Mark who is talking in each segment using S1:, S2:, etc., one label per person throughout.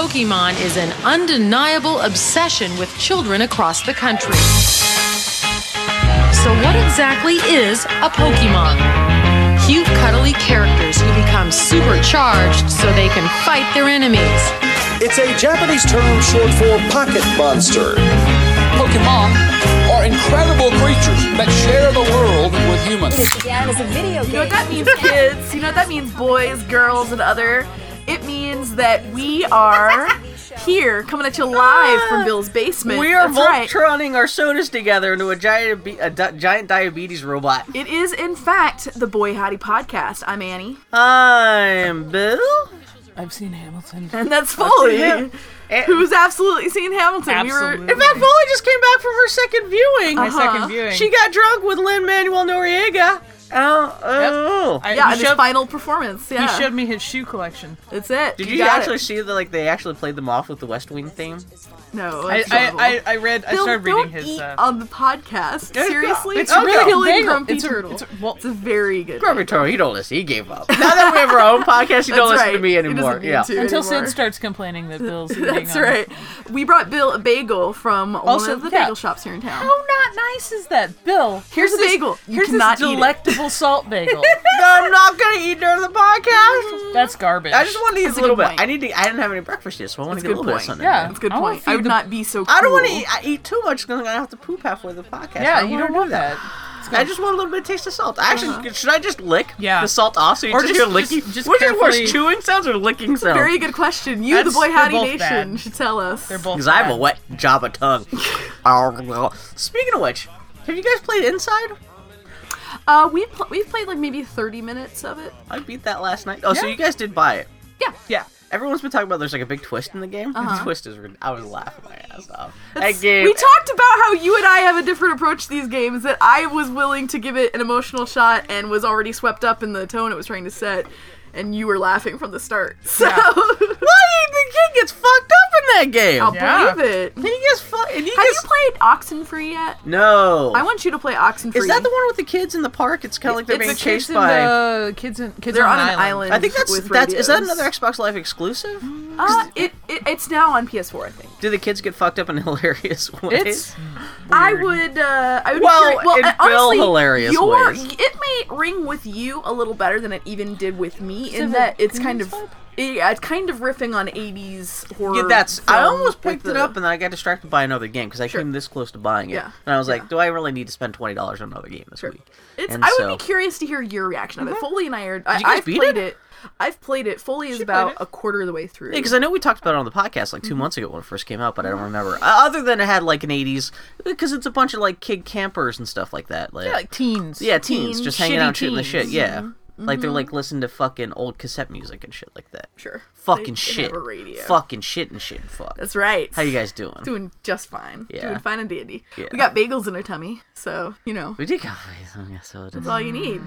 S1: Pokemon is an undeniable obsession with children across the country. So, what exactly is a Pokemon? Cute, cuddly characters who become supercharged so they can fight their enemies.
S2: It's a Japanese term short for pocket monster.
S3: Pokemon are incredible creatures that share the world with humans.
S4: It began as a video game.
S5: You know what that means, kids? You know what that means, boys, girls, and other? It means that we are here coming at you live
S6: Ah,
S5: from Bill's basement.
S7: We are
S5: That's right.
S7: Voltroning our sodas together into a giant, abi- a di- giant diabetes robot.
S5: It is, in fact, the Boy Hottie podcast. I'm Annie.
S7: I'm Bill.
S6: I've seen Hamilton.
S5: And that's Foley,
S7: him. Eh,
S5: who's absolutely seen Hamilton. We
S7: in
S6: Absolutely.
S5: were,
S7: fact, Foley just came back from her second viewing.
S6: My
S5: Uh-huh.
S6: second viewing.
S7: She got drunk with Lin Manuel Noriega. Oh, oh.
S5: yeah,
S6: I- he
S5: in his
S6: showed-
S5: final performance.
S6: He
S5: Yeah,
S6: showed me his shoe collection.
S5: it's it.
S7: Did
S5: You
S7: you,
S5: got
S7: actually
S5: it.
S7: see that? Like they actually played them off with the West Wing theme.
S5: No,
S6: I,
S5: it's terrible.
S6: I, I, I read. I
S5: Bill,
S6: started
S5: don't
S6: reading his.
S5: eat
S6: Uh,
S5: on the podcast.
S7: no,
S5: Seriously,
S7: it's really
S5: killing
S6: good.
S5: Grumpy
S6: It's a-
S5: Turtle.
S6: it's a- well-
S5: it's a very good.
S7: Grumpy Turtle, he don't listen. He gave up. now that we have our own podcast, he don't
S5: That's
S7: listen to
S5: right.
S7: me
S5: He doesn't
S7: anymore.
S5: need
S7: yeah.
S5: to
S6: until
S5: anymore.
S6: Sid starts complaining that Bill's eating
S5: That's
S6: on-
S5: right. We brought Bill a bagel from one
S6: Also,
S5: of the
S6: yeah.
S5: bagel shops here in town.
S6: How not nice is that, Bill?
S5: Here's a
S6: this-
S5: bagel. You
S6: here's
S5: cannot eat
S6: this
S5: it.
S6: delectable salt bagel.
S7: No, I'm not gonna eat during the podcast.
S6: That's garbage.
S7: I just want to eat a
S5: That's a
S7: little
S5: good
S7: bit.
S5: point.
S7: I need to. I didn't have any breakfast yet, so I want
S5: That's
S7: to
S5: a
S7: get a
S5: good
S7: little bit of
S5: point.
S7: something. in
S6: Yeah.
S7: there.
S5: That's a good
S6: I wanna
S5: point. I
S6: feed
S5: would
S6: the-
S5: not be so. Cool.
S7: I don't want to eat, I eat too much because I'm gonna have to poop halfway the podcast.
S6: Yeah,
S7: I don't
S6: you
S7: wanna
S6: don't
S7: do
S6: want that. It's
S7: I
S6: gonna-
S7: just want a little bit of taste of salt. I Actually, should I just lick
S6: Yeah.
S7: the salt off so you
S6: Or
S7: just,
S6: just-
S7: hear licking?
S6: just- just
S7: Which is worse,
S6: carefully-
S7: chewing sounds or licking sounds?
S5: Very good question. You, the
S6: That's-
S5: boy
S6: they're
S5: Howdy
S6: both
S5: Nation,
S6: bad.
S5: should tell us.
S6: They're both.
S7: Because I have a
S6: bad.
S7: wet Java tongue. Oh, Speaking of which, have you guys played Inside?
S5: Uh, we pl- we've played like maybe thirty minutes of it.
S7: I beat that last night. Oh, so
S6: Yeah.
S7: you guys did buy it.
S5: Yeah.
S7: Yeah. Everyone's been talking about there's like a big twist in the game. The twist is. rid- I was laughing my ass off. that game.
S5: We talked about how you and I have a different approach to these games. That I was willing to give it an emotional shot and was already swept up in the tone it was trying to set, and you were laughing from the start. So
S6: Yeah.
S7: Why do you think he gets fucked up in that game?
S5: I'll
S6: Yeah.
S5: believe it. Have
S7: He gets fucked. Have
S5: you played Oxenfree yet?
S7: No.
S5: I want you to play Oxenfree.
S7: Is that the one with the kids in the park? It's kind of like they're
S5: It's
S7: being
S5: the
S7: chased
S6: Kids in
S7: by.
S6: the- kids in- kids
S5: They're
S6: on
S5: on an island.
S7: I think that's
S5: with
S7: that's is that
S5: radios.
S7: another Xbox Live exclusive?
S5: Uh, it, it it's now on PS4, I think.
S7: Do the kids get fucked up in hilarious ways?
S6: It's
S5: I would uh, I would
S7: Well,
S5: be curi- well
S7: in
S5: uh,
S7: Bill
S5: honestly,
S7: hilarious
S5: your,
S7: ways.
S5: It may ring with you a little better than it even did with me in
S6: of a
S5: that it's
S6: Goonies
S5: kind of
S6: vibe?
S5: yeah, it's kind of riffing on 80s horror.
S7: Yeah, that's. I
S5: film
S7: almost
S5: with
S7: picked it
S5: the-
S7: up and then I got distracted by another game because I came this close to buying it,
S5: Yeah.
S7: and I was like, "Do I really need to spend twenty dollars on another game this week?"
S5: It's,
S7: and
S5: I would
S7: so-
S5: be curious to hear your reaction of it. Foley and I are. I,
S7: you guys
S5: I've
S7: beat
S5: played
S7: it?
S5: it? I've played it. Foley is about a quarter of the way through.
S7: Because I know we talked about it on the podcast like 2
S5: Mm-hmm.
S7: months ago when it first came out, but I don't remember. Uh, Other than it had like an '80s, because it's a bunch of like kid campers and stuff like that. Like,
S6: yeah, like teens.
S7: Yeah, teens
S5: Teen-
S7: just hanging out
S6: shitty
S7: shooting the
S6: teens.
S7: shit. Yeah, like
S5: Mm-hmm.
S7: they're like listening to fucking old cassette music and shit like that.
S5: Sure.
S7: Fucking
S5: They- they
S7: shit.
S5: have a radio.
S7: Fucking shit and shit. and Fuck.
S5: That's right.
S7: How you guys doing?
S5: doing just fine?
S7: Yeah.
S5: Doing fine and dandy.
S7: Yeah.
S5: We got bagels in our tummy, so you know
S7: We did go. I guess so it is.
S5: that's all you need.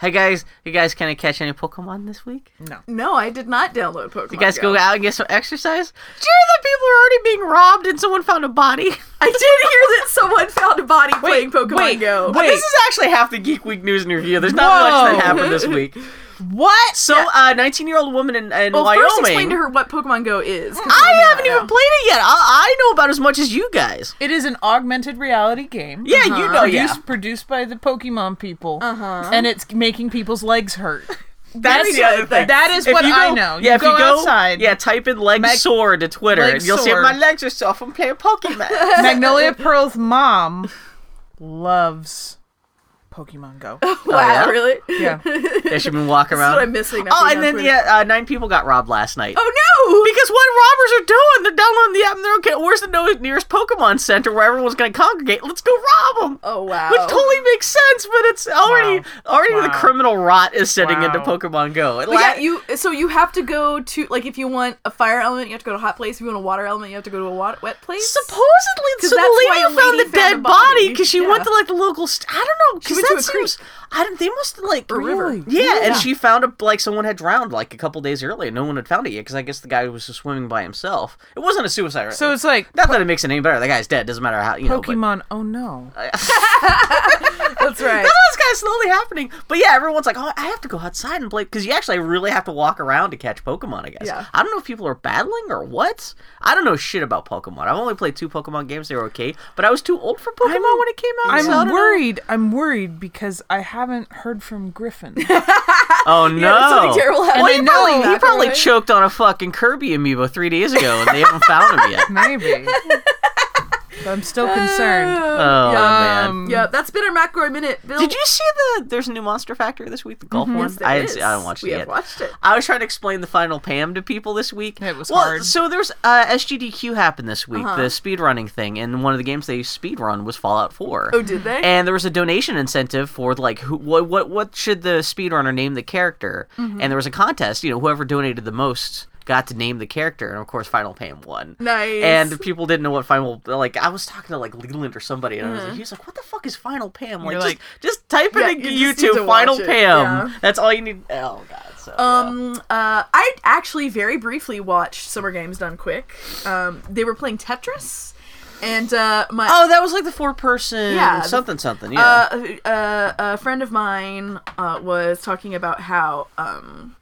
S7: Hey guys, you guys kind of catch any Pokemon this week?
S5: Oh
S7: You
S5: No, I did not download Pokemon. You
S7: guys go out and get some exercise? Did you hear that people are already being robbed and someone found a body?
S5: I did hear that someone found a body playing Pokemon
S6: wait,
S5: Go.
S7: This is actually half the Geek Week news and review. There's not much that
S6: Whoa.
S7: happened this week.
S6: What?
S7: So, a 19 year old woman in, in
S5: well,
S7: Wyoming.
S5: first explain to her what Pokemon Go is. 'cause
S7: I
S5: I'm not
S7: haven't even
S5: now.
S7: played it yet. I, I know about as much as you guys.
S6: It is an augmented reality game. Uh-huh.
S7: Yeah, you know, yeah.
S6: Produced, produced by the Pokemon people, uh-huh. and it's making people's legs hurt.
S7: That's
S6: That's
S7: the other
S6: what-
S7: thing.
S6: that is
S7: If
S6: what
S7: you
S6: I
S7: go-
S6: know.
S7: Yeah,
S6: You
S7: if
S6: go
S7: you go
S6: outside.
S7: yeah, type in leg
S6: Meg-
S7: sore to Twitter,
S6: leg
S7: and you'll see
S6: sore.
S7: my legs are sore from playing Pokemon.
S6: Magnolia Pearl's mom loves Pokemon Go.
S7: Oh,
S5: Wow, really?
S6: Yeah.
S7: yeah, she's been walking
S5: That's
S7: around.
S5: what I'm missing. not
S7: Oh,
S5: being
S7: and
S5: on
S7: then
S5: Twitter.
S7: yeah, uh, nine people got robbed last night.
S5: Oh no!
S7: Because what robbers are doing, they're downloading the app and they're okay. Where's the no- nearest Pokemon Center where everyone's going to congregate? Let's go rob them.
S5: Oh wow.
S7: Which totally makes sense, but it's already already the
S6: Wow.
S7: criminal rot is setting into
S6: Wow.
S7: Pokemon Go. It
S5: But yeah,
S7: la-
S5: you. So you have to go to like if you want a fire element, you have to go to a hot place. If you want a water element, you have to go to a wat- wet place.
S7: supposedly, so
S5: that's
S7: the
S5: why
S7: lady
S5: a
S7: found
S5: lady
S7: the
S5: found a
S7: dead
S5: body.
S7: body because she
S5: Yeah.
S7: went to like the local. St- I don't know
S5: She
S7: because
S5: went
S7: that
S5: to a creek.
S7: seems. I don't. They must have, like
S5: river.
S7: Yeah, and she found a like someone had drowned like a couple days earlier. No one had found it yet because I guess the guy guy was just swimming by himself. It wasn't a suicide.
S6: So it's like
S7: not that it makes it any better. The guy's dead. Doesn't matter how you know. but-
S6: Pokemon. Oh no.
S5: That's right.
S7: That's kind of slowly happening. But yeah, everyone's like, oh, I have to go outside and play because you actually really have to walk around to catch Pokemon. I guess.
S5: Yeah.
S7: I don't know if people are battling or what. I don't know shit about Pokemon. I've only played two Pokemon games. They were okay, but I was too old for Pokemon when it came out. so I don't
S6: I'm
S7: know.
S6: worried. I'm worried because I haven't heard from Griffin.
S7: Oh no!
S5: something terrible happened.
S7: Well,
S5: I
S7: he
S5: know.
S7: probably, he
S5: Back
S7: probably
S5: away.
S7: choked on a fucking Kirby amiibo three days ago, and they haven't found him yet.
S6: Maybe. But I'm still concerned.
S7: Oh man!
S6: Um,
S5: yeah, that's been our Macroy minute. Bill,
S7: Did you see the? There's a new Monster Factory this week. The golf one.
S5: Mm-hmm. Yes, there
S7: I didn't. See,
S5: is.
S7: I don't watch
S5: We have
S7: it yet.
S5: watched it.
S7: I was trying to explain the final Pam to people this week.
S6: It was
S7: well,
S6: hard.
S7: So there's uh, SGDQ happened this week,
S5: Uh-huh.
S7: the speedrunning thing, and one of the games they speedrun was Fallout 4.
S5: Oh, did they?
S7: And there was a donation incentive for like who, what what what should the speedrunner name the character?
S5: Mm-hmm.
S7: And there was a contest. You know, whoever donated the most got to name the character, and of course, Final Pam won.
S5: Nice.
S7: And people didn't know what Final like. I was talking to like Leland or somebody, and I was like, he was like, "What the fuck is Final Pam?" Like,
S6: You're
S7: just,
S6: like-
S7: just type
S5: Mm-hmm. Yeah,
S7: into
S5: you just need to
S7: YouTube
S5: watch
S7: Final
S5: it,
S7: Pam.
S5: yeah.
S7: That's all you need. Oh god. So, yeah.
S5: Um, uh, I actually very briefly watched Summer Games Done Quick. Um, they were playing Tetris, and uh, my
S7: Oh, that was like the four person
S5: Yeah, the-
S7: something something. Yeah.
S5: uh, uh, a friend of mine uh, was talking about how um,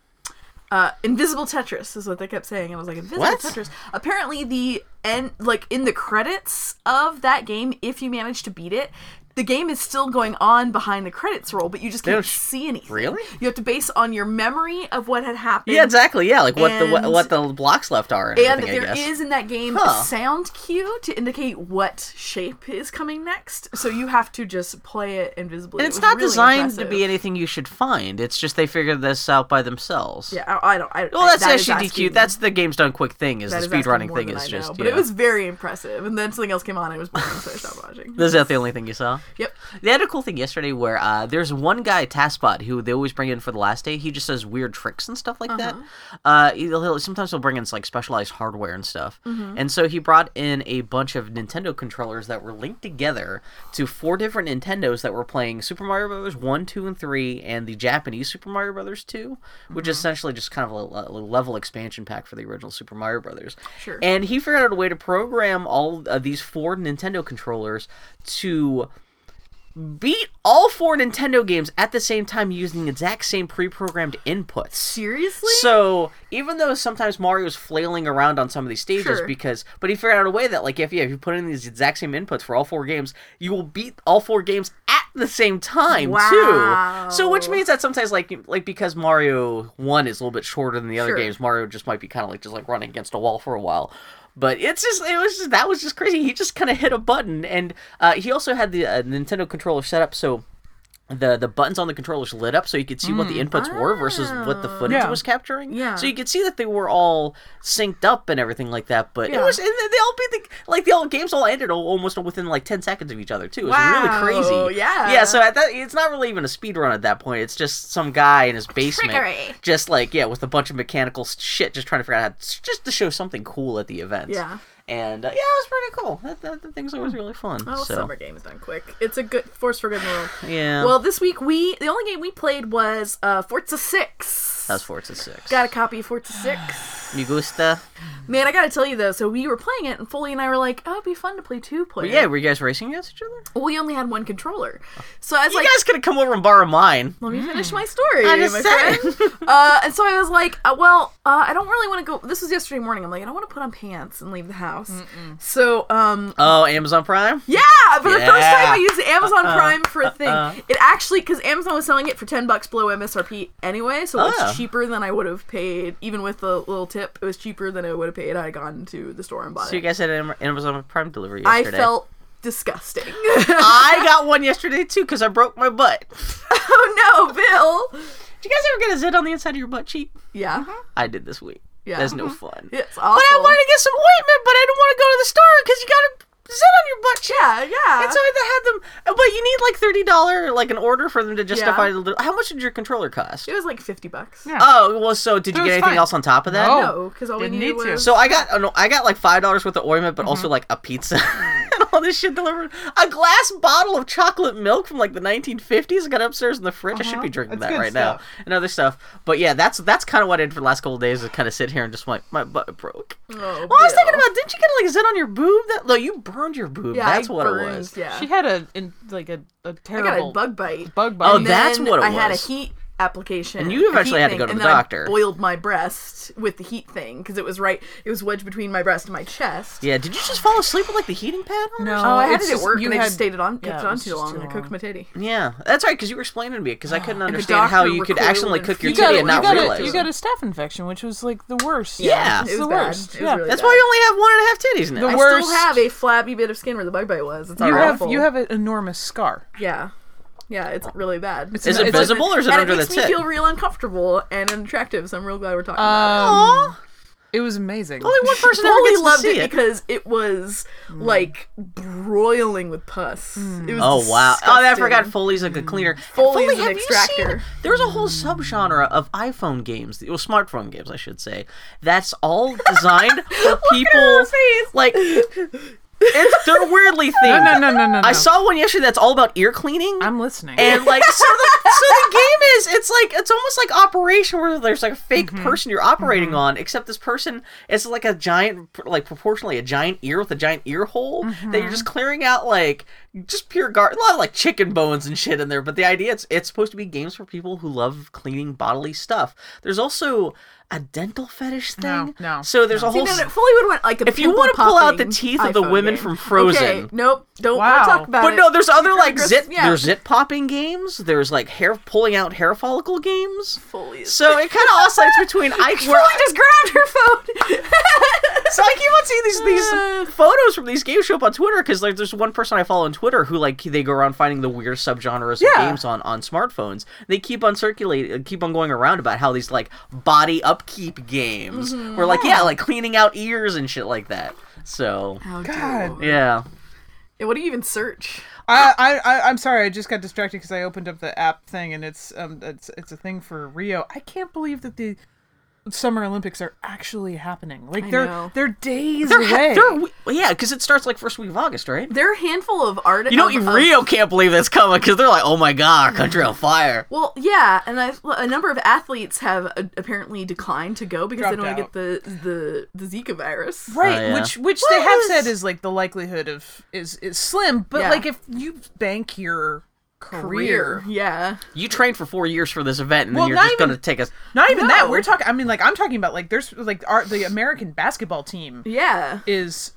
S5: uh, invisible Tetris is what they kept saying. I was like, invisible
S7: What?
S5: Tetris. Apparently, the end, like in the credits of that game, if you manage to beat it. The game is still going on behind the credits roll, but you just
S7: don't
S5: can't
S7: sh-
S5: see anything.
S7: Really?
S5: You have to base on your memory of what had happened.
S7: yeah, exactly. Yeah, like what the what,
S5: and-
S7: what the blocks left are and,
S5: And
S7: everything. I
S5: there
S7: guess.
S5: is in that game
S7: Huh.
S5: a sound cue to indicate what shape is coming next. So you have to just play it invisibly.
S7: And
S5: It
S7: it's
S5: was
S7: not
S5: really
S7: designed to
S5: impressive.
S7: be anything you should find. It's just they figured this out by themselves.
S5: Yeah, I, I don't. I,
S7: Well, that's
S5: that is
S7: SGDQ.
S5: asking-
S7: that's the game's done quick thing. Is
S5: that
S7: the
S5: is asking
S7: speedrunning
S5: more
S7: thing
S5: than I
S7: is
S5: know,
S7: just.
S5: But
S7: yeah.
S5: it was very impressive, and then something else came on, and it was boring, so I stopped watching.
S7: Is that the only thing you saw?
S5: Yep.
S7: They had a cool thing yesterday where uh, there's one guy, Taskbot, who they always bring in for the last day. He just does weird tricks and stuff like that. Uh, he'll, he'll- sometimes he'll bring in like specialized hardware and stuff. And so he brought in a bunch of Nintendo controllers that were linked together to four different Nintendos that were playing Super Mario Bros. 1, 2, and 3, and the Japanese Super Mario Brothers 2, which is essentially just kind of a, a level expansion pack for the original Super Mario Brothers.
S5: Sure.
S7: And he figured out a way to program all of uh, these four Nintendo controllers to beat all four Nintendo games at the same time using the exact same pre-programmed inputs.
S5: Seriously?
S7: So even though sometimes Mario's flailing around on some of these stages
S5: Sure.
S7: because, but he figured out a way that like if yeah, if you put in these exact same inputs for all four games, you will beat all four games at the same time
S5: Wow.
S7: too. So which means that sometimes like like because Mario one is a little bit shorter than the other
S5: Sure.
S7: games, Mario just might be kind of like just like running against a wall for a while. But it's just it was just, that was just crazy. He just kind of hit a button, and uh, he also had the uh, Nintendo controller set up so the the buttons on the controllers lit up so you could see what the inputs were versus what the footage
S6: Yeah.
S7: was capturing.
S5: Mm. Yeah.
S7: So you could see that they were all synced up and everything like that. But
S5: Yeah.
S7: it was and they all beat the like the all games all ended al- almost within like ten seconds of each other too. It was
S5: Wow,
S7: really crazy.
S5: yeah.
S7: Yeah. So at that it's not really even a speed run at that point. It's just some guy in his basement,
S5: Trickery.
S7: just like yeah, with a bunch of mechanical s- shit, just trying to figure out how to, just to show something cool at the event.
S5: Yeah.
S7: And uh, yeah, it was pretty cool. That, that, that thing's always really fun.
S5: Oh,
S7: so
S5: summer games done quick. It's a good force for good in the world.
S7: yeah,
S5: Well, this week we the only game we played was uh, Forza Six.
S7: that's Forza Six.
S5: Got a copy of Forza Six.
S7: Me gusta.
S5: Man, I gotta tell you though, so we were playing it, and Foley and I were like, "Oh, it'd be fun to play two player."
S7: Yeah, were you guys racing against each other?
S5: Well, we only had one controller, so I was
S7: You
S5: like,
S7: guys could have come over and borrow mine.
S5: "Let me finish my story."
S7: I'm just
S5: my
S7: saying.
S5: friend. uh, and so I was like, uh, "Well, uh, I don't really want to go." This was yesterday morning. I'm like, "I don't want to put on pants and leave the house." So, um,
S7: Oh, Amazon Prime?
S5: yeah, for the first time
S7: Yeah. Uh-uh.
S5: I used Amazon Prime for a thing. It actually because Amazon was selling it for ten bucks below MSRP anyway, so it
S7: Oh.
S5: was cheaper than I would have paid, even with the little tip. It was cheaper than I would have paid had I gone to the store and bought
S7: So you
S5: it.
S7: guys had an Am- Amazon Prime delivery
S5: I
S7: yesterday.
S5: felt disgusting.
S7: I got one yesterday too because I broke my butt.
S5: oh no, Bill.
S7: Did you guys ever get a zit on the inside of your butt cheek? Mm-hmm.
S5: Yeah.
S6: Mm-hmm.
S7: I did this week.
S5: Yeah.
S7: That's no fun.
S5: It's
S7: But I
S5: awful.
S7: wanted to get some ointment, but I didn't want to go to the store because you got a zit on your butt cheek.
S5: Yeah, yeah.
S7: And so I had them, but you need like thirty dollar like an order for them to justify.
S5: Yeah.
S7: the little How much did your controller cost?
S5: it was like fifty bucks.
S6: Yeah.
S7: Oh well, so did you get
S6: It was
S7: anything
S6: fine.
S7: else on top of that?
S6: No.
S5: No, because all we
S6: Didn't
S5: needed
S6: need to.
S5: was Mm-hmm.
S7: So I got oh, no, I got like five dollars worth of ointment, but also like a pizza. and all this shit delivered. A glass bottle of chocolate milk from like the 1950s. I got upstairs in the fridge. I should
S5: Uh-huh.
S7: be drinking
S4: That's
S7: that
S4: good
S7: right
S4: stuff.
S7: now. And other stuff. But yeah, that's that's kind of what I did for the last couple of days. Is kind of sit here and just like my butt broke.
S5: Oh,
S7: well, I was thinking
S5: Bill.
S7: about didn't you get like zit on your boob? That no, you burned your boob.
S5: Yeah,
S7: that's
S5: I
S7: what
S5: burned,
S7: it was.
S5: Yeah,
S6: She had a in, like a, a
S5: I
S6: terrible
S5: got a bug bite.
S6: bug bite.
S7: Oh,
S5: And
S7: that's
S5: then
S7: what it
S5: I had a
S7: was.
S5: heat application.
S7: And you
S5: a
S7: eventually
S5: heat
S7: had to go
S5: thing,
S7: to
S5: and
S7: the
S5: then I
S7: doctor.
S5: boiled my breast with the heat thing because it was right. It was wedged between my breast and my chest.
S7: Yeah, did you just fall asleep with like the heating pad on? or
S6: No.
S5: Oh, I had it
S6: it's
S5: at
S6: just-
S5: work
S6: you
S5: and I
S6: had-
S5: just stayed it on, kept
S6: yeah,
S5: it
S6: it
S5: on
S6: was
S5: too
S6: just
S5: long,
S6: too
S5: and I cooked
S6: long.
S5: my titty.
S7: Yeah, that's right. Because you were explaining to me because I couldn't
S5: the
S7: understand how
S5: doctor
S7: you could
S5: recoiled
S7: actually
S5: and
S7: cook your
S5: fused.
S6: you
S5: You
S7: titty
S6: got, a,
S7: and
S6: you,
S7: not
S6: got
S7: realize.
S6: a, you got a staph infection, which was like the worst.
S7: Yeah.
S6: it's
S5: It was
S6: the
S5: bad.
S6: worst.
S5: It was
S6: yeah,
S5: really
S7: That's why you only have one and a half titties now.
S6: The
S5: I
S6: worst.
S5: still have a flabby bit of skin where the bug bite was. It's
S6: you have
S5: awful.
S6: you have an enormous scar.
S5: yeah, yeah. It's really bad.
S6: It's
S7: Is
S6: an-
S7: it
S6: it's a-
S7: visible or is it
S5: and
S7: under
S5: it
S7: the
S5: makes me
S7: tit?
S5: feel real uncomfortable and unattractive. So I'm real glad we're talking about it.
S6: Um, it was amazing.
S7: Only one person ever
S5: Fully
S7: Uh, gets
S5: loved
S7: to
S5: it,
S7: see it. Mm.
S5: because it was like broiling with pus. It was
S7: Oh wow! Oh, I forgot
S5: disgusting.
S7: Foley's
S6: Mm.
S7: like a cleaner.
S5: Foley's an
S7: have you seen-
S5: extractor.
S7: There's a whole subgenre of iPhone games, well, smartphone games, I should say. That's all designed for people. Like, it's, they're weirdly themed.
S6: no, no, no, no,
S7: I
S6: no.
S7: saw one yesterday that's all about ear cleaning.
S6: I'm listening.
S7: and like so the, so the game is it's like it's almost like operation where there's like a fake
S5: Mm-hmm.
S7: person you're operating on except this person is like a giant like proportionally a giant ear with a giant ear hole that you're just
S5: Mm-hmm.
S7: clearing out like just pure gar a lot of like chicken bones and shit in there but the idea it's it's supposed to be games for people who love cleaning bodily stuff there's also a dental fetish
S6: No,
S7: thing
S6: no,
S7: so there's a
S5: See,
S7: whole
S5: no,
S7: s-
S5: no, Foley would want like a
S7: If you
S5: want
S7: wanna
S5: to
S7: pull out the teeth of the women from Frozen.
S5: Okay, nope, don't wanna
S6: Wow.
S5: talk about
S7: but
S5: it.
S7: no, there's other like
S5: gross-
S7: zit.
S5: yeah.
S7: There's zit popping games. There's like hair pulling out hair follicle games.
S5: Foley is-
S7: So it kind of oscillates between I where,
S5: Foley just grabbed her phone.
S7: so I keep on seeing these these photos from these games show up on Twitter because like there's one person I follow on Twitter who like they go around finding the weird subgenres of games on on smartphones. They keep on circulating, keep on going around about how these like body upkeep games where like Mm-hmm. yeah like cleaning out ears and shit like that. So
S6: God,
S7: yeah,
S5: Yeah, what do you even search?
S6: I, I, I, I'm sorry. I just got distracted because I opened up the app thing, and it's um, it's it's a thing for Rio. I can't believe that the Summer Olympics are actually happening. Like they're
S5: know.
S6: they're days
S7: they're,
S6: away.
S7: ha- they're yeah because it starts like first week of August, right?
S5: There are a handful of art.
S7: You know,
S5: of-
S7: you
S5: of-
S7: Rio can't believe that's coming because they're like, oh my god, our country on fire.
S5: Well, yeah, and I, a number of athletes have uh, apparently declined to go because they don't want
S6: Dropped
S5: to get the, the the Zika virus.
S6: Right,
S7: Oh, yeah.
S6: which which they have
S5: is-
S6: said is like the likelihood of is is slim, but
S5: Yeah.
S6: like if you bank your career,
S5: Yeah.
S7: You trained for four years for this event, and
S6: Well,
S7: then you're
S6: not
S7: just
S6: even-
S7: gonna take us.
S6: not even that.
S5: No.
S6: We're talking. I mean, like I'm talking about like there's like our the American basketball team
S5: Yeah.
S6: is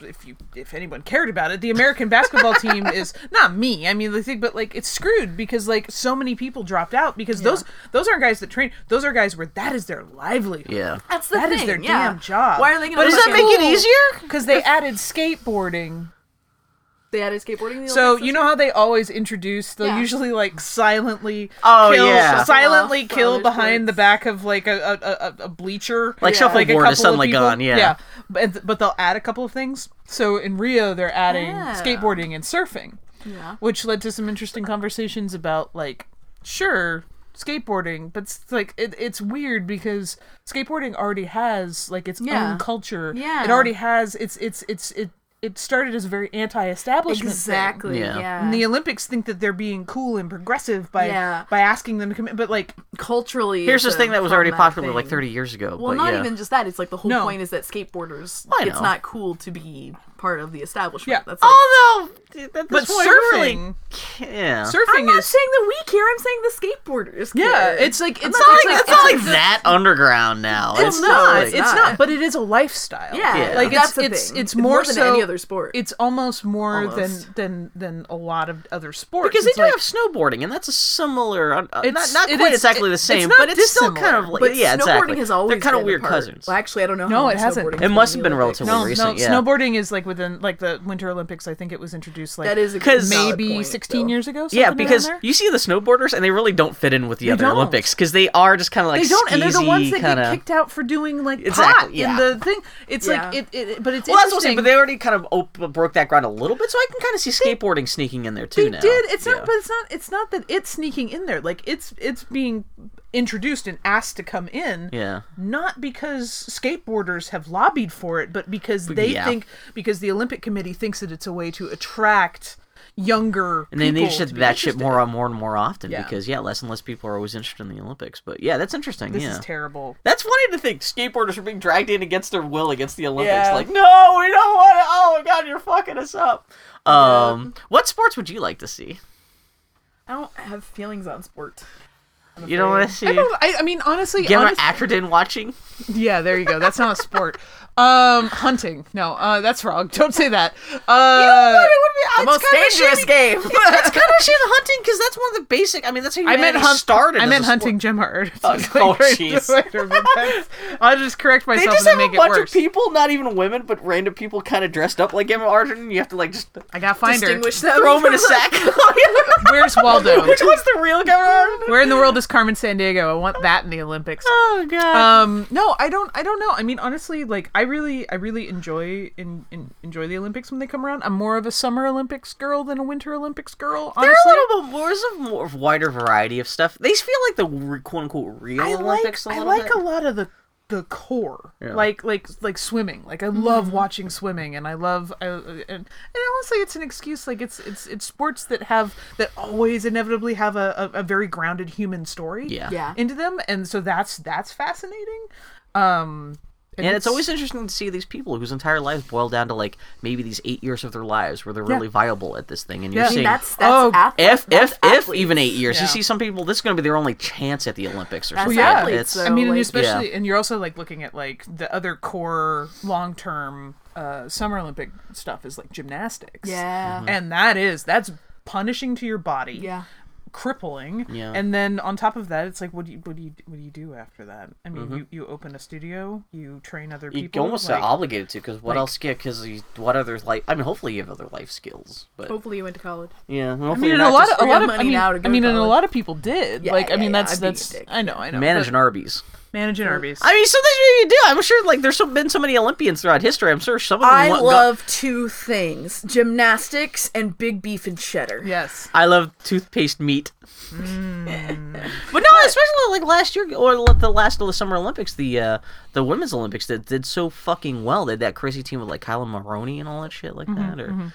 S6: if you if anyone cared about it, the American basketball team is not me. I mean the thing, but like it's screwed because like so many people dropped out because those those aren't guys that train. Those are guys where that is their livelihood.
S7: Yeah.
S5: That's the
S6: That is
S5: thing,
S6: their
S5: yeah.
S6: damn job.
S5: Why are they gonna
S6: But
S5: let
S6: does that
S5: you-
S6: make it
S5: Cool.
S6: easier? Because they added skateboarding.
S5: They added skateboarding. in the
S6: So
S5: Olympics
S6: you
S5: this
S6: know how they always introduce? They'll
S5: Yeah.
S6: usually like silently
S7: Oh,
S6: kill,
S7: yeah.
S6: silently
S5: Off
S6: kill
S5: other
S6: behind
S5: sports.
S6: the back of like a a, a, a bleacher,
S7: Like
S5: Yeah.
S6: a
S7: shuffleboard
S6: couple
S7: is
S6: of
S7: suddenly
S6: people.
S7: gone. Yeah.
S6: yeah. But but they'll add a couple of things. So in Rio, they're adding
S5: Yeah.
S6: skateboarding and surfing,
S5: Yeah.
S6: which led to some interesting conversations about like sure skateboarding, but it's like it, it's weird because skateboarding already has like its
S5: Yeah.
S6: own culture.
S5: Yeah.
S6: it already has it's it's it's it. It started as a very anti-establishment. thing.
S5: Exactly.
S7: Yeah.
S5: Yeah.
S6: And the Olympics think that they're being cool and progressive by
S5: Yeah.
S6: by asking them to come in, but like
S5: Culturally,
S7: Here's
S5: it's
S7: this
S5: a
S7: thing that was already
S5: problematic
S7: popular like
S5: thing.
S7: 30 years ago.
S5: Well,
S7: but
S5: not
S7: yeah.
S5: even just that. It's like the whole
S6: No.
S5: point is that skateboarders.
S7: I
S5: It's
S7: know.
S5: not cool to be part of the establishment.
S6: Yeah.
S5: That's like,
S7: Although, at this
S6: But
S7: point, we really,
S6: surfing-
S7: yeah.
S6: surfing
S5: I'm not
S6: is
S5: saying that we care. I'm saying the skateboarders. Care.
S6: yeah, it's like it's
S7: it's not like,
S6: it's
S7: it's not like that underground now.
S6: It's
S7: just
S6: not.
S7: like-
S6: It's
S5: not.
S6: not. But it is a lifestyle.
S5: Yeah,
S6: Like
S5: that's
S6: it's
S5: the
S6: it's
S5: thing.
S6: it's
S5: It's
S6: more
S5: more than
S6: so-
S5: any other sport.
S6: It's almost more
S5: Almost.
S6: than than than a lot of other sports
S7: because they
S6: It's
S7: do
S6: like-
S7: have snowboarding, and that's a similar, uh, uh,
S6: It's-
S7: not,
S6: it
S7: not quite
S6: is-
S7: exactly
S6: it-
S7: the
S6: it's
S7: same,
S6: not
S7: but it's still
S6: dissimilar.
S7: kind of like,
S5: But
S7: yeah,
S5: snowboarding
S7: exactly.
S5: has always
S7: They're kind
S5: been
S7: of
S5: a
S7: weird
S5: part.
S7: cousins.
S5: Well, actually, I don't know.
S6: No,
S5: how
S6: it hasn't.
S5: snowboarding's
S6: It
S5: in
S7: must
S5: the
S7: have been
S5: Olympics.
S7: relatively
S6: no,
S7: recent,
S6: no,
S7: yeah.
S6: snowboarding is like within like the Winter Olympics. I think it was introduced like
S5: That is a
S7: 'Cause-
S5: solid
S6: maybe
S5: point,
S6: sixteen
S5: though.
S6: years ago.
S7: Yeah,
S6: something around
S7: because
S6: there.
S7: you see the snowboarders, and they really don't fit in with the other
S6: don't.
S7: Olympics because they are just kind of like
S6: they don't, and they're the ones that
S7: kind
S6: get
S7: of
S6: kicked out for doing like pot
S7: Exactly, yeah.
S6: in the thing. It's like
S5: Yeah.
S6: it, it, but it's
S7: Well, that's what I'm
S6: interesting.
S7: saying, but they already kind of op- broke that ground a little bit, so I can kind of see skateboarding sneaking in there too
S6: They
S7: now.
S6: did. It's
S7: Yeah.
S6: not, but it's not. It's not that it's sneaking in there. Like it's it's being introduced and asked to come in.
S7: Yeah.
S6: Not because skateboarders have lobbied for it, but because they
S7: yeah.
S6: think because the Olympic Committee thinks that it's a way to attract younger
S7: And they need
S6: people
S7: shit
S6: to be
S7: that shit
S6: interested.
S7: more and more and more often
S6: Yeah.
S7: because yeah, less and less people are always interested in the Olympics. But yeah, that's interesting.
S6: This
S7: yeah.
S6: is terrible.
S7: That's funny to think skateboarders are being dragged in against their will against the Olympics.
S6: Yeah.
S7: Like, no, we don't want to. Oh my god, you're fucking us up. Um, what sports would you like to see?
S5: I don't have feelings on sport.
S7: You don't want to see
S6: I don't. I, I mean, honestly,
S7: Gemma
S6: honest-
S7: Ackerton watching?
S6: yeah. There you go. That's not a sport. Um, hunting. No, uh, that's wrong. Don't say that. Uh,
S5: The most dangerous game.
S7: That's kind of shit hunting because that's one of the basic. I mean, that's how you
S6: I meant hunt-
S7: started.
S6: I
S7: as
S6: meant
S7: a sport.
S6: hunting Jim Hart.
S7: oh, jeez.
S6: I'll just correct
S7: They
S6: myself
S7: just have
S6: and
S7: a
S6: make it
S7: bunch
S6: worse.
S7: of people, not even women, but random people, kind of dressed up like Emma Arden. You have to like just Oh,
S6: I gotta find her.
S5: Distinguish them.
S7: throw them in a
S5: from
S7: sack.
S6: Where's Waldo?
S7: Which one's the real Gemma Arden?
S6: Where in the world is Carmen San Diego? I want that in the Olympics.
S7: Oh god.
S6: Um, no, I don't. I don't know. I mean, honestly, like I really, I really enjoy in, in, enjoy the Olympics when they come around. I'm more of a summer Olympics girl than a winter Olympics girl. Honestly,
S7: They're a little bit more, there's a more of wider variety of stuff. They feel like the re- quote unquote real
S6: I
S7: Olympics
S6: like,
S7: a
S6: I
S7: little
S6: like
S7: bit.
S6: a lot of the the core like like like swimming like i love watching swimming and i love I, uh, and, and honestly it's an excuse like it's it's it's sports that have that always inevitably have a, a, a very grounded human story
S7: yeah.
S5: Yeah.
S6: into them and so that's that's fascinating um
S7: And it's always interesting to see these people whose entire lives boil down to like maybe these eight years of their lives where they're really viable at this thing. And you're
S6: Yeah.
S5: the-
S6: I mean,
S7: seeing
S5: That's that's
S6: Oh,
S5: ath-
S7: if
S5: that's
S7: if if
S5: athletes.
S7: even eight years. You
S6: Yeah.
S7: see some people. This is going to be their only chance at the Olympics or
S5: That's
S7: something.
S6: yeah.
S5: athletes,
S7: It's-
S5: though.
S6: I mean, and
S5: like-
S6: especially, and you're also like looking at like the other core long term uh, Summer Olympic stuff is like gymnastics.
S5: Yeah.
S7: Mm-hmm.
S6: And that is, that's punishing to your body.
S5: Yeah.
S6: Crippling.
S7: Yeah.
S6: And then on top of that, it's like, what do you, what do you, what do you do after that? I mean, you, you open a studio, you train other
S7: Mm-hmm. you
S6: people.
S7: almost
S6: like,
S7: are obligated to because what
S6: like-
S7: else? Because what other life? I mean, hopefully you have other life skills, but
S5: Hopefully you went to college.
S7: yeah, hopefully
S6: I mean,
S7: you're
S6: and a
S7: not
S6: lot
S7: just
S6: of, a
S5: we
S6: lot
S5: have
S6: of,
S5: money
S6: I mean,
S5: now to
S6: I
S5: go
S6: mean,
S5: to
S6: and a
S5: college.
S6: lot of people did.
S5: Yeah,
S6: like,
S5: yeah,
S6: I mean,
S5: yeah,
S6: that's
S5: I'd be a
S6: that's.
S5: dick.
S6: I know, I know.
S7: manage
S6: but-
S7: an Arby's.
S6: manage an Arby's.
S7: I mean, sometimes maybe you do. I'm sure, like, there's so, been so many Olympians throughout history. I'm sure some of them.
S5: I
S7: lo- go-
S5: love two things: gymnastics and big beef and cheddar.
S6: yes.
S7: I love toothpaste meat.
S5: Mm.
S7: but no, especially like last year or l- the last of the Summer Olympics, the uh, the women's Olympics that did so fucking well. They had that crazy team with like Kyla Maroney and all that shit like that. Or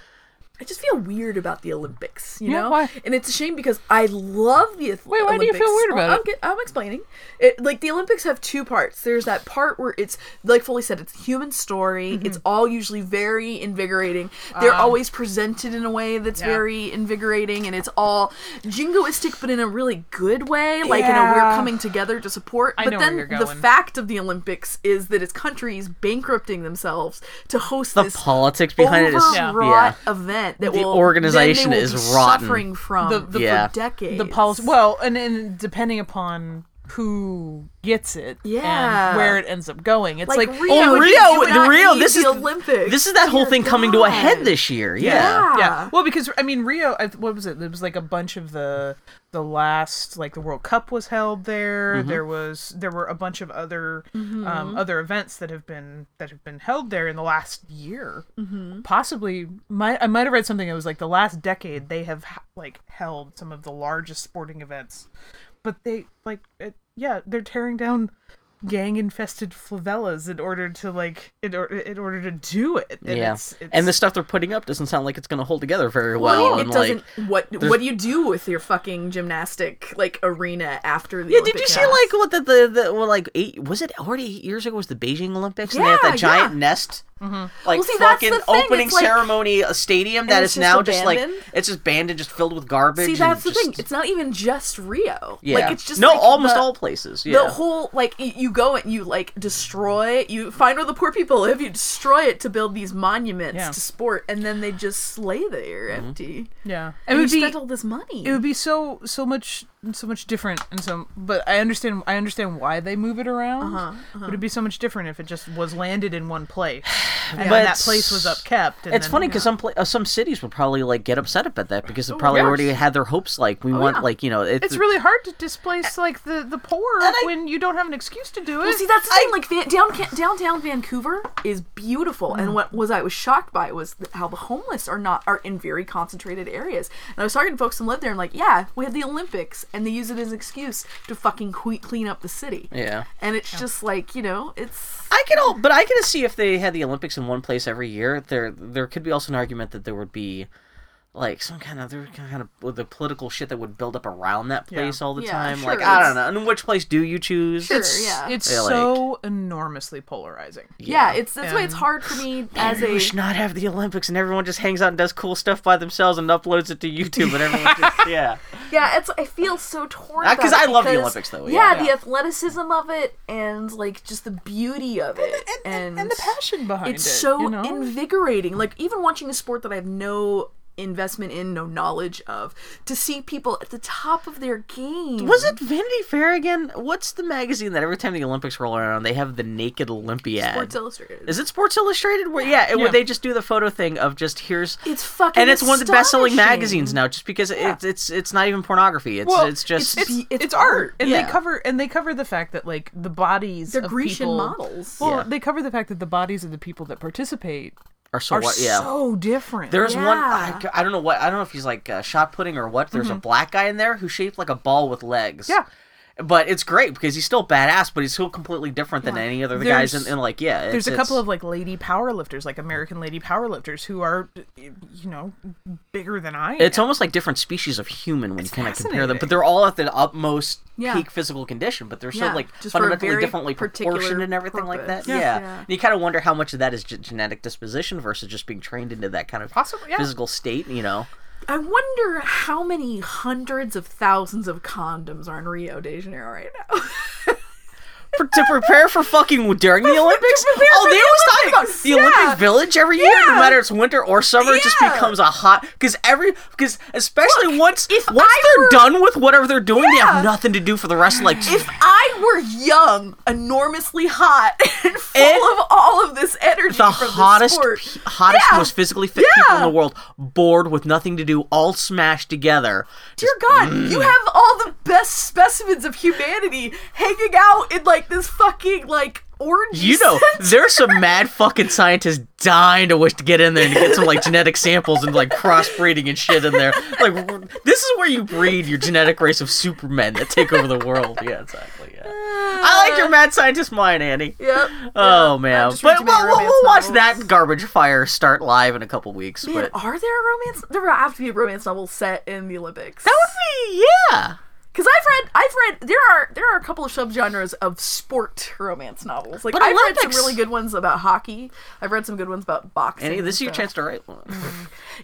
S5: I just feel weird about the Olympics, you
S6: Yeah,
S5: know?
S6: why?
S5: And it's a shame because I love the ath-
S6: Wait, why do you feel
S5: Olympics.
S6: weird about
S5: I'm,
S6: it?
S5: get- I'm explaining. It, like, the Olympics have two parts. There's that part where it's, like Foley said, it's human story.
S6: Mm-hmm.
S5: It's all usually very invigorating. They're always presented in a way that's
S6: Ah. yeah.
S5: very invigorating, and it's all jingoistic, but in a really good way. Like, in a
S6: Yeah.
S5: we're coming together to support.
S6: I
S5: but
S6: know where
S5: then
S6: you're
S5: the
S6: going.
S5: fact of the Olympics is that it's countries bankrupting themselves to host
S7: the
S5: this
S7: politics behind it is
S6: Yeah.
S5: overwrought event that
S7: The
S5: will
S7: organization
S5: then they will
S7: is
S5: be
S7: rotten.
S5: suffering from
S6: The- the-
S7: Yeah.
S5: for decades.
S6: the policy. Well, and, and depending upon who gets it
S5: Yeah.
S6: and where it ends up going, it's like,
S5: like, Rio,
S7: Oh,
S5: did
S7: Rio,
S5: you
S7: the
S5: not
S7: Rio,
S5: need
S7: this
S5: the
S7: is-
S5: Olympics.
S7: This is that whole
S5: Dear
S7: thing coming to a
S5: God.
S7: head this year. Yeah.
S5: Yeah.
S6: yeah. Well, because I mean, Rio. I, what was it? It was like a bunch of the the last like the World Cup was held there.
S7: Mm-hmm.
S6: There was there were a bunch of other um, other events that have been that have been held there in the last year. Possibly, might I might have read something. that was like the last decade they have ha- like held some of the largest sporting events, but they like it, yeah they're tearing down gang infested favelas in order to like in, or, in order to do it and,
S7: Yeah.
S6: it's, it's,
S7: And the stuff they're putting up doesn't sound like it's going to hold together very well.
S5: Well, it
S7: and, like,
S5: doesn't. What What do you do with your fucking gymnastic like arena after the?
S7: Yeah, did you
S5: Olympics?
S7: see like what the the, the well, like eight was it already eight years ago was the Beijing Olympics and they had
S5: Yeah,
S7: that giant
S5: yeah.
S7: nest like
S5: Well, see, that's the
S7: fucking
S5: thing,
S7: opening
S5: it's like-
S7: ceremony a stadium that
S5: it's
S7: is
S5: just
S7: now just like
S5: abandoned?
S7: it's just banded just filled with garbage.
S5: See,
S7: and
S5: that's the
S7: just-
S5: thing. It's not even just Rio.
S7: yeah.
S5: Like it's just
S7: no
S5: like,
S7: almost
S5: the-
S7: all places. Yeah.
S5: The whole like y- you go and you like destroy you find where the poor people live you destroy it to build these monuments
S6: Yeah.
S5: to sport and then they just slay the air empty.
S6: yeah
S5: And you spent all this money.
S6: it would be so so much so much different and so but i understand
S5: Uh-huh,
S6: i understand why they move it around but it'd be so much different if it just was landed in one place
S7: But
S6: and then that place was upkept. And
S7: It's
S6: then,
S7: funny
S6: you
S7: because
S6: know.
S7: some pla- uh, some cities would probably like get upset about that because
S5: Oh,
S7: they probably
S6: yes.
S7: already had their hopes like we want
S6: yeah.
S7: like you know it's,
S6: it's really hard to displace like the the poor
S7: I-
S6: when you don't have an excuse to do it.
S5: Well, see, that's the thing. like Van- down, Ca- downtown Vancouver is beautiful, and what was I was shocked by was th- how the homeless are not are in very concentrated areas. And I was talking to folks who live there, and like, yeah, we have the Olympics, and they use it as an excuse to fucking que- clean up the city.
S7: yeah.
S5: And it's just like you know, it's
S7: I can all, but I can see if they had the Olympics in one place every year, there there could be also an argument that there would be like some kind of there would kind of with the political shit that would build up around that place all the
S5: Yeah,
S7: time.
S5: sure,
S7: like I
S5: it's-
S7: don't know, and which place do you choose?
S5: sure, yeah.
S6: it's
S7: Yeah, like-
S6: so enormously polarizing.
S5: yeah, it's that's why it's
S6: And-
S5: hard for me as
S7: we
S5: a
S7: should not have the Olympics, and everyone just hangs out and does cool stuff by themselves and uploads it to YouTube, and everyone just yeah.
S5: Yeah, it's I feel so torn.
S7: Uh,
S5: about
S7: 'cause
S5: it
S7: I love the
S5: because-
S7: Olympics, though,
S5: Yeah,
S7: yeah.
S5: the athleticism of it and like just the beauty of it
S6: and- and- and the passion behind
S5: it's
S6: it,
S5: so
S6: you know?
S5: invigorating. Like even watching a sport that I have no investment in, no knowledge of, to see people at the top of their game.
S7: Was it Vanity Fair again? What's the magazine that every time the Olympics roll around, they have the naked Olympiad?
S5: Sports Illustrated?
S7: Is it Sports Illustrated? Where yeah, it- where
S6: Yeah.
S7: they just do the photo thing of just here's
S5: It's fucking
S7: and it's one of the best selling
S5: astonishing.
S7: magazines now, just because it's it's it's not even pornography. It's
S6: Well,
S7: it's just
S6: it's,
S5: be- it's
S6: it's art,
S5: art.
S6: and
S7: Yeah.
S6: they cover and they cover the fact that like the bodies
S5: They're
S6: of
S5: Grecian
S6: people-
S5: models.
S6: Well,
S7: Yeah.
S6: they cover the fact that the bodies of the people that participate
S7: or so
S6: are
S7: what? Yeah.
S6: so different.
S7: there's one
S5: Yeah.
S7: I, g- I don't know what I don't know if he's like uh, shot putting or what. There's a black guy in there who's shaped like a ball with legs.
S6: Mm-hmm. Yeah.
S7: But it's great because he's still badass, but he's still completely different than any other the guys.
S6: There's-
S7: And, and like, yeah,
S6: there's
S7: it's-
S6: a couple
S7: it's-
S6: of like lady powerlifters, like American lady powerlifters, who are, you know, bigger than I.
S7: It's
S6: am.
S7: almost like different species of human when you kind of compare them, but
S6: fascinating.
S7: they're all at the utmost
S5: Yeah.
S7: peak physical condition, but they're so
S5: Yeah,
S7: like
S5: just for a
S7: fundamentally
S5: very
S7: differently
S5: particular
S7: proportioned and everything like that.
S5: purpose.
S7: Yeah.
S5: Yeah.
S7: And you kind of wonder how much of that is ge- genetic disposition versus just being trained into that kind of
S6: Possible, yeah.
S7: physical state, you know.
S5: I wonder how many hundreds of thousands of condoms are in Rio de Janeiro right now.
S7: For, to prepare for fucking during the Olympics?
S5: prepare
S7: oh,
S5: for
S7: they
S5: the
S7: always talk about
S5: Olympics,
S7: the
S5: yeah.
S7: Olympic Village every year, no
S5: Yeah.
S7: matter it's winter or summer, it just
S5: Yeah.
S7: becomes a hot because every because especially once
S5: if
S7: once
S5: I
S7: they're
S5: were-
S7: done with whatever they're doing, they
S5: Yeah.
S7: have nothing to do for the rest of like
S5: if I were young, enormously hot, and full
S7: And
S5: of all of this energy,
S7: Eh? the
S5: from
S7: hottest,
S5: the sport,
S7: pe- hottest,
S5: Yeah.
S7: most physically fit people in
S5: Yeah.
S7: the world, bored with nothing to do, all smashed together.
S5: dear God,
S7: Mm.
S5: you have all the best specimens of humanity hanging out in like this fucking like orange.
S7: You know, there's some mad fucking scientists dying to wish to get in there and get some like genetic samples and like crossbreeding and shit in there. Like, w- this is where you breed your genetic race of supermen that take over the world. Yeah, exactly. Yeah. I like your mad scientist mind, Annie.
S5: Yep.
S7: Oh man,
S5: just read
S7: but
S5: too many
S7: we'll, we'll,
S5: romance
S7: we'll watch
S5: novels.
S7: that garbage fire start live in a couple weeks.
S5: Man, oh,
S7: but
S5: are there romance? There would have to be a romance novel set in the Olympics.
S7: that would be yeah.
S5: Because I've read, I've read. There are there are a couple of subgenres of sport romance novels. Like
S7: But
S5: I've read
S7: Olympics-
S5: some really good ones about hockey. I've read some good ones about boxing.
S7: Annie,
S5: and
S7: this is your
S5: stuff.
S7: chance to write one.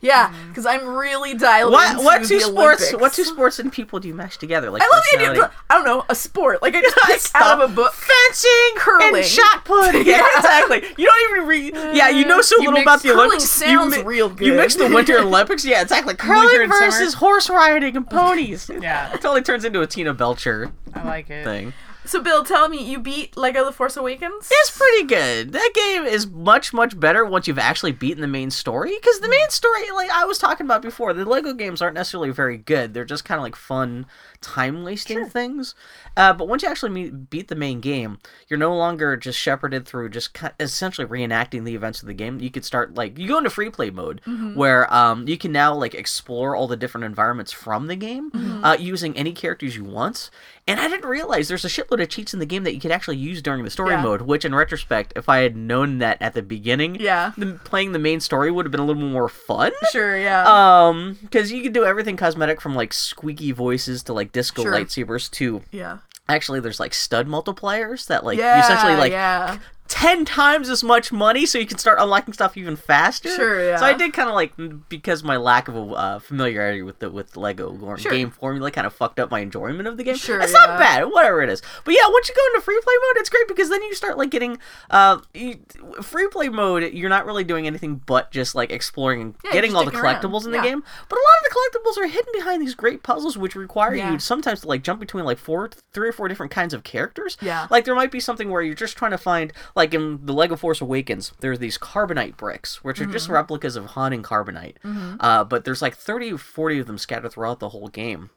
S5: Yeah, because I'm really dialed
S7: Mm-hmm. What
S5: into
S7: what
S5: the
S7: two sports?
S5: Olympics.
S7: What two sports and people do you mash together? Like
S5: I love the idea. Of,
S7: personality?
S5: I don't know a sport. Like I just picked out of a book.
S7: Fencing,
S5: Curling.
S7: and shot put. Yeah, exactly. You don't even read. Yeah, you know so
S5: You
S7: little
S5: mix-
S7: about the
S5: curling
S7: Olympics.
S5: sounds
S7: you
S5: real
S7: You
S5: good.
S7: mix the Winter Olympics. Yeah, exactly.
S6: Winter
S7: Curling
S6: and summer.
S7: versus horse riding and ponies. It
S6: yeah,
S7: totally turns into a Tina Belcher
S6: I like it.
S7: thing.
S5: So Bill, tell me, you beat Lego The Force Awakens?
S7: It's pretty good. That game is much much better once you've actually beaten the main story because the main story, like I was talking about before, the Lego games aren't necessarily very good. They're just kind of like fun time wasting things. Uh, but once you actually meet, beat the main game, you're no longer just shepherded through just ki- essentially reenacting the events of the game. You could start like you go into free play mode where um, you can now like explore all the different environments from the game uh, using any characters you want. And I didn't realize there's a shitload of cheats in the game that you could actually use during the story
S5: Yeah.
S7: mode which in retrospect, if I had known that at the beginning,
S5: Yeah.
S7: the, playing the main story would have been a little more fun.
S5: Sure, yeah.
S7: Um, because you can do everything cosmetic from like squeaky voices to like disco
S5: Sure.
S7: lightsabers to
S5: yeah.
S7: actually there's like stud multipliers that like
S5: Yeah.
S7: you essentially like
S5: yeah.
S7: 10 times as much money so you can start unlocking stuff even faster.
S5: Sure, yeah.
S7: So I did kind of like because my lack of a uh, familiarity with the with Lego or game formula kind of fucked up my enjoyment of the game.
S5: Sure,
S7: It's not
S5: yeah.
S7: bad, whatever it is. But yeah, once you go into free play mode, it's great because then you start like getting uh you, free play mode, you're not really doing anything but just like exploring and
S5: Yeah, you're
S7: getting
S5: just
S7: all the
S5: digging around.
S7: collectibles in
S5: Yeah.
S7: the game. But a lot of the collectibles are hidden behind these great puzzles which require
S5: Yeah.
S7: you sometimes to like jump between like four three or four different kinds of characters.
S5: Yeah.
S7: Like there might be something where you're just trying to find like in the Lego Force Awakens, there's these carbonite bricks, which are
S5: Mm-hmm.
S7: just replicas of Han and carbonite. Uh, but there's like 30 or 40 of them scattered throughout the whole game.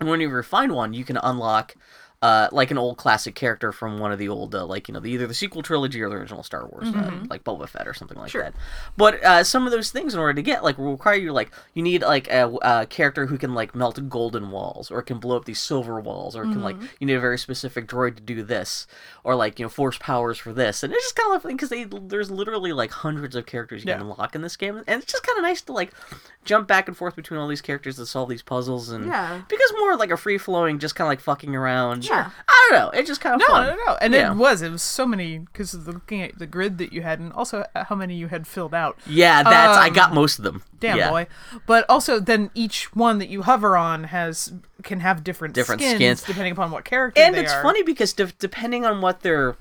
S7: And when you refine one, you can unlock uh, like an old classic character from one of the old, uh, like you know, the, either the sequel trilogy or the original Star Wars, uh, like Boba Fett or something like that. But uh, some of those things, in order to get, like, will require you like you need like a, a character who can like melt golden walls, or can blow up these silver walls, or can like you need a very specific droid to do this, or like you know force powers for this. And it's just kind of fun because they there's literally like hundreds of characters you can
S6: Yeah.
S7: unlock in this game, and it's just kind of nice to like jump back and forth between all these characters to solve these puzzles and
S5: Yeah.
S7: because more like a free flowing, just kind of like fucking around.
S5: Sure.
S7: I don't know. It's just kind of
S6: No,
S7: fun.
S6: no, no, no. And
S7: yeah.
S6: it was. It was so many because looking at the grid that you had, and also how many you had filled out.
S7: Yeah, that's I
S6: Um,
S7: got most of them.
S6: Damn
S7: Yeah.
S6: boy. But also, then each one that you hover on has can have different
S7: Different
S6: skins,
S7: skins.
S6: depending upon what character.
S7: And
S6: they
S7: it's
S6: are.
S7: funny because de- depending on what their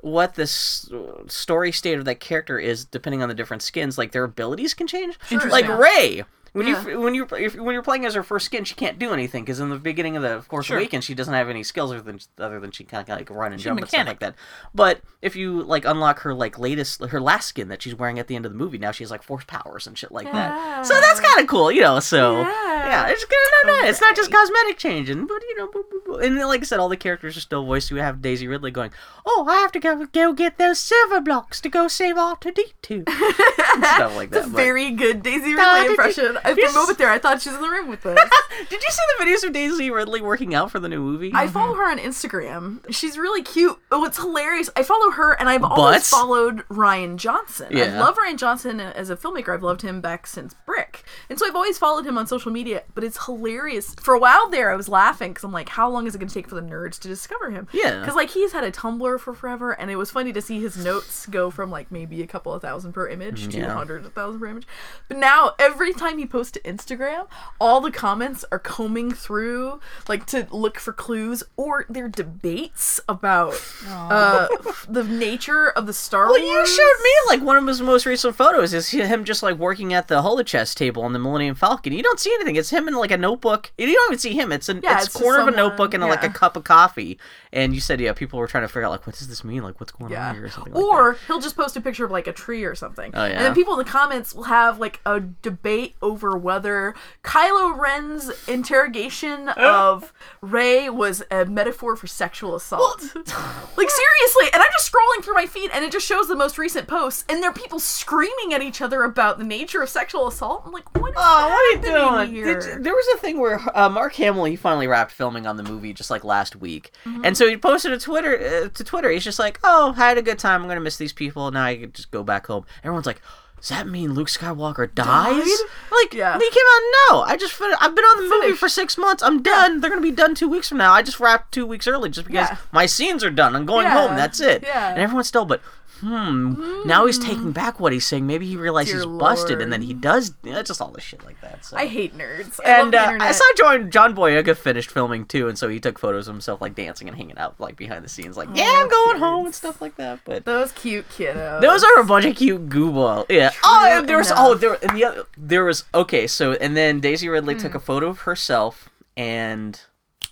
S7: what this uh, story state of that character is, depending on the different skins, like their abilities can change. Like Ray. When you when you if, when you're playing as her first skin, she can't do anything because in the beginning of the Force Awakens, she doesn't have any skills other than other than she kind of like run and jump and stuff like
S6: mechanic.
S7: that. But if you like unlock her like latest her last skin that she's wearing at the end of the movie, now she has like force powers and shit like that. So that's kind of cool, you know. So yeah, it's kind of It's not just cosmetic changing, but you know, boop, boop, boop. and then, like I said, all the characters are still voiced. You have Daisy Ridley going, "Oh, I have to go go get those silver blocks to go save R2 D2." stuff like that. but-
S5: Very good Daisy
S7: Ah,
S5: Ridley
S7: did you-
S5: impression. At the
S7: you
S5: moment there, I thought she was in the room with us.
S7: Did you see the videos of Daisy Ridley working out for the new movie? Mm-hmm.
S5: I follow her on Instagram. She's really cute. Oh, it's hilarious. I follow her, and I've always
S7: Butts?
S5: followed Ryan Johnson. I
S7: Yeah.
S5: love Ryan Johnson as a filmmaker. I've loved him back since Brick, and so I've always followed him on social media. But it's hilarious. For a while there, I was laughing because I'm like, how long is it going to take for the nerds to discover him?
S7: Yeah.
S5: because like he's had a Tumblr for forever, and it was funny to see his notes go from like maybe a couple of thousand per image to
S7: Mm, Yeah.
S5: a hundred thousand per image. But now every time he posts to Instagram, all the comments are combing through like to look for clues or their debates about uh, the nature of the Star
S7: Well,
S5: Wars.
S7: you showed me like one of his most recent photos is him just like working at the holochest table on the Millennium Falcon. You don't see anything. It's him in like a notebook. You don't even see him. It's an
S5: Yeah,
S7: it's,
S5: it's just
S7: corner of a
S5: someone-
S7: notebook and like a
S5: yeah.
S7: cup of coffee. And you said yeah, people were trying to figure out like what does this mean? Like what's going on
S5: Yeah.
S7: here or something. like
S5: Or he'll just post a picture of like a tree or something.
S7: Oh, yeah.
S5: And then people in the comments will have like a debate over whether Kylo Ren's interrogation of Rey was a metaphor for sexual assault. like seriously, and I'm just scrolling through my feed and it just shows the most recent posts and there are people screaming at each other about the nature of sexual assault. I'm like, what is
S7: Oh, what
S5: happening
S7: are you doing?
S5: here?
S7: Did you- there was a thing where uh, Mark Hamill he finally wrapped filming on the movie just like last week,
S5: Mm-hmm.
S7: and so he posted a Twitter uh, to Twitter. He's just like, "Oh, I had a good time. I'm gonna miss these people. Now I can just go back home." Everyone's like. Does that mean Luke Skywalker dies? Like,
S5: Yeah.
S7: he came out. No, I just fin- I've been on the movie
S5: Finished.
S7: for six months. I'm done. They're gonna be done two weeks from now. I just wrapped two weeks early just because
S5: Yeah.
S7: my scenes are done. I'm going
S5: Yeah.
S7: home. That's it.
S5: Yeah.
S7: And everyone's still, but hmm. Now he's taking back what he's saying. Maybe he realized
S5: Dear
S7: he's busted,
S5: Lord.
S7: and then he does yeah, just all this shit like that. So.
S5: I hate nerds. I love
S7: and
S5: the
S7: uh, I
S5: internet.
S7: saw John, John Boyega finished filming too, and so he took photos of himself like dancing and hanging out like behind the scenes, like yeah, I'm going home and stuff like that. But
S5: Oh, those cute kiddos.
S7: those are a bunch of cute gooball. Yeah. Oh, and there was
S5: enough.
S7: oh there and the other there was okay. So and then Daisy Ridley
S5: Hmm.
S7: took a photo of herself and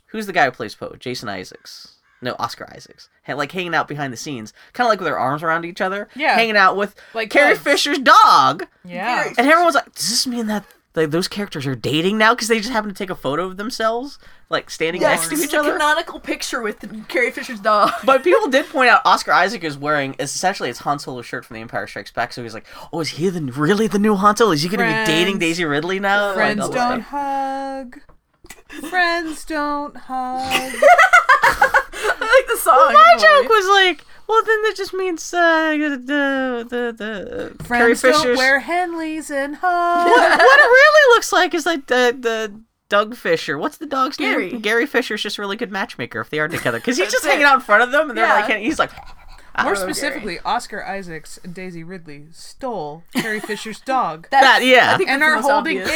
S7: who's the guy who plays Poe? Jason Isaacs. No, Oscar Isaacs. Ha- Like hanging out behind the scenes, kind of like with their arms around each other.
S6: Yeah.
S7: Hanging out with like
S6: Like
S7: Carrie
S6: buds.
S7: Fisher's dog.
S6: Yeah.
S7: And everyone's like, does this mean that like, those characters are dating now because they just happen to take a photo of themselves, like standing
S5: Yes,
S7: next to each
S5: the
S7: other?
S5: canonical picture with Carrie Fisher's dog.
S7: But people did point out Oscar Isaac is wearing it's essentially it's Han Solo's shirt from The Empire Strikes Back. So he's like, oh, is he the really the new Han Solo? Is he going to be
S6: Friends.
S7: dating Daisy Ridley now? Like,
S6: Friends
S7: all this
S6: don't
S7: stuff.
S6: hug. Friends don't hug.
S5: like the song.
S7: My joke was like, well, then that just means uh, the the the uh, Carrie
S6: Friends don't
S7: Fisher's.
S6: wear Henleys and hug.
S7: what it really looks like is like the the. Doug Fisher. What's the dog's
S5: Gary.
S7: name? Gary Fisher's just a really good matchmaker if they are together because he's just
S5: it.
S7: hanging out in front of them and they're
S5: Yeah.
S7: like, and he's like,
S6: More specifically, Oscar Isaacs and Daisy Ridley stole Carrie Fisher's dog
S7: that, yeah.
S6: and are holding it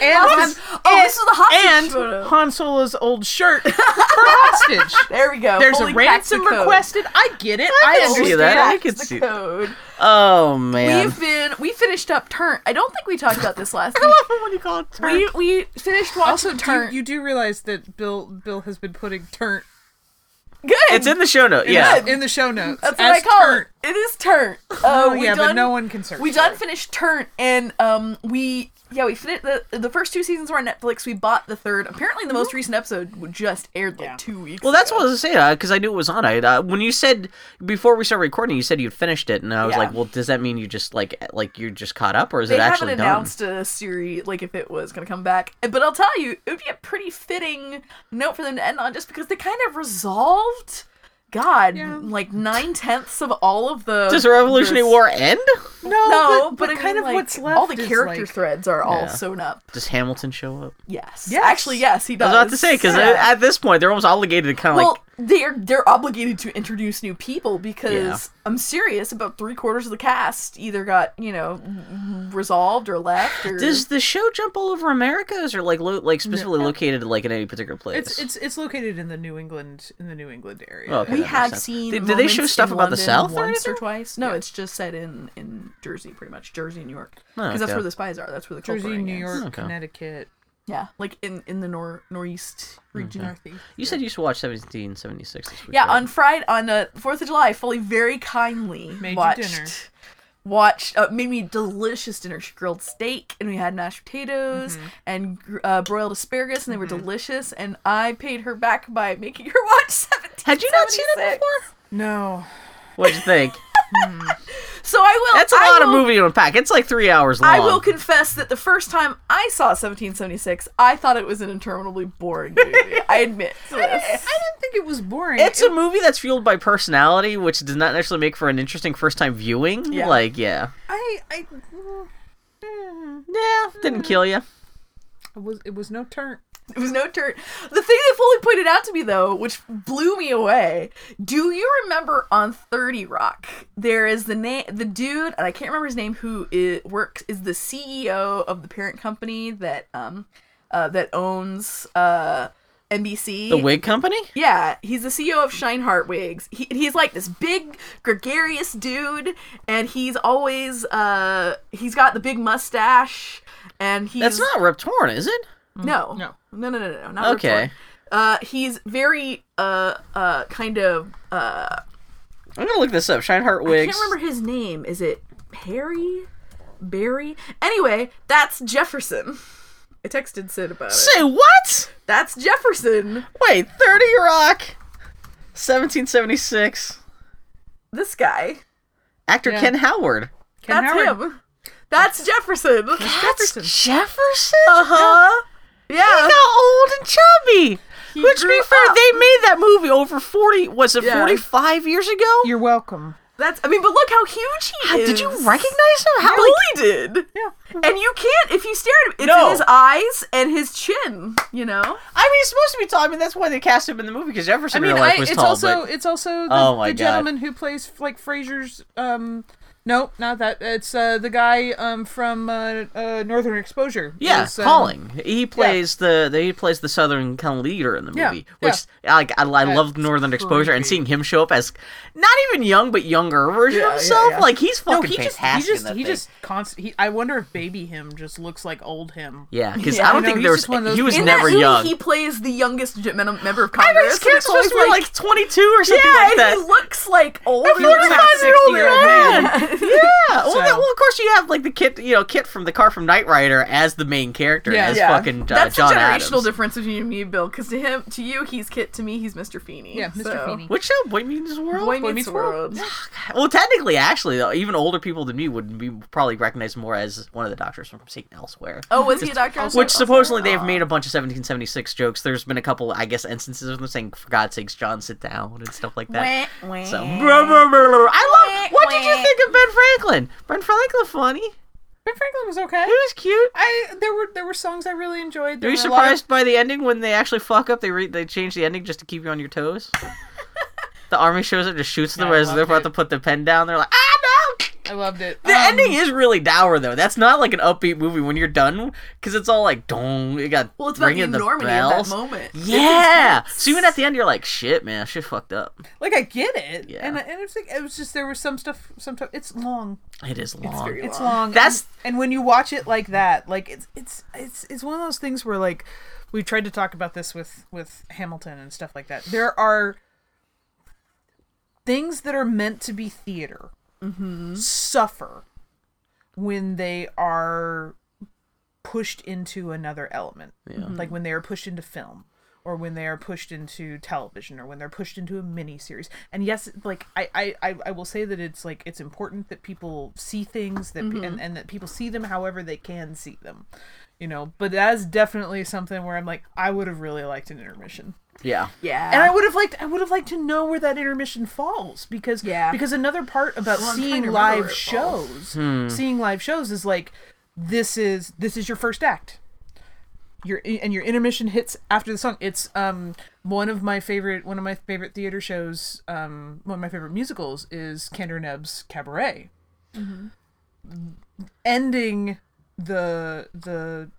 S6: and
S5: Oh,
S6: Han,
S5: this- oh, this is the hostage
S6: and
S5: photo.
S6: Han Solo's old shirt for hostage.
S5: There we go.
S6: There's
S5: Holy
S6: a
S5: crap,
S6: ransom
S5: the code.
S6: requested. I get it. I,
S7: can see
S6: understand.
S7: that. I
S5: That's
S7: could
S5: the
S7: see that.
S5: code.
S7: Oh man.
S5: We've been we finished up turn. I don't think we talked about this last week.
S7: what do you call it?
S5: We we finished watching
S6: Also, do you,
S5: turn.
S6: you do realize that Bill Bill has been putting turnt
S5: Good.
S7: It's in the show note. Yeah.
S6: in the show notes.
S5: That's what I
S6: as
S5: call
S6: turnt.
S5: it. It is turnt. Uh,
S6: Oh
S5: we
S6: yeah,
S5: done,
S6: but no one can search.
S5: We
S6: for
S5: done
S6: it.
S5: finished turnt, and um, we yeah we finished the the first two seasons were on Netflix. We bought the third. Apparently, the most recent episode just aired like two weeks.
S7: Mm-hmm. Well, that's what I was saying because I knew it was on. I uh, when you said before we started recording, you said you'd finished it, and I was
S5: Yeah.
S7: like, "Well, does that mean you just like eh, like you're just caught up, or is
S5: they
S7: it
S5: haven't
S7: actually done?"
S5: announced a series like if it was going to come back but i'll tell you it would be a pretty fitting note for them to end on just because they kind of resolved god like nine tenths of all of the
S7: Does the Revolutionary
S5: this-
S7: War end?
S6: No,
S5: no
S6: but, but,
S5: I
S6: kind
S5: mean,
S6: of
S5: like,
S6: what's left.
S5: all the
S6: is,
S5: character
S6: like,
S5: threads are all
S7: Yeah.
S5: sewn up
S7: Does Hamilton show up?
S5: yes,
S6: Yes.
S5: actually yes he
S7: I
S5: does
S7: was about to say because
S5: Yeah.
S7: at this point they're almost obligated to kind of
S5: well,
S7: like
S5: they're they're obligated to introduce new people because I'm serious. About three quarters of the cast either got you know resolved or left. Or...
S7: Does the show jump all over America? Is there like lo- like specifically located like in any particular place?
S6: It's it's it's located in the New England in the New England area.
S7: Oh, okay.
S5: we
S7: that makes
S5: have
S7: sense.
S5: seen.
S7: Did, did they show
S5: moments
S7: stuff
S5: in
S7: about
S5: London
S7: the South or
S5: once or,
S7: anything?
S5: twice? No, it's just set in in Jersey, pretty much Jersey, New York,
S7: Oh,
S5: because that's
S7: okay.
S5: where the spies are. That's where the cult
S6: Jersey,
S5: burning
S6: New
S5: is.
S6: York,
S7: Okay.
S6: Connecticut,
S5: Yeah, like in in the nor northeast region.
S6: Northeast.
S7: You said you used to watch 1776 this week.
S5: Yeah,
S7: right?
S5: on Friday, on uh, Fourth of July, Fully very kindly
S6: Made you
S5: watched
S6: dinner.
S5: watched uh, made me delicious dinner. She grilled steak, and we had mashed potatoes
S6: Mm-hmm.
S5: and gr- uh, broiled asparagus, and they were delicious. And I paid her back by making her watch seventeen.
S7: Had you not seen it before?
S6: No,
S7: What'd you think?
S5: So I will.
S7: That's a
S5: I
S7: lot of
S5: will-
S7: movie to unpack. It's like three hours long.
S5: I will confess that the first time I saw 1776, I thought it was an interminably boring movie. I admit to this.
S6: I didn't think it was boring.
S7: It's a movie that's fueled by personality, which does not necessarily make for an interesting first time viewing.
S5: Yeah.
S7: Like, yeah.
S6: I I mm,
S7: Yeah, didn't kill you.
S6: it was it was no turn.
S5: It was no turn. The thing that Foley pointed out to me, though, which blew me away, do you remember on 30 Rock, there is the name, the dude, and I can't remember his name, who is, works, is the CEO of the parent company that, um, uh, that owns, uh, NBC.
S7: The wig company?
S5: Yeah, he's the CEO of Shineheart Wigs. He, he's like this big, gregarious dude, and he's always uh he's got the big mustache, and he's
S7: That's not Rip Torn, is it?
S5: no
S6: no.
S5: no no no no, no not
S7: Okay.
S5: Rip Torn. Uh, he's very uh uh kind of uh
S7: I'm gonna look this up. Shineheart
S5: I
S7: wigs.
S5: can't remember his name. Is it Harry Barry? Anyway, that's Jefferson. I texted Sid about it.
S7: Say what?
S5: That's Jefferson.
S7: Wait, 30 Rock, 1776.
S5: This guy.
S7: Actor Ken Howard.
S6: Ken
S5: that's
S6: Howard.
S5: him. That's Jefferson.
S7: That's
S6: Jefferson.
S7: Jefferson.
S5: Uh huh. Yeah.
S7: He got old and chubby. Which, to be
S5: grew
S7: fair,
S5: up.
S7: they made that movie over 40, was it
S5: Yeah.
S7: 45 years ago?
S6: You're welcome.
S5: That's. I mean, but look how huge he
S7: God,
S5: is.
S7: did you recognize him?
S5: How
S7: How,
S5: really
S7: like,
S5: did.
S6: Yeah.
S5: And you can't if you stare at him. It's
S7: No.
S5: in his eyes and his chin. You know.
S7: I mean, he's supposed to be tall. I mean, that's why they cast him in the movie because Jefferson
S6: I mean,
S7: in real life
S6: I,
S7: was
S6: it's
S7: tall.
S6: also
S7: but
S6: it's also the,
S7: Oh my
S6: the
S7: God.
S6: gentleman who plays like Frasier's. Um, no, not that. It's uh, the guy um, from uh, uh, Northern Exposure.
S7: yeah,
S6: Is, um,
S7: Calling. He plays the, the he plays the southern kind of leader in the
S6: Yeah,
S7: movie, which like I, I love Northern Exposure and seeing him show up as not even young but younger version of himself.
S5: yeah.
S7: Like he's
S6: No,
S7: fucking
S6: he just he
S7: fantastic. in
S6: just
S7: that
S6: he
S7: thing.
S6: just constant. He, I wonder if baby him just looks like old him.
S7: yeah, because
S5: Yeah,
S7: I don't
S6: I know,
S7: think
S6: he's
S7: there was
S6: just one of those
S7: he was
S5: in
S7: never
S5: that movie,
S7: young.
S5: he plays the youngest gen- men- member of
S7: I
S5: Congress.
S7: think his
S5: and
S7: character's
S5: it's always
S7: supposed to be like, 22 or something
S5: yeah,
S7: like
S5: and
S7: that.
S5: he looks like older.
S7: He looks like an old
S6: 60-year-old
S7: man. Yeah. Well,
S6: So-
S7: that- well, of course you have like the kid, you know, Kit from the car from Knight Rider as the main character
S6: Yeah.
S7: as
S5: Yeah.
S7: fucking uh,
S5: That's
S7: John
S5: the generational
S7: Adams.
S5: difference between you and me, Bill. Because to him, to you, he's Kit. To me, he's Mr. Feeney.
S6: Yeah, Mr.
S5: So-
S6: Feeney.
S7: Which show? Boy Meets World.
S5: Boy,
S6: Boy
S5: Meets
S6: Meets World.
S5: World.
S7: Well, technically, actually, though, even older people than me would be probably recognized more as one of the doctors from Satan Elsewhere.
S5: Oh, was he a doctor?
S7: Which supposedly they've made a bunch of 1776 jokes. There's been a couple, I guess, instances of them saying, "For God's sakes, John, sit down" and stuff like that. So, I love. What did you think of Ben Franklin? Ben Franklin funny.
S6: Ben Franklin was okay.
S7: He was cute.
S6: I there were there were songs I really enjoyed. There
S7: Are you
S6: were a lot of-
S7: surprised by the ending when they actually fuck up? They re- they change the ending just to keep you on your toes. the army shows up, just shoots them
S6: Yeah, I
S7: as they're
S6: loved
S7: about to put the pen down. They're like, ah no!
S6: I loved it.
S7: The
S6: Um,
S7: ending is really dour though. That's not like an upbeat movie when you're done because it's all like dong. It got
S5: Well, it's about the
S7: ringing
S5: enormity of
S7: bells.
S5: that moment.
S7: Yeah. So even at the end, you're like, shit, man, shit fucked up.
S6: like I get it.
S7: Yeah.
S6: And I, and it's like it was just there was some stuff. Some stuff. It's long.
S7: It is long.
S5: very
S6: It's long.
S7: That's-
S6: and, and when you watch it like that, like it's it's it's it's one of those things where like we tried to talk about this with with Hamilton and stuff like that. There are things that are meant to be theater suffer when they are pushed into another element. Like when they are pushed into film or when they are pushed into television or when they're pushed into a mini series. And yes, like I, I, I- I will say that it's like it's important that people see things that pe- and, and that people see them however they can see them. You know, but that's definitely something where I'm like, I would have really liked an intermission
S7: Yeah.
S5: Yeah.
S6: and I would have liked I would have liked to know where that intermission falls because
S5: Yeah.
S6: because another part about
S5: Well, I'm trying
S6: seeing
S5: to remember
S6: live
S5: where it
S6: shows seeing live shows is like this is this is your first act your and your intermission hits after the song it's um one of my favorite one of my favorite theater shows um one of my favorite musicals is Candor Neb's Cabaret
S5: Mm-hmm.
S6: ending the the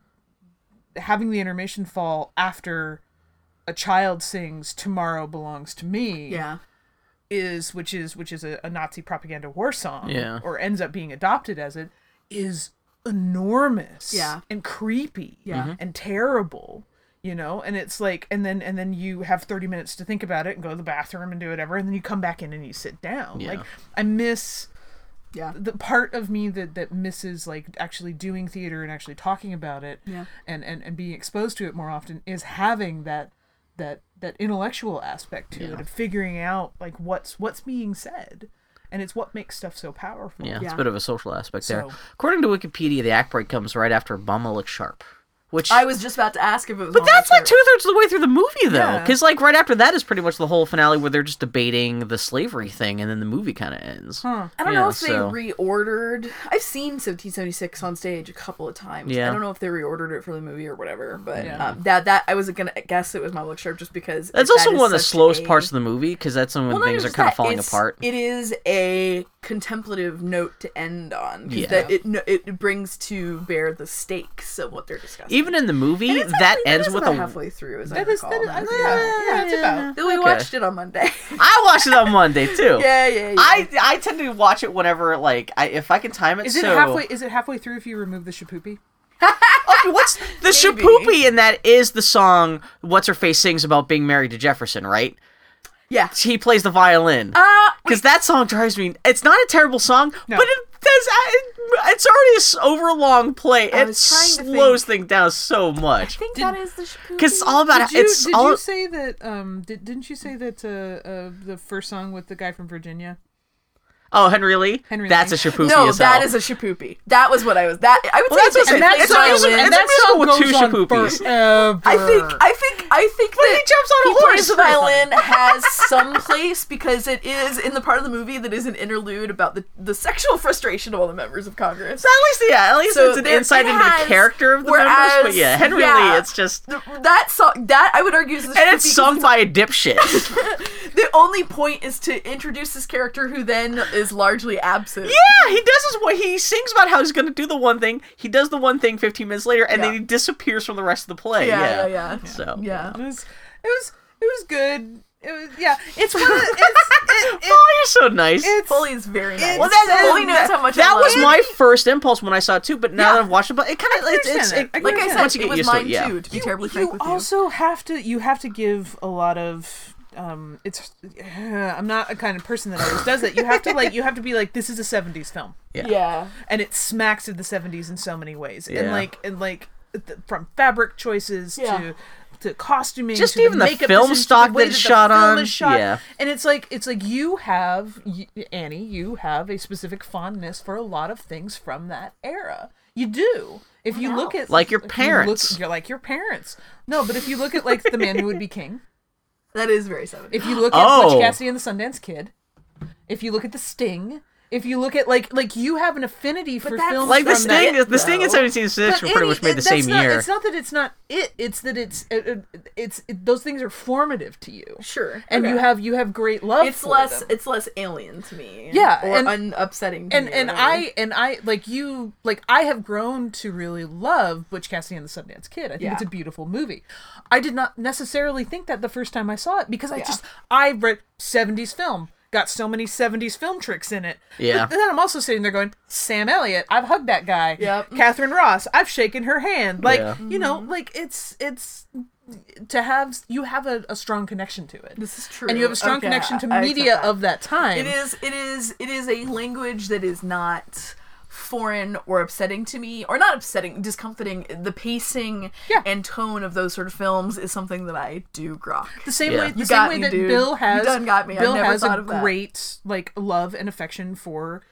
S6: having the intermission fall after a child sings tomorrow belongs to me
S5: yeah.
S6: is which is which is a, a nazi propaganda war song
S7: Yeah.
S6: or ends up being adopted as it is enormous
S5: Yeah.
S6: and creepy
S5: Yeah.
S7: Mm-hmm.
S6: and terrible you know and it's like and then and then you have 30 minutes to think about it and go to the bathroom and do whatever and then you come back in and you sit down
S7: Yeah.
S6: like i miss
S5: Yeah.
S6: the part of me that that misses like actually doing theater and actually talking about it
S5: Yeah.
S6: and and, and being exposed to it more often is having that that that intellectual aspect to it of figuring out like what's what's being said and it's what makes stuff so powerful
S7: Yeah, it's
S5: Yeah.
S7: a bit of a social aspect there.
S6: So-
S7: According to Wikipedia, the act break comes right after Bamalik Sharp, which
S5: I was just about to ask if it was.
S7: but that's like two thirds of the way through the movie though,
S6: Yeah.
S7: because like right after that is pretty much the whole finale where they're just debating the slavery thing, and then the movie kind of ends.
S5: I don't
S7: Yeah,
S5: know if they
S7: so-
S5: reordered. I've seen 1776 on stage a couple of times.
S7: Yeah.
S5: I don't know if they reordered it for the movie or whatever, but um, that that I was gonna guess it was my look sharp just because
S7: That's
S5: that
S7: also
S5: is
S7: one of the
S5: such
S7: slowest
S5: a-
S7: parts of the movie because that's when
S5: Well, not
S7: things
S5: even
S7: are
S5: just
S7: kind of
S5: that,
S7: falling
S5: it's-
S7: apart.
S5: It is a contemplative note to end on 'cause
S7: Yeah.
S5: that it no- it brings to bear the stakes of what they're discussing.
S7: Even in the movie,
S5: It's
S7: that
S5: actually-
S7: ends
S5: is
S7: with
S5: about
S7: a.
S5: halfway through. As I
S6: that is
S5: recall,
S6: that is, ah.
S5: now that I think about it.
S6: oh, yeah, it's about
S5: Then we watched it on Monday.
S7: I watched it on Monday too.
S5: yeah, yeah, yeah.
S7: I I tend to watch it whenever like I if I can time it.
S6: is it
S7: so...
S6: halfway is it halfway through if you remove the shapoopy
S7: Okay, what's the shapoopy in that is the song what's her face sings about being married to Jefferson, right?
S5: yeah.
S7: He plays the violin.
S5: Uh,
S7: Because that song drives me. It's not a terrible song,
S6: No.
S7: but it does. I- It's already an overlong play. It
S5: was trying to
S7: slows things down so much.
S5: I think that is the shapoopy.
S7: Because it's all about
S6: did you,
S7: it's
S6: did
S7: all.
S6: you say that um did, didn't you say that uh, uh the first song with the guy from virginia
S7: oh, Henry Lee.
S6: Henry
S7: that's
S6: Lee.
S7: a shapoopy.
S5: No,
S7: as
S5: that
S7: hell.
S5: is a shapoopy. That was what I was. That I would
S7: Well,
S5: say.
S7: that's what
S5: that-
S7: I'm saying.
S5: that's
S7: It's a
S5: what I
S7: music-
S5: was-
S7: it's a musical with two shapoopies.
S6: shapoopies.
S5: I think. I think. I think that
S7: he jumps on a
S5: he
S7: horse,
S5: plays
S7: it's very
S5: violin has some place because it is in the part of the movie that is an interlude about the the sexual frustration of all the members of Congress.
S7: At least, yeah, at least
S5: So
S7: it's an
S5: there-
S7: insight
S5: it
S7: into the
S5: has-
S7: character of the members. But
S5: whereas-
S7: yeah, Henry
S5: yeah.
S7: Lee, it's just. And
S5: That song. That I would argue is the shapoopy
S7: it's
S5: 'cause
S7: sung by a dipshit.
S5: The only point is to introduce this character who then is largely absent.
S7: Yeah, he does his what he sings about how he's gonna do the one thing. He does the one thing 15 minutes later, and then
S5: Yeah.
S7: he disappears from the rest of the play.
S5: Yeah,
S7: Yeah,
S5: yeah, yeah.
S7: So
S5: Yeah.
S6: It was, it was, it was good. It was, yeah. It's one. Of, the- it's, it, it,
S7: oh, you're so nice.
S6: it's
S5: Foley is very nice.
S6: Well,
S7: that-
S5: Foley knows how much I
S7: that
S5: love
S7: was
S5: him.
S7: my first impulse when I saw it too. But now
S5: Yeah.
S7: that I've watched it, but it kind of it's, it's
S6: understand
S7: it,
S6: that. I
S5: Like I
S6: Yeah.
S5: said,
S7: once you
S5: it
S7: get
S5: was
S7: used to
S5: mine
S7: it, yeah.
S5: too. To be terribly frank
S6: you
S5: with you.
S6: also have to. You have to give a lot of. Um, it's. I'm not a kind of person that always does it. You have to like. You have to be like. This is a '70s film.
S5: Yeah.
S6: and it smacks of the 70s in so many ways and
S7: Yeah.
S6: like and like th- from fabric choices
S5: Yeah.
S6: to to costuming
S7: Just
S6: to
S7: even the
S6: makeup
S7: film
S6: decisions, to
S7: stock
S6: the way
S7: that's
S6: that the
S7: shot
S6: film
S7: on,
S6: is shot.
S7: yeah.
S6: and it's like it's like you have y annie you have a specific fondness for a lot of things from that era you do if you look at
S7: Like your
S6: if you look-
S7: parents.
S6: you're like your parents no but if you look at like the man who would be king
S5: That is very 70s.
S6: if you look at
S7: Oh.
S6: Butch Cassidy and the Sundance Kid, if you look at the Sting, if you look at like like you have an affinity for
S5: that's
S6: films
S7: Like the
S6: from that-
S7: Sting, the Sting and 1776 were
S6: But
S7: pretty
S6: Annie,
S7: much made the
S6: that's
S7: same
S6: not-
S7: year.
S6: It's not that it's not it. It's that it's it, it- it's it, those things are formative to you.
S5: Sure,
S6: and
S5: okay.
S6: you have you have great love.
S5: it's
S6: for
S5: less
S6: them.
S5: it's less alien to me
S6: Yeah,
S5: or
S6: and-
S5: un- upsetting to
S6: and
S5: me,
S6: and
S5: whatever.
S6: I and I like you like I have grown to really love Butch Cassidy and the Sundance Kid. I think
S5: Yeah.
S6: it's a beautiful movie. I did not necessarily think that the first time I saw it because I just I read 70s film. Got so many 70s film tricks in it.
S7: Yeah.
S6: But then I'm also sitting there going, Sam Elliott, I've hugged that guy.
S5: Yep. Mm-hmm.
S6: Catherine Ross, I've shaken her hand. Like,
S7: Yeah.
S6: you know, like it's it's to have you have a, a strong connection to it.
S5: This is
S6: And you have
S5: true.
S6: a strong
S5: Okay,
S6: connection to
S5: I- I accept
S6: media
S5: that.
S6: of that time.
S5: It is it is it is a language that is not foreign or upsetting to me or not upsetting discomforting the pacing
S6: Yeah.
S5: and tone of those sort of films is something that i do grok
S6: the same
S7: Yeah.
S6: way the
S5: You
S6: same
S5: got
S6: way
S5: me,
S6: that
S5: dude.
S6: Bill
S5: You
S6: has
S5: done got me. I
S6: Bill
S5: never
S6: has
S5: thought
S6: a
S5: of that.
S6: great like love and affection for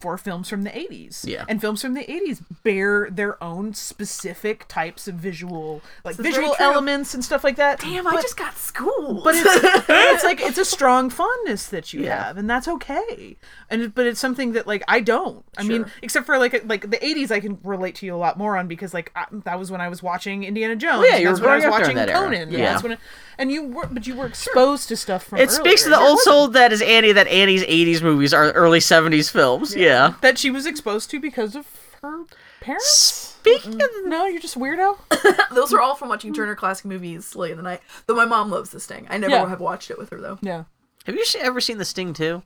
S6: for films from the 80s.
S7: Yeah.
S6: And films from the 80s bear their own specific types of visual like
S5: This is
S6: visual
S5: very true.
S6: elements and stuff like that.
S5: damn i
S6: But-
S5: just got school
S6: but it's, it's like it's a strong fondness that you
S7: Yeah.
S6: have and that's okay and it- but it's something that like i don't i mean
S5: Sure.
S6: except for like like the 80s i can relate to you a lot more on because like I, that was when i was watching indiana jones
S7: Oh, yeah,
S6: and
S7: you
S6: that's
S7: were
S6: when i was
S7: growing up
S6: watching
S7: during that era.
S6: conan and
S7: Yeah.
S6: that's when I- and you were but you were exposed to stuff from
S7: It speaks to
S6: earlier.
S7: the old soul that is Annie that Annie's 80s movies are early 70s films. Yeah.
S6: that she was exposed to because of her parents
S7: Speaking of
S6: no you're just a weirdo
S5: those are all from watching turner classic movies late in the night though my mom loves this thing i never
S6: Yeah.
S5: have watched it with her though
S6: yeah
S7: Have you se- ever seen The Sting 2?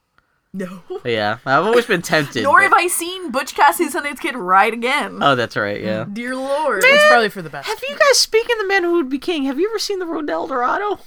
S5: no
S7: Yeah. I've always been tempted.
S5: nor
S7: but-
S5: have i seen butch cassidy's sundance kid ride again
S7: Oh, that's right, yeah.
S5: dear lord
S6: it's probably for the best
S7: Have you guys, speaking of the man who would be king, have you ever seen The Road to El Dorado?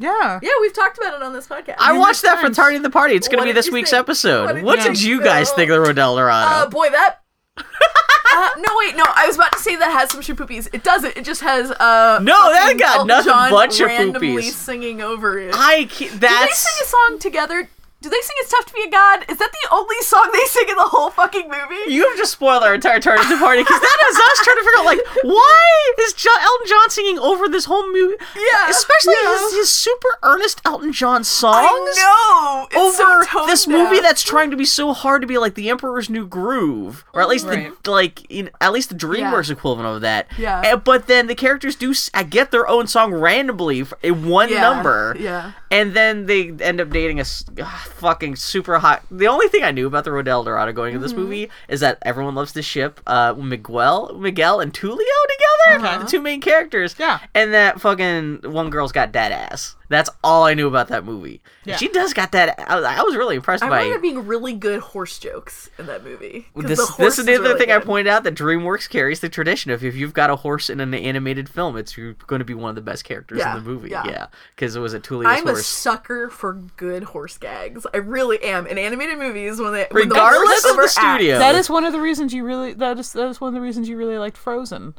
S6: yeah
S5: yeah we've talked about it on this podcast
S7: I watched that for
S6: times.
S7: Tardy and the Party. It's going
S5: What
S7: to be
S5: did
S7: this
S5: you
S7: week's
S5: think?
S7: episode.
S5: What did
S7: What
S5: you
S7: did
S5: think,
S7: you guys
S5: Phil?
S7: think of The Road to El
S5: Uh,
S7: Dorado?
S5: boy, that. uh, no, wait, no. I was about to say that has some shapoopies. It doesn't. It just has. Uh,
S7: No, that
S5: fucking
S7: got
S5: Elton
S7: nothing
S5: John
S7: but
S5: randomly
S7: shapoopies.
S5: singing over it.
S7: I can't,
S5: Do they
S7: that's...
S5: sing a song together? Do they sing "It's Tough to Be a God"? Is that the only song they sing in the whole fucking movie?
S7: You have just spoiled our entire Tardy and the Party because that is us trying to figure out, like, why is jo- Elton John singing over this whole movie?
S5: Yeah.
S7: Especially
S5: Yeah.
S7: His, his super earnest Elton John songs.
S5: I know. It's so
S7: over
S5: toned
S7: this movie
S5: down.
S7: that's trying to be so hard to be like the Emperor's New Groove, or at least the like in, at least the DreamWorks equivalent of that.
S5: Yeah.
S7: And- but then the characters do s- uh, get their own song randomly f- in one
S5: Yeah,
S7: number.
S5: yeah.
S7: And then they end up dating a s- ah, fucking super hot. The only thing I knew about the Road to El Dorado going into this
S5: Mm-hmm.
S7: movie is that everyone loves the ship. Uh, Miguel, Miguel, and Tulio together, the two main characters.
S6: Yeah.
S7: And that fucking one girl's got that ass. That's all I knew about that movie. And
S6: Yeah.
S7: She does got that. I was, I was really impressed
S5: I
S7: by
S5: remember there being really good horse jokes in that movie. 'Cause
S7: this.
S5: the
S7: this
S5: horse
S7: is the other
S5: really
S7: thing I
S5: good.
S7: pointed out that DreamWorks carries the tradition of if you've got a horse in an animated film, it's going to be one of the best characters
S5: Yeah,
S7: in the movie.
S5: yeah.
S7: Yeah, because it was a Tulio's
S5: I'm a
S7: horse.
S5: sucker for good horse gags. I really am. In animated movies, when they when the
S7: Regardless of the
S5: voiceover acts-
S7: studio,
S6: that is one of the reasons you really that is that is one of the reasons you really liked frozen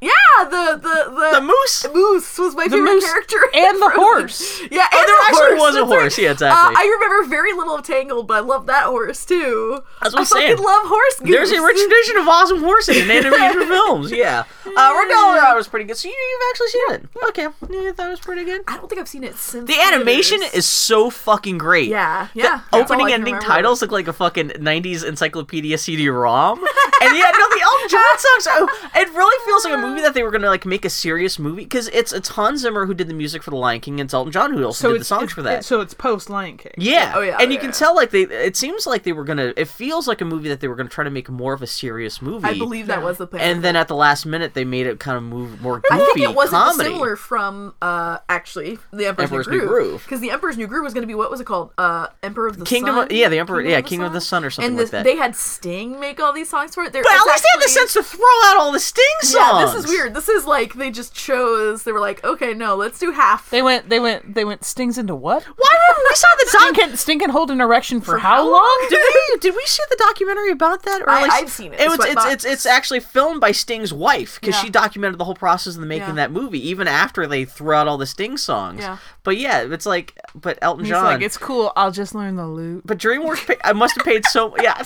S5: Yeah, the the the,
S7: the moose.
S5: moose was my
S6: the
S5: favorite
S6: moose
S5: character,
S6: and the
S5: Frozen.
S6: horse.
S5: Yeah, and
S7: Oh, there
S5: the
S7: actually
S5: horse.
S7: was a
S5: That's right.
S7: horse. Yeah, exactly.
S5: Uh, I remember very little of Tangled, but I love that horse too.
S7: That's what
S5: I
S7: I'm saying.
S5: fucking love horse.
S7: There's a
S5: goose.
S7: rich tradition of awesome horses in animated films. Yeah, uh, Road to El Dorado was pretty good. So you, you've actually seen it. Okay, yeah, that was pretty good.
S5: I don't think I've seen it since.
S7: The animation
S5: theaters.
S7: is so fucking great.
S5: Yeah, yeah.
S7: The
S5: That's all I
S7: opening
S5: can
S7: ending
S5: remember.
S7: titles look like a fucking 90s encyclopedia CD-ROM. and yeah, no, the Elton John songs, oh, it really feels like a movie that they were going to like make a serious movie because it's it's Hans Zimmer who did the music for The Lion King and it's Elton John who also did the songs for that.
S6: so it's post Lion King.
S7: yeah.
S5: Oh, yeah,
S7: and you
S5: yeah,
S7: can
S5: yeah.
S7: tell like they it seems like they were going to it feels like a movie that they were going to try to make more of a serious movie.
S5: I believe that was the plan.
S7: and then at the last minute they made it kind of move more goofy
S5: I think it wasn't
S7: comedy.
S5: dissimilar from uh, actually the Emperor's,
S7: Emperor's
S5: New
S7: New
S5: Groove
S7: Groove.
S5: because the Emperor's New Groove was going to be what was it called? Uh, Emperor of the
S7: Kingdom
S5: Sun.
S7: of- yeah, the Emperor- yeah, Kingdom of the Sun or something
S5: And
S7: like
S5: this-
S7: that.
S5: They had Sting make all these songs for it. There,
S7: But at
S5: it's
S7: least they had the
S5: actually-
S7: sense to throw out all the Sting songs.
S5: Yeah, this is weird. This is like they just chose. They were like, okay, no, let's do half.
S6: They went. They went. They went. Stings into what?
S7: Why didn't we saw the doc?
S6: Sting can, Sting can hold an erection for, how,
S5: how
S6: long?
S5: long?
S7: did we did we see the documentary about that? Or at
S5: I-
S7: least-
S5: I've seen it.
S7: It
S5: It's
S7: was
S5: what
S7: it's,
S5: Bob-
S7: it's it's actually filmed by Sting's wife because
S5: Yeah.
S7: she documented the whole process of the making
S5: Yeah.
S7: that movie, even after they threw out all the Sting songs.
S5: Yeah.
S7: But yeah, it's like but Elton
S6: He's
S7: John.
S6: like, it's cool. I'll just learn the loop.
S7: but DreamWorks, pay, I must have paid so yeah.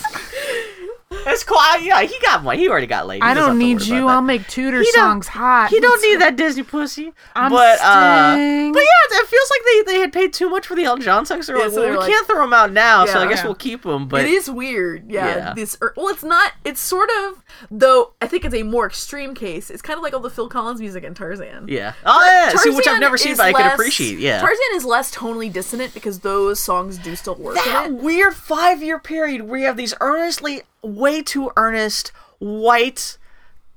S7: That's cool. I- Yeah, he got one. He already got laid. He
S6: I
S7: doesn't have
S6: don't
S7: to
S6: need
S7: worry about
S6: you.
S7: that.
S6: I'll make Tudor
S7: He don't-
S6: songs hot.
S7: He don't need that Disney pussy.
S6: I'm
S7: but uh,
S6: Sting.
S7: but yeah, it feels like they, they had paid too much for the Elton John songs. They're
S5: Yeah,
S7: like,
S5: so
S7: well,
S5: they
S7: we
S5: were like-
S7: can't throw them out now, so I
S5: Yeah.
S7: guess
S5: Yeah.
S7: we'll keep them. But
S5: it is weird, yeah.
S7: Yeah.
S5: This, or, well, it's not. It's sort of though. I think it's a more extreme case. It's kind of like all the Phil Collins music in Tarzan. Uh,
S7: Yeah. Oh, yeah. See, which I've
S5: Tarzan
S7: never seen,
S5: is
S7: but I can
S5: less-
S7: appreciate. Yeah.
S5: Tarzan is less tonally dissonant because those songs do still work.
S7: that
S5: in it.
S7: weird five year period where you have these earnestly, way too earnest, white,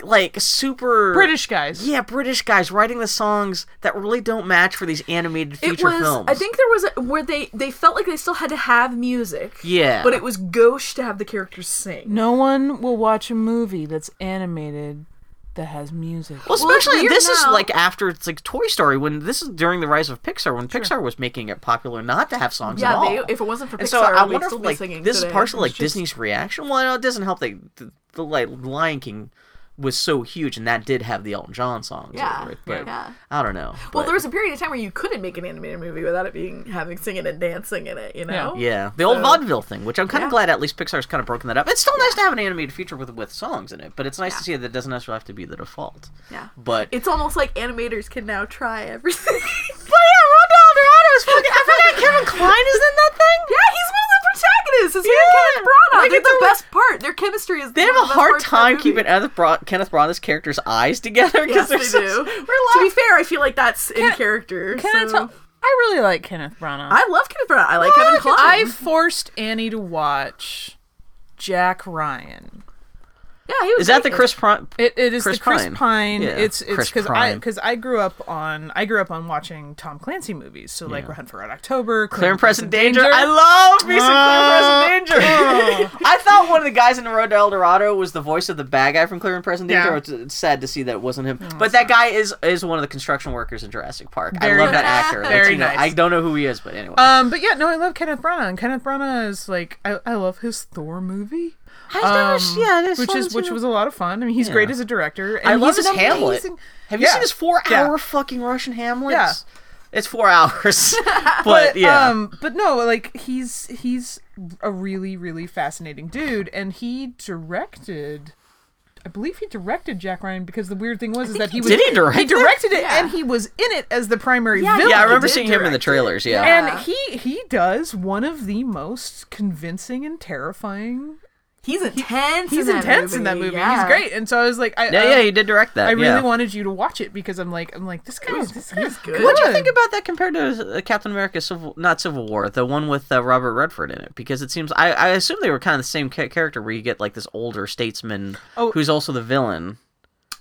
S7: like super
S6: British guys.
S7: Yeah, British guys writing the songs that really don't match for these animated
S5: It
S7: feature
S5: was.
S7: films.
S5: I think there was a, where they they felt like they still had to have music.
S7: Yeah.
S5: But it was gauche to have the characters sing.
S6: No one will watch a movie that's animated that has music.
S7: Well,
S5: Well, it's
S7: especially
S5: weird
S7: this is
S5: now-
S7: like after it's like Toy Story when this is during the rise of Pixar when Pixar was making it popular not to have songs at
S5: Yeah,
S7: all.
S5: they, if it wasn't for Pixar,
S7: and so I
S5: we'd
S7: wonder
S5: still
S7: if
S5: be
S7: like
S5: singing
S7: this
S5: today.
S7: is partially like Disney's reaction. Well, I know it doesn't help that the, the like Lion King was so huge and that did have the Elton John songs.
S5: Yeah,
S7: over it, but
S5: yeah.
S7: I don't know.
S5: Well,
S7: but-
S5: there was a period of time where you couldn't make an animated movie without it being having singing and dancing in it, you know?
S7: Yeah, the old
S5: So-
S7: vaudeville thing, which I'm kind of
S5: Yeah.
S7: glad at least Pixar's kind of broken that up. It's still nice to have an animated feature with with songs in it, but it's nice to see that it doesn't necessarily have to be the default.
S5: Yeah.
S7: But
S5: It's almost like animators can now try everything.
S7: but yeah, Rondo Alvarado is fucking. I forgot Kevin Klein is in that thing.
S5: Yeah, he's one of the protagonists. It's him and
S7: Yeah.
S5: Kenneth Branagh.
S7: Like,
S5: They're
S7: it's
S5: the
S7: almost-
S5: best part. Their chemistry is.
S7: They have a hard time keeping Kenneth, Bra- Kenneth Branagh's character's eyes together
S5: Yes,
S7: because
S5: they
S7: they're
S5: do.
S7: so-
S5: to be fair, I feel like that's in character.
S6: Can I
S5: so-
S6: tell? I really like Kenneth Branagh.
S5: I love Kenneth Branagh. I like Kevin Kline.
S6: I forced Annie to watch Jack Ryan.
S5: yeah, he was
S7: Is that the
S5: great.
S7: Chris Pine?
S6: It, it is
S7: Chris
S6: the Chris
S7: Pine.
S6: Pine.
S7: Yeah,
S6: It's it's
S7: Chris
S6: because I
S7: Pine.
S6: because I grew up on I grew up on watching Tom Clancy movies. So like Hunt for Red October,
S7: Clear and Present Danger. I love recent Clear and Present Danger. I thought one of the guys in the Road to El Dorado was the voice of the bad guy from Clear and Present Danger.
S6: Yeah. Oh,
S7: It's, it's sad to see that it wasn't him. but that guy is is one of the construction workers in Jurassic Park.
S6: Very
S7: I love that
S6: nice.
S7: actor. That's,
S6: Very
S7: you know,
S6: nice.
S7: I don't know who he is, but anyway.
S6: Um, but yeah, no, I love Kenneth Branagh. And Kenneth Branagh is like I, I love his Thor movie.
S7: I've never
S6: Um,
S7: seen- yeah, there's
S6: which
S7: one
S6: is which
S7: too.
S6: was a lot of fun. I mean, he's
S7: Yeah.
S6: great as a director. And
S7: I love his
S6: he's an
S7: Hamlet.
S6: amazing-
S7: Have you
S6: Yeah.
S7: seen his four
S6: Yeah.
S7: hour fucking Russian Hamlet?
S6: Yeah.
S7: It's four hours. but,
S6: but
S7: yeah.
S6: um but no like he's he's a really really fascinating dude and he directed I believe he directed Jack Ryan because the weird thing was is that he was
S7: did he direct
S6: he
S7: it?
S6: directed it
S5: Yeah.
S6: and he was in it as the primary
S5: Yeah,
S6: villain
S7: yeah, I remember
S5: did
S7: seeing him in the
S5: direct it.
S7: trailers. Yeah.
S5: Yeah.
S6: and he he does one of the most convincing and terrifying
S5: He's intense.
S6: he's
S5: in that
S6: intense
S5: movie.
S6: in that movie
S5: Yeah.
S6: he's great and so I was like I
S7: Yeah,
S6: um,
S7: yeah, he did direct that.
S6: I really
S7: yeah.
S6: wanted you to watch it because I'm like I'm like this guy's this guy's good.
S7: What do you think about that compared to uh, Captain America Civil not Civil War, the one with uh, Robert Redford in it? Because it seems I, I assume they were kind of the same ca- character where you get like this older statesman
S6: Oh.
S7: who's also the villain.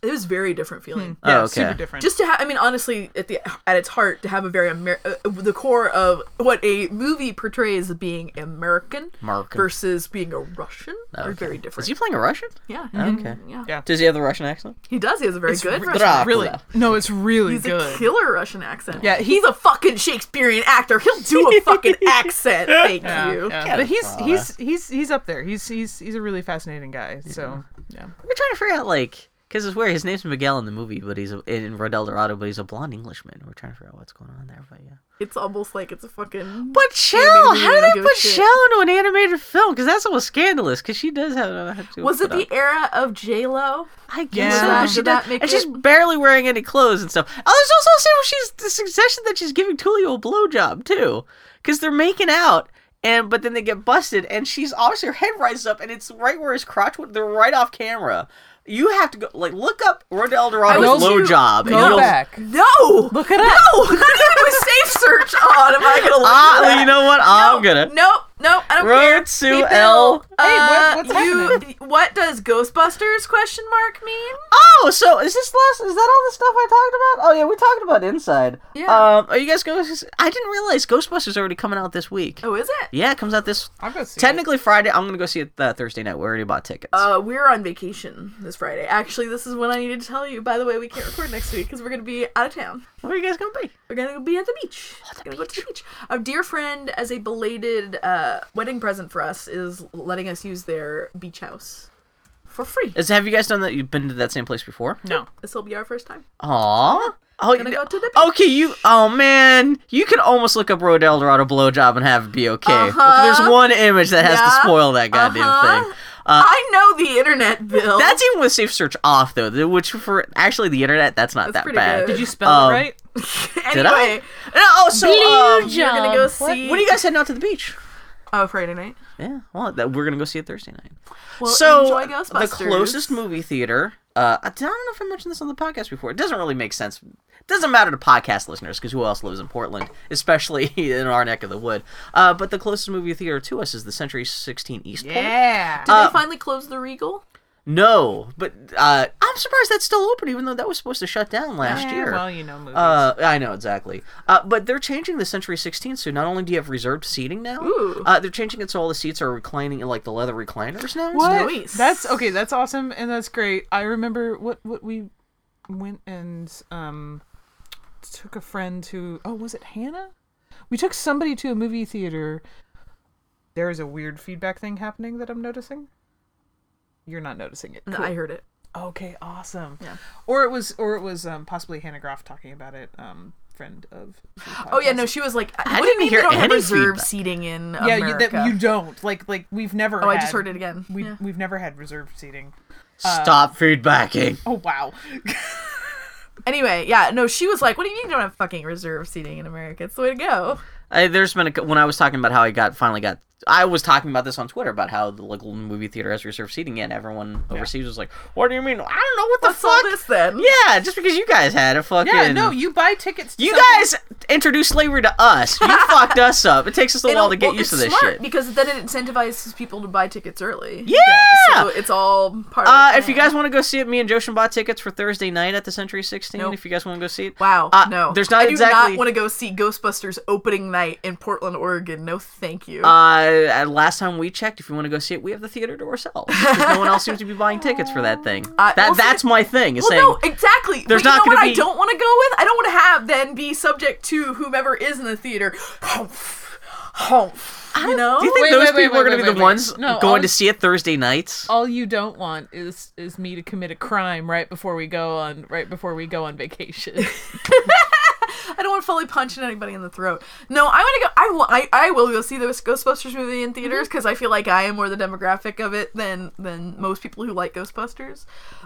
S5: It was very different feeling.
S6: Yeah,
S7: Oh, okay.
S6: super different.
S5: Just to have, I mean, honestly, at the at its heart, to have a very Amer- uh, the core of what a movie portrays as being American
S7: American.
S5: versus being a Russian are very different.
S7: Is he playing a Russian?
S5: yeah,
S7: Okay.
S5: yeah,
S6: Yeah.
S7: Does he have the Russian accent?
S5: he does. He has a very good
S6: It's
S5: Russian.
S6: really
S7: Dracula.
S6: no, it's really
S5: He's
S6: good.
S5: a killer Russian accent.
S6: Yeah,
S5: he's a fucking Shakespearean actor. He'll do a fucking accent. Thank you.
S6: Yeah, but he's he's he's he's up there. He's he's he's a really fascinating guy. So yeah,
S7: We're trying to figure out like because it's weird. His name's Miguel in the movie, but he's a, in Red El Dorado, but he's a blonde Englishman. We're trying to figure out what's going on there, but yeah.
S5: It's almost like it's a fucking.
S7: But Shell,
S5: maybe
S7: how
S5: we
S7: did
S5: gotta
S7: they
S5: give
S7: put
S5: shit.
S7: Shell into an animated film? Because that's almost scandalous. Because she does have. uh, have to
S5: Was it
S7: put on-
S5: the era of J Lo?
S7: I
S6: Yeah.
S7: guess so,
S6: Yeah.
S7: but she
S5: Did
S7: does,
S5: that make
S7: and she's
S5: it-
S7: barely wearing any clothes and stuff. Oh, there's also a scene where she's the suggestion that she's giving Tulio a blowjob too, because they're making out, and but then they get busted, and she's obviously her head rises up, and it's right where his crotch would. They're right off camera. You have to go like look up Rodel Dorado
S5: I was-
S7: blowjob. and you'll-
S5: No.
S6: Look it up.
S5: No, not even with safe search on. Am I gonna look
S7: Ah,
S5: for
S7: well,
S5: that?
S7: you know what? I'm gonna.
S5: No, no, I don't
S7: Road
S5: care.
S7: to
S5: Hey, Bill,
S7: L.
S5: uh,
S6: Hey, what- what's
S5: you-
S6: happening?
S5: What does Ghostbusters question mark mean?
S7: Oh, so is this last? Is that all the stuff I talked about? Oh yeah, we talked about Inside.
S5: Yeah.
S7: Um, are you guys going? I didn't realize Ghostbusters already coming out this week.
S5: Oh, is it?
S7: Yeah, it comes out this
S6: I'm gonna see.
S7: Technically Friday. I'm gonna go see it uh, Thursday night. We already bought tickets.
S5: Uh, we're on vacation this Friday. Actually, this is when I needed to tell you. By the way, we can't record next week because we're gonna be out of town.
S7: Where are you guys gonna be?
S5: We're gonna be at the beach. gonna go to the beach. Our dear friend, as a belated uh, wedding present for us, is letting us use their beach house for free.
S7: Is have you guys done that? You've been to that same place before?
S6: No,
S5: This will be our first time.
S7: Aww. Oh,
S5: Gonna
S7: you-
S5: go to the
S7: okay. You. Oh man, you could almost look up Road to El Dorado blowjob and have it be okay.
S5: Uh-huh.
S7: There's one image that has
S5: Yeah.
S7: to spoil that goddamn
S5: Uh-huh. Oh.
S7: thing. Uh,
S5: I know the internet, Bill.
S7: that's even with safe search off though, th- which for actually the internet that's not
S5: That's
S7: that
S5: pretty
S7: bad.
S5: good.
S6: did you spell
S7: Um,
S6: it right?
S7: Did I?
S5: anyway.
S7: No, oh, so um,
S5: You're gonna go
S7: what,
S5: see.
S7: when are you guys heading out to the beach?
S5: Oh, Friday night.
S7: Yeah, well, that, we're gonna go see it Thursday night.
S5: Well,
S7: so
S5: enjoy
S7: the
S5: Ghostbusters.
S7: closest movie theater. Uh, I don't know if I mentioned this on the podcast before. It doesn't really make sense. doesn't matter to podcast listeners because who else lives in Portland, especially in our neck of the wood. Uh, but the closest movie theater to us is the Century 16 East Pole.
S6: Yeah.
S5: Did they finally close the Regal?
S7: No, but uh, I'm surprised that's still open, even though that was supposed to shut down last
S6: Eh,
S7: year.
S6: Well, you know, movies.
S7: Uh, I know exactly. Uh, but they're changing the Century 16, so not only do you have reserved seating now,
S5: Ooh.
S7: uh, they're changing it so all the seats are reclining in like the leather recliners now. and
S6: What?
S7: stuff.
S5: Nice.
S6: That's okay. That's awesome, and that's great. I remember what what we went and um took a friend to. Oh, was it Hannah? We took somebody to a movie theater. There is a weird feedback thing happening that I'm noticing. You're not noticing it.
S5: I heard it.
S6: Okay, awesome. Yeah. Or it was, or it was um, possibly Hannah Groff talking about it. Um, friend of. the
S5: Oh yeah,
S6: podcast.
S5: no, she was like, "What
S7: I
S5: do you
S7: didn't
S5: mean
S7: hear
S5: they don't have
S7: any
S5: reserve
S7: feedback.
S5: seating in
S6: Yeah, you,
S5: America?"
S6: that, you don't like like we've never.
S5: oh, I
S6: had,
S5: just heard it again.
S6: We
S5: Yeah.
S6: we've never had reserved seating.
S7: Stop feedbacking.
S6: Oh wow.
S5: Anyway, yeah, no, she was like, "What do you mean you don't have fucking reserve seating in America? It's the way to go."
S7: I, there's been a, cou- when I was talking about how I got finally got. I was talking about this on Twitter about how the local movie theater has reserved seating, and everyone overseas was like, "What do you mean? I don't know what the
S5: What's all
S7: fuck."
S5: this then?
S7: Yeah, just because you guys had a fucking.
S6: Yeah, no, you buy tickets. To
S7: You
S6: something-
S7: guys introduced slavery to us. You fucked us up. It takes us a while
S5: It'll-
S7: to get
S5: uh, well,
S7: used to
S5: it's
S7: this
S5: smart
S7: shit.
S5: because then it incentivizes people to buy tickets early.
S7: yeah.
S5: so it's all part.
S7: Uh,
S5: of the
S7: if you
S5: plan.
S7: guys want to go see it, me and Joshin bought tickets for Thursday night at the Century 16.
S5: Nope.
S7: If you guys want to go see it,
S5: Wow,
S7: Uh,
S5: no,
S7: there's not
S5: I do
S7: exactly.
S5: not want to go see Ghostbusters opening night in Portland, Oregon. No, thank you.
S7: Uh, at last time we checked, if you want to go see it, we have the theater to ourselves. 'Cause no one else seems to be buying tickets for that thing.
S5: Uh,
S7: that
S5: well, see-
S7: that's my thing. Is
S5: well,
S7: saying
S5: no, exactly.
S7: there's
S5: but
S7: not
S5: you know
S7: gonna
S5: what
S7: be-
S5: I don't want to go with. I don't want to have then be subject to whomever is in the theater. You know,
S7: do you think
S6: Wait,
S7: those
S6: wait, wait,
S7: people are
S6: wait,
S7: going to be the
S6: wait, wait.
S7: ones
S6: No,
S7: going
S6: I'll-
S7: to see it Thursday nights?
S6: all you don't want is is me to commit a crime right before we go on right before we go on vacation.
S5: I don't want fully punching anybody in the throat. No, I want to go. I will. I, I will go see the Ghostbusters movie in theaters
S7: Mm-hmm.
S5: because I feel like I am more the demographic of it than than most people who like Ghostbusters.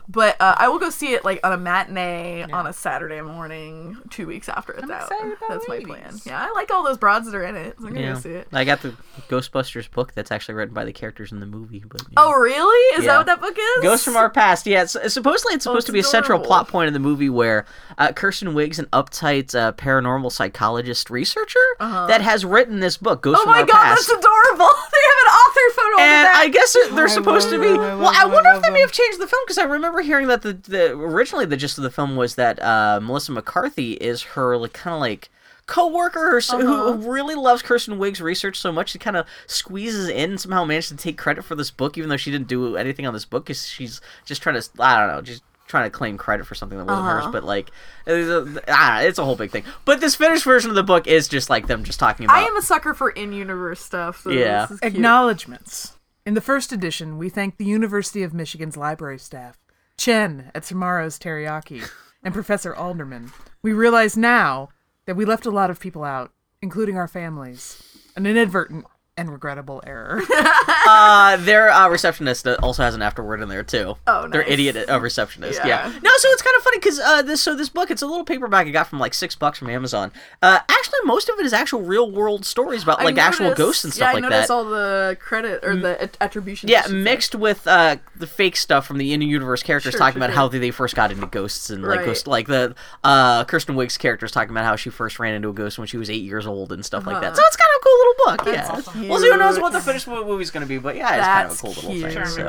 S5: But uh, I will go see it like on a matinee on a Saturday morning, two weeks after it's out.
S6: excited about
S5: That's my
S6: ladies.
S5: plan. Yeah, I like all those broads that are in it. So I'm gonna
S7: Yeah.
S5: go see it.
S7: I got the Ghostbusters book that's actually written by the characters in the movie. But you know.
S5: Oh really? Is
S7: Yeah.
S5: that what that book is?
S7: Ghosts from Our Past. Yeah, it's, it's supposedly it's supposed
S5: Oh, it's
S7: to be a central
S5: adorable.
S7: plot point of the movie where uh, Kirsten Wiggs, an uptight uh, paranormal psychologist researcher, that has written this book, Ghosts
S5: Uh-huh. Oh
S7: from
S5: my
S7: Our
S5: god,
S7: Past.
S5: that's adorable! they have an author photo.
S7: and I
S5: on the back.
S7: guess it- they're supposed to be.
S6: love, I
S7: Well,
S6: love,
S7: I
S6: I
S7: wonder if
S6: love
S7: they may
S6: them.
S7: have changed the film because I remember hearing that the, the originally the gist of the film was that uh, Melissa McCarthy is her like, kind of like co-worker or so, who who really loves Kirsten Wiggs' research so much she kind of squeezes in and somehow managed to take credit for this book even though she didn't do anything on this book because she's just trying to I don't know just trying to claim credit for something that wasn't hers but like it's a, ah, it's a whole big thing but this finished version of the book is just like them just talking about
S5: I am a sucker for in-universe stuff. So
S7: Yeah.
S5: This is cute.
S6: Acknowledgements. In the first edition, we thank the University of Michigan's library staff, Chen at Tomorrow's Teriyaki, and Professor Alderman. We realize now that we left a lot of people out, including our families. An inadvertent and regrettable error.
S7: Uh, their uh, receptionist uh, also has an afterword in there too. Oh, their
S5: nice.
S7: idiot uh, receptionist. Yeah.
S5: Yeah.
S7: No, so it's kind of funny because uh, this so this book it's a little paperback I got from like six bucks from Amazon. Uh, actually, most of it is actual real world stories about
S5: I
S7: like actual
S5: noticed-
S7: ghosts and
S5: yeah,
S7: stuff
S5: I
S7: like
S5: noticed
S7: that.
S5: all the credit or the at- attribution. I
S7: yeah,
S5: should say.
S7: mixed with uh, the fake stuff from the in universe characters
S5: Sure,
S7: talking
S5: sure,
S7: about
S5: sure.
S7: how they, they first got into ghosts and like
S5: Right.
S7: ghost like the uh, Kirsten Wiggs characters talking about how she first ran into a ghost when she was eight years old and stuff like that. So it's kind of a cool little book. yeah.
S5: Uh-huh. awesome.
S7: Well, so who knows what the
S5: Cute.
S7: finished mo- movie's going to be? But yeah,
S5: That's
S7: it's kind of a cool
S5: cute.
S7: little thing. So.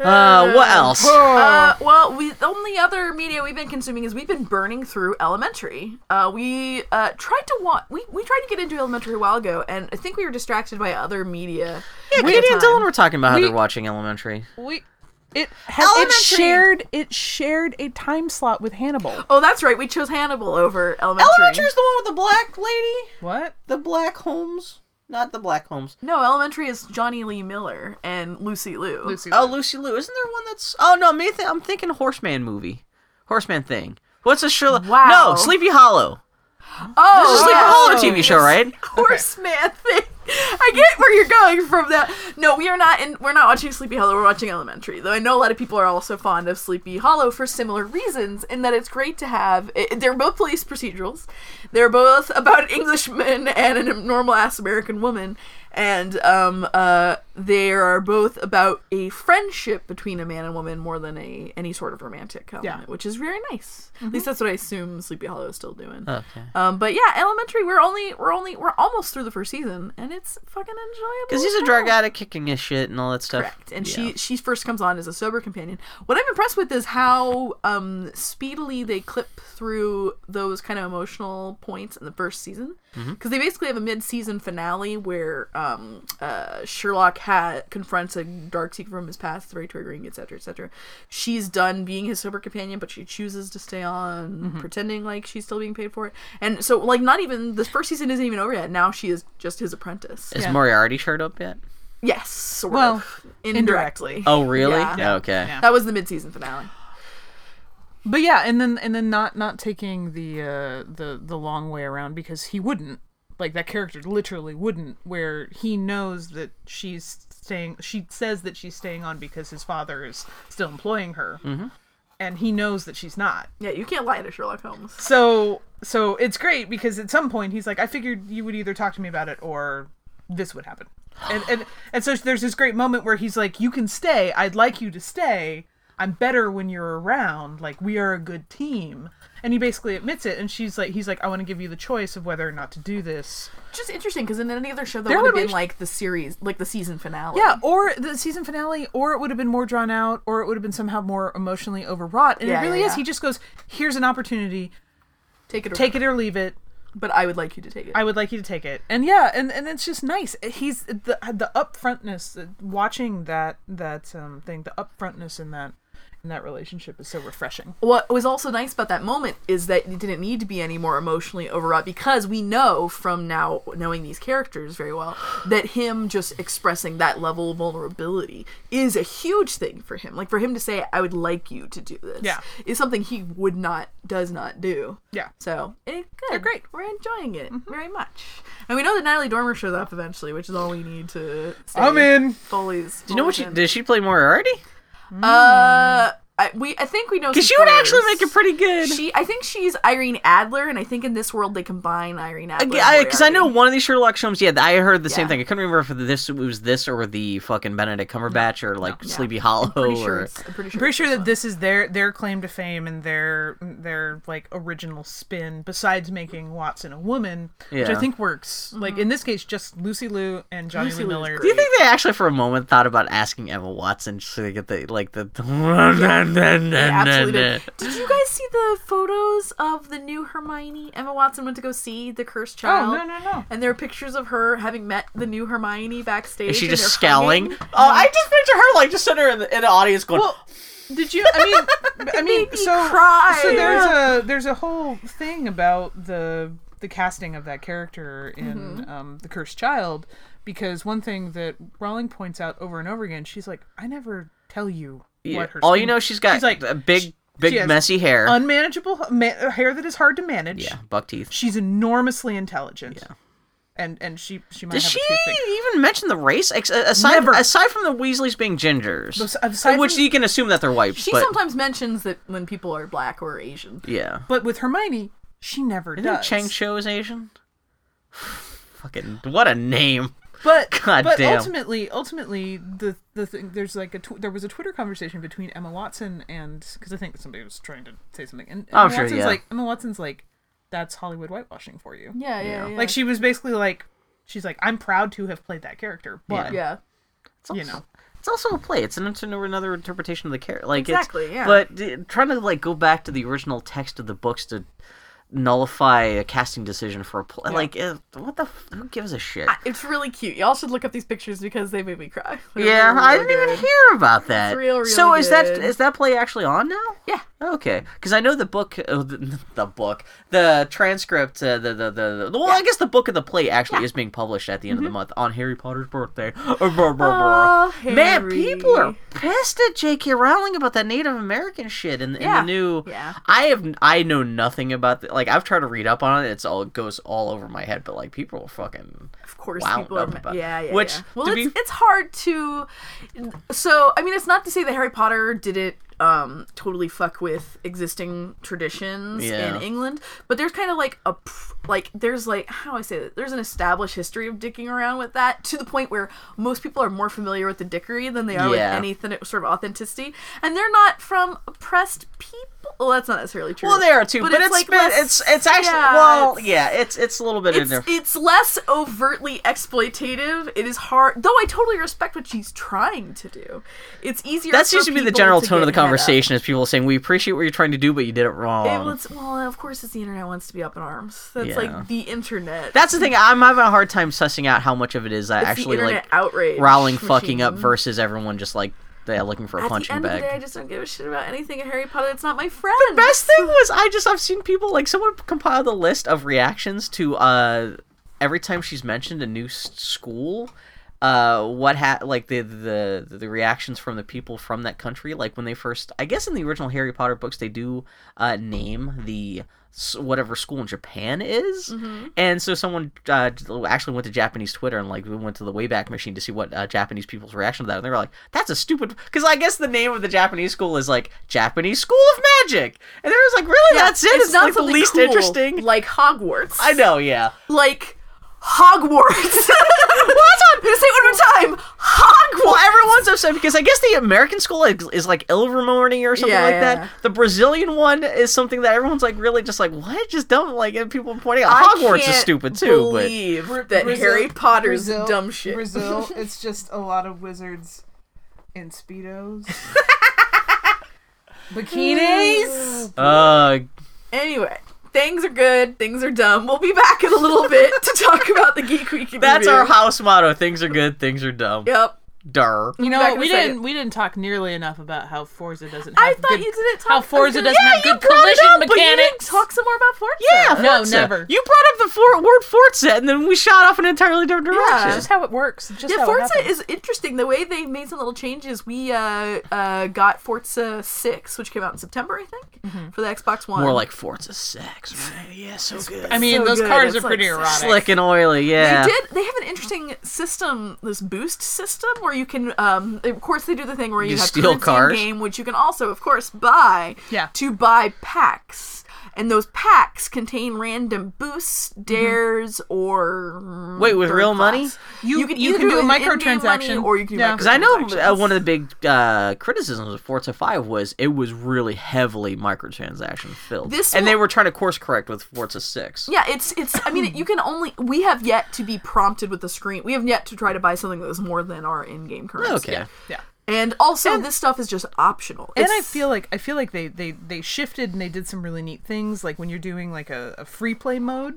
S5: Charming.
S7: Uh, what else? Oh.
S5: Uh, well, we the only other media we've been consuming is we've been burning through Elementary. Uh, we uh, tried to want we, we tried to get into Elementary a while ago, and I think we were distracted by other media. at the
S7: Katie
S5: time.
S7: and Dylan were talking about how
S6: We-
S7: they're watching Elementary.
S6: we, it, has, it
S7: Elementary.
S6: shared it shared a time slot with Hannibal.
S5: Oh, that's right. We chose Hannibal over Elementary.
S7: Elementary's the one with the black lady,
S6: What?
S7: the black Holmes, not the black Holmes.
S5: No, Elementary is Johnny Lee Miller and Lucy Liu.
S7: Oh, Lucy Liu. Isn't there one that's? Oh no, me. Th- I'm thinking Horseman movie, Horseman thing. What's a Sherlock?
S5: Wow.
S7: No, Sleepy Hollow.
S5: Oh,
S7: This is a Sleepy
S5: yes.
S7: Hollow TV show, right?
S5: horseman thing. I get where you're going from that. No, we are not in we're not watching Sleepy Hollow, we're watching Elementary. Though I know a lot of people are also fond of Sleepy Hollow for similar reasons in that it's great to have it, they're both police procedurals. They're both about an Englishman and a normal ass American woman. and um, uh, they are both about a friendship between a man and woman more than a any sort of romantic element,
S6: Yeah.
S5: which is very nice. At least that's what I assume Sleepy Hollow is still doing.
S7: Okay.
S5: Um, but yeah, Elementary, we're only we're only we're almost through the first season, and it's fucking enjoyable.
S7: Because he's
S5: as
S7: a drug
S5: hell.
S7: addict kicking his shit and all that stuff.
S5: Correct. And she
S7: Yeah.
S5: she first comes on as a sober companion. What I'm impressed with is how um, speedily they clip through those kind of emotional points in the first season, because they basically have a mid-season finale where um, uh, Sherlock ha- confronts a dark secret from his past, it's very triggering, etc., etc. She's done being his sober companion, but she chooses to stay on, pretending like she's still being paid for it. And so, like, not even the first season isn't even over yet. Now she is just his apprentice.
S7: Is Moriarty showed up yet?
S5: Yes, sort
S6: Well,
S5: of. indirectly.
S7: Oh, really?
S5: Yeah.
S7: Okay.
S6: Yeah.
S5: That was the mid-season finale.
S6: But yeah, and then and then not not taking the uh, the the long way around because he wouldn't like that character literally wouldn't where he knows that she's staying she says that she's staying on because his father is still employing her and he knows that she's not
S5: Yeah, you can't lie to Sherlock Holmes.
S6: so so it's great because at some point he's like i figured you would either talk to me about it or this would happen and and, and so there's this great moment where he's like you can stay i'd like you to stay i'm better when you're around like we are a good team and he basically admits it and she's like he's like i want to give you the choice of whether or not to do this
S5: Just interesting because in any other show that
S6: There
S5: would have
S6: would
S5: been
S6: be-
S5: like the series, like the season finale.
S6: yeah or the season finale or it would have been more drawn out or it would have been somehow more emotionally overwrought and
S5: Yeah,
S6: it
S5: yeah,
S6: really is
S5: yeah.
S6: he just goes here's an opportunity
S5: take it, or
S6: take it or leave it
S5: But I would like you to take it.
S6: I would like you to take it. And yeah, and, and it's just nice. He's the the upfrontness uh, watching that that um thing, the upfrontness in that in that relationship is so refreshing.
S5: what was also nice about that moment is that it didn't need to be any more emotionally overwrought because we know from now knowing these characters very well that him just expressing that level of vulnerability is a huge thing for him. Like for him to say, "I would like you to do this,"
S6: Yeah.
S5: is something he would not does not do.
S6: Yeah.
S5: So it's good. They're
S6: great.
S5: We're enjoying it
S7: Mm-hmm.
S5: very much, and we know that Natalie Dormer shows up eventually, which is all we need to. Stay
S6: I'm in.
S5: Foley's.
S7: Do you know what she did? She play Moriarty?
S5: Uh, I, we I think we know
S7: Because
S5: some
S7: she would
S5: players.
S7: actually make it pretty good.
S5: She, I think she's Irene Adler, and I think in this world they combine Irene Adler.
S7: Because I,
S5: and
S7: 'cause I know
S5: Moriarty.
S7: one of these Sherlock Holmes. Yeah, I heard the same
S5: Yeah.
S7: thing. I couldn't remember if this it was this or the fucking Benedict Cumberbatch or like Sleepy Hollow
S5: Pretty
S7: or
S5: sure. it's- I'm pretty sure.
S6: I'm pretty sure
S5: it's
S6: that this is their their claim to fame and their their like original spin besides making Watson a woman, which
S7: Yeah.
S6: I think works. Like in this case just Lucy Liu and Johnny
S5: Lucy
S6: Lee
S5: Liu's
S6: Miller.
S5: great.
S7: Do you think they actually for a moment thought about asking Emma Watson so they get the like the
S5: They absolutely did. Did you guys see the photos of the new Hermione? Emma Watson went to go see the Cursed Child.
S6: Oh, no, no, no.
S5: And there are pictures of her having met the new Hermione backstage.
S7: Is she
S5: and
S7: just
S5: they're
S7: scowling?
S5: hugging.
S7: Oh, I just picture her like just sitting in the, in the audience going,
S6: Well, did you? I mean, b- I mean,
S5: me
S6: so
S5: cry.
S6: so there's a there's a whole thing about the the casting of that character in
S7: Mm-hmm.
S6: um, the Cursed Child because one thing that Rowling points out over and over again, she's like, I never tell you
S7: yeah.
S6: what her.
S7: all you
S6: skin-
S7: know, she's got
S6: she's like
S7: a big, big
S6: has
S7: messy hair.
S6: unmanageable h- ma- hair that is hard to manage.
S7: yeah, buck teeth.
S6: she's enormally intelligent. Yeah. And, and she she might
S7: Does
S6: have
S7: she
S6: a toothache.
S7: even mention the race? Ex- uh, aside
S6: Never.
S7: aside from the Weasleys being gingers,
S6: Bes- aside
S7: which
S6: from-
S7: you can assume that they're white.
S5: She
S7: but,
S5: sometimes mentions that when people are black or Asian.
S7: yeah.
S6: But with Hermione, she never
S7: Isn't
S6: does.
S7: Chang Cho is Asian? Fucking what a name!
S6: But
S7: God
S6: but
S7: damn.
S6: ultimately, ultimately, the the thing there's like a tw- there was a Twitter conversation between Emma Watson and because I think somebody was trying to say something and
S5: Oh,
S6: Emma
S7: I'm sure,
S6: Watson's
S7: yeah.
S6: like Emma Watson's like that's Hollywood whitewashing for you.
S5: Yeah, yeah, yeah.
S6: Like she was basically like she's like I'm proud to have played that character, but
S5: yeah.
S7: It's also,
S6: you know.
S7: it's also a play. It's an it's another interpretation of the character. Like it's-
S5: Exactly, yeah.
S7: But d- trying to like go back to the original text of the books to nullify a casting decision for a play, like eh, what the f- who gives a shit?
S5: It's really cute. Y'all should look up these pictures because they made me cry. They're
S7: yeah,
S5: really
S7: I didn't even
S5: good.
S7: hear about that.
S5: real,
S7: so
S5: really
S7: is that
S5: good.
S7: is that play actually on now?
S5: Yeah.
S7: Okay, because I know the book, uh, the, the book, the transcript, uh, the, the the the well, I guess the book of the play actually is being published at the
S5: Mm-hmm.
S7: end of the month on Harry Potter's birthday. Oh, brr, brr, brr.
S5: Oh,
S7: Man, people are
S5: Harry.
S7: pissed at J.K. Rowling about that Native American shit and, and
S5: Yeah.
S7: the new.
S5: Yeah.
S7: I have I know nothing about the, like I've tried to read up on it. It's all it goes all over my head, but like people are fucking.
S5: Of course,
S7: wound
S5: people are.
S7: up
S5: ma-
S7: about-
S5: yeah, yeah.
S7: Which,
S5: yeah. well,
S7: to
S5: it's,
S7: be-
S5: it's hard to. So, I mean, it's not to say that Harry Potter did it um, totally fuck with existing traditions
S7: Yeah.
S5: in England, but there's kind of like a pr- like there's like how do I say that there's an established history of dicking around with that to the point where most people are more familiar with the dickery than they are
S7: Yeah.
S5: with any sort of authenticity, and they're not from oppressed people. Well, that's not necessarily true.
S7: Well, they are too, but, it's
S5: like,
S7: been-
S5: less-
S7: it's it's actually
S5: yeah,
S7: well,
S5: it's-
S7: yeah, it's it's a little bit in
S5: it's,
S7: there.
S5: it's less overtly exploitative. It is hard, though. I totally respect what she's trying to do. It's easier.
S7: That
S5: for
S7: seems to be the
S5: people
S7: general
S5: to
S7: tone of the
S5: get head up.
S7: conversation is people saying we appreciate what you're trying to do, but you did it
S5: It-
S7: wrong.
S5: well, it's- well, of course, it's the internet wants to be up in arms. That's
S7: Yeah.
S5: like the internet.
S7: That's the thing. I'm having a hard time sussing out how much of it is that
S5: It's the
S7: actually
S5: internet
S7: like
S5: outrage
S7: Rowling fucking up
S5: machine.
S7: versus everyone just like yeah, looking for a
S5: At the
S7: punching
S5: end of
S7: bag.
S5: the day, I just don't give a shit about anything in Harry Potter. It's not my friend.
S7: best thing was I just I've seen people like someone compiled a list of reactions to uh every time she's mentioned a new s- school uh what ha like the the the reactions from the people from that country like when they first I guess in the original Harry Potter books they do uh name the s- whatever school in Japan is
S5: Mm-hmm.
S7: and so someone uh, actually went to Japanese Twitter and like we went to the Wayback Machine to see what uh, Japanese people's reaction to that and they were like that's a stupid because I guess the name of the Japanese school is like Japanese School of Magic and they was like really
S5: Yeah,
S7: that's it it's, like the
S5: something
S7: least
S5: cool
S7: interesting
S5: Like Hogwarts.
S7: I know yeah
S5: Like Hogwarts. well, that's on. Say it one more time. Hogwarts.
S7: Well, everyone's upset because I guess the American school is, is like Ilvermorny or something
S5: Yeah,
S7: like
S5: yeah.
S7: that. The Brazilian one is something that everyone's like really just like what, just dumb. Like and people pointing out
S5: I
S7: Hogwarts is
S5: can't
S7: stupid too.
S5: Believe
S6: Bra-
S5: that
S6: Brazil-
S5: Harry Potter's
S6: Brazil-
S5: dumb shit.
S6: Brazil, it's just a lot of wizards and speedos, bikinis.
S7: But uh,
S5: Anyway, things are good. Things are dumb. We'll be back in a little bit to talk about the Geek Week. in
S7: that's our
S5: review.
S7: house motto. Things are good, things are dumb.
S5: Yep.
S7: Durr.
S6: You know
S5: Not
S6: what?
S5: gonna
S6: We
S5: say
S6: didn't.
S5: it.
S6: We didn't talk nearly enough about how Forza doesn't.
S5: I
S6: Have
S5: thought
S6: good,
S5: you didn't talk.
S6: How Forza
S5: good-
S6: doesn't
S5: Yeah,
S6: have
S5: you
S6: good
S5: brought it
S6: collision
S5: up, but you didn't
S6: mechanics.
S5: talk some more about Forza.
S7: Yeah,
S6: No,
S7: Forza.
S6: never.
S7: You brought up the for- word Forza, and then we shot off in an entirely different
S5: Yeah.
S7: direction.
S6: Just how it works. Just
S5: Yeah,
S6: how it
S5: Forza
S6: happens.
S5: is interesting. The way they made some little changes, we uh, uh, got Forza 6, which came out in September, I think, for the Xbox One.
S7: Mm-hmm. More like Forza sex, right? Yeah, so good.
S6: I mean,
S5: so
S6: those
S5: good.
S6: cars
S5: It's
S6: are pretty
S5: like
S6: erotic.
S7: Slick and oily, yeah.
S5: They did. They have an interesting system, this boost system, where you can. Um, of course, they do the thing where you,
S7: You
S5: have
S7: steal
S5: currency in
S7: cars.
S5: game, which you can also, of course, buy.
S6: Yeah.
S5: To buy packs, and those packs contain random boosts,
S6: Mm-hmm.
S5: dares, or
S7: Wait, with
S5: third
S7: real money?
S5: class.
S6: You- you
S5: either
S6: can do a
S5: an in-game money
S6: microtransaction.
S5: or you can.
S6: Yeah.
S5: Because
S7: Because I know uh, one of the big uh, criticisms of Forza 5 was it was really heavily microtransaction filled.
S5: This
S7: and they
S5: will-
S7: were trying to course correct with Forza 6.
S5: Yeah, it's it's. I mean, you can only. We have yet to be prompted with the screen. We have yet to try to buy something that is more than our in-game currency.
S7: Okay.
S6: yeah.
S5: And also, this stuff is just optional.
S6: and I
S5: It's-
S6: feel like I feel like they, they they shifted and they did some really neat things. Like when you're doing like a, a free play mode,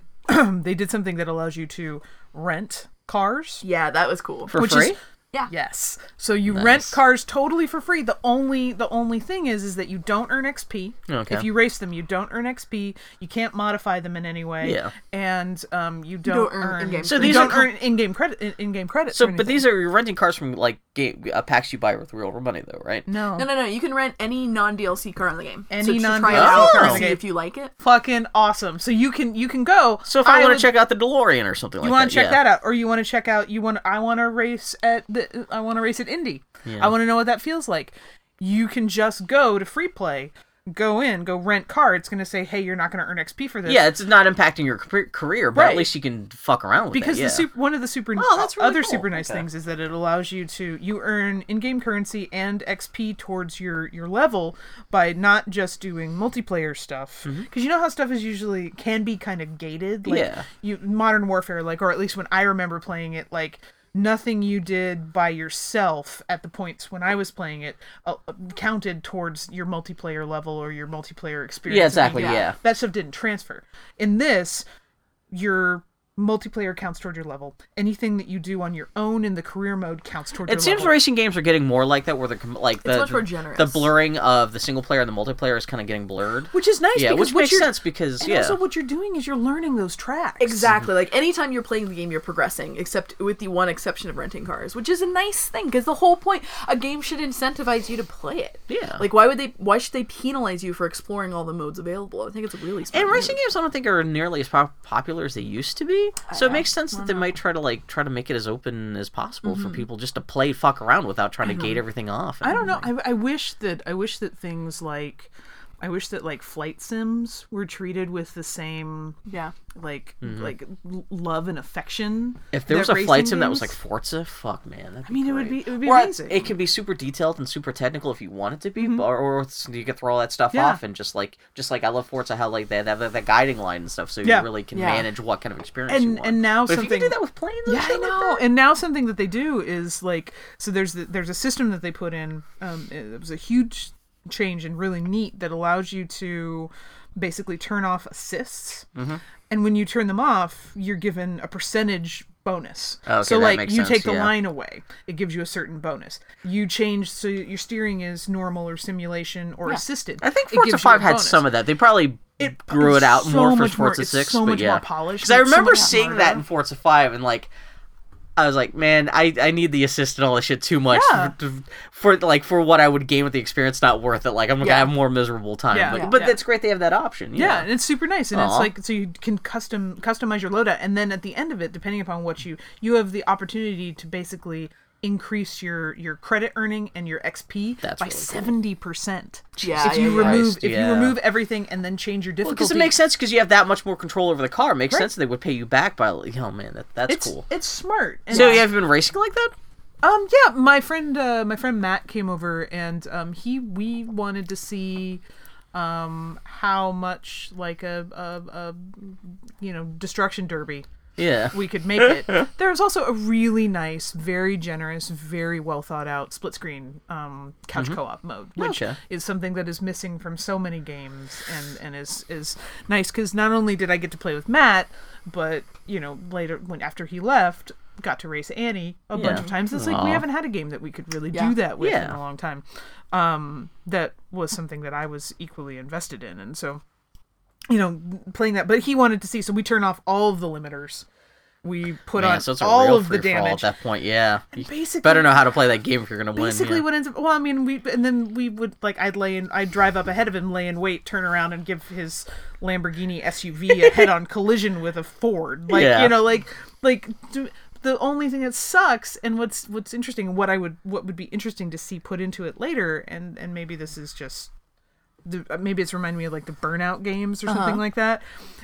S6: they did something that allows you to rent cars.
S5: Yeah, that was cool.
S7: For
S6: Which
S7: free?
S6: is-
S5: yeah.
S6: Yes, so you rent cars totally for free. The only the only thing is is that you don't earn XP.
S7: Okay.
S6: If you race them, you don't earn XP. You can't modify them in any way.
S7: Yeah.
S6: And um, you don't,
S5: don't earn
S6: earn
S5: in-game
S7: So
S6: you
S7: these
S6: don't
S7: are-
S6: earn in game credit in- in game credits.
S7: so,
S6: or
S7: but
S6: anything.
S7: these are you're renting cars from like ga- uh, packs you buy with real money, though, right?
S6: no.
S5: No, no, no. You can rent any non DLC car in the game.
S6: Any
S5: so just try it
S6: non-DLC
S5: out
S7: car in
S5: and
S7: the
S5: see
S6: game.
S5: if you like it.
S6: fucking awesome. So you can you can go.
S7: So if I, want
S6: would-
S7: to check out the DeLorean or something like
S6: you want
S7: that,
S6: to check
S7: yeah.
S6: that out, or you want to check out you want I want to race at the I want to race at Indy. I want to know what that feels like. You can just go to free play, go in, go rent car. It's gonna say, hey, you're not gonna earn XP for this.
S7: Yeah, it's not impacting your car- career, but at
S6: Right.
S7: least you can fuck around with
S6: Because
S7: it.
S6: the super, one of the super
S7: Oh, that's really
S6: other
S7: cool.
S6: super nice
S7: Okay.
S6: things is that it allows you to you earn in-game currency and XP towards your your level by not just doing multiplayer stuff because you know how stuff is usually can be kind of gated like
S7: Mm-hmm. Yeah.
S6: you modern warfare like or at least when I remember playing it like nothing you did by yourself at the points when I was playing it uh, counted towards your multiplayer level or your multiplayer experience
S7: Yeah,
S6: in the
S7: exactly,
S6: game.
S7: yeah.
S6: that stuff didn't transfer in this your multiplayer counts toward your level. Anything that you do on your own in the career mode counts toward your
S7: It seems
S6: level.
S7: racing games are getting more like that, where the com- like the
S5: much more generous.
S7: the blurring of the single player and the multiplayer is kind of getting blurred.
S6: which is nice
S7: yeah,
S6: because
S7: which
S6: what
S7: makes
S6: you're-
S7: sense because
S6: and
S7: yeah,
S6: also what you're doing is you're learning those tracks.
S5: Exactly. Like anytime you're playing the game, you're progressing, except with the one exception of renting cars, which is a nice thing because the whole point a game should incentivize you to play it.
S7: Yeah.
S5: Like why would they? Why should they penalize you for exploring all the modes available? I think it's a really smart
S7: And racing
S5: move.
S7: games, I don't think are nearly as pop- popular as they used to be.
S6: maybe.
S7: So it makes sense that they might try to like try to make it as open as possible for people just to play fuck around without trying to gate everything off.
S6: Mm-hmm. I don't know. I, I wish that I wish that things like I wish that like flight sims were treated with the same
S5: Yeah.
S6: like like l- love and affection.
S7: Mm-hmm. If there was a
S6: racing
S7: flight sim that was like
S6: games-
S7: Forza, fuck man. That'd
S6: I mean, it would be it would be
S7: Or
S6: amazing. Mm-hmm.
S7: it could be super detailed and super technical if you want it to be, or, or it's- you could throw all that stuff
S6: Yeah.
S7: off and just like just like I love Forza how like they have that, that guiding line and stuff, so
S6: Yeah.
S7: you really can
S5: Yeah.
S7: manage what kind of experience you
S6: And-
S7: want.
S6: and now
S7: but if you
S6: something-
S7: could do that with planes, and
S6: Yeah, I
S7: shit like
S6: know.
S7: that-
S6: and now something that they do is like so. There's the, there's a system that they put in. Um, it, it was a huge change and really neat that allows you to basically turn off assists.
S7: Mm-hmm.
S6: And when you turn them off, you're given a percentage bonus.
S7: Oh, Okay,
S6: so
S7: that
S6: like
S7: makes
S6: you
S7: sense,
S6: take the
S7: yeah.
S6: line away, it gives you a certain bonus. You change so your steering is normal or simulation or assisted.
S7: I think
S6: it
S7: Forza
S6: gives you a
S7: Five had
S6: bonus.
S7: some of that. They probably
S6: It-
S7: grew it
S6: it's
S7: out
S6: so
S7: more for
S6: much more-
S7: Forza
S6: it's
S7: Six,
S6: so
S7: but
S6: much
S7: yeah,
S6: more polished,
S7: because I
S6: it's so
S7: remember
S6: much
S7: seeing that in Forza Five and like. I was like, man, I, I need the assist and all this shit too much
S6: Yeah.
S7: for, for like for what I would gain with the experience. Not worth it. Like I'm gonna have more miserable time.
S6: Yeah.
S7: But,
S6: Yeah.
S7: but
S6: Yeah.
S7: that's great. They have that option.
S6: Yeah, and it's super nice, and
S7: Aw.
S6: it's like so you can custom customize your loadout, and then at the end of it, depending upon what you you have the opportunity to basically increase your your credit earning and your XP
S7: That's
S6: by
S7: really cool.
S6: seventy percent.
S5: Yeah,
S6: if you
S5: yeah, yeah.
S6: remove
S7: Christ,
S6: if
S7: yeah.
S6: you remove everything and then change your difficulty,
S7: because it makes sense because you have that much more control over the car. It makes sense they would pay you back by like, oh man, that, that's
S6: it's
S7: cool.
S6: it's smart. And
S7: so you have been racing like that?
S6: Um, yeah, my friend, uh, my friend Matt came over, and um, he we wanted to see, um, how much like a, a, a you know destruction derby
S7: Yeah.
S6: we could make it. there was also a really nice, very generous, very well thought out split screen um, couch co op mode, which
S7: Mm-hmm. Gotcha.
S6: is something that is missing from so many games, and and is is nice because not only did I get to play with Matt, but you know later when after he left. Got to race Annie a bunch
S7: Yeah.
S6: of times. It's like we
S7: Aw.
S6: haven't had a game that we could really
S5: Yeah.
S6: do that with in
S7: Yeah.
S6: a long time. Um, that was something that I was equally invested in, and so you know playing that. But he wanted to see, so we turn off all of the limiters. We put
S7: Man,
S6: on
S7: so it's a
S6: all
S7: real
S6: of the
S7: free-for-all
S6: damage.
S7: at that point. Yeah. You
S6: basically-
S7: better know how to play that game if you're gonna win.
S6: Basically,
S7: yeah.
S6: what ends up? Well, I mean, we and then we would like I'd lay in, I'd drive up ahead of him, lay in wait, turn around, and give his Lamborghini SUV a head-on collision with a Ford. Like
S7: Yeah.
S6: you know, like like do, the only thing that sucks, and what's what's interesting, what I would what would be interesting to see put into it later, and and maybe this is just the, uh, maybe it's reminding me of like the burnout games or something like that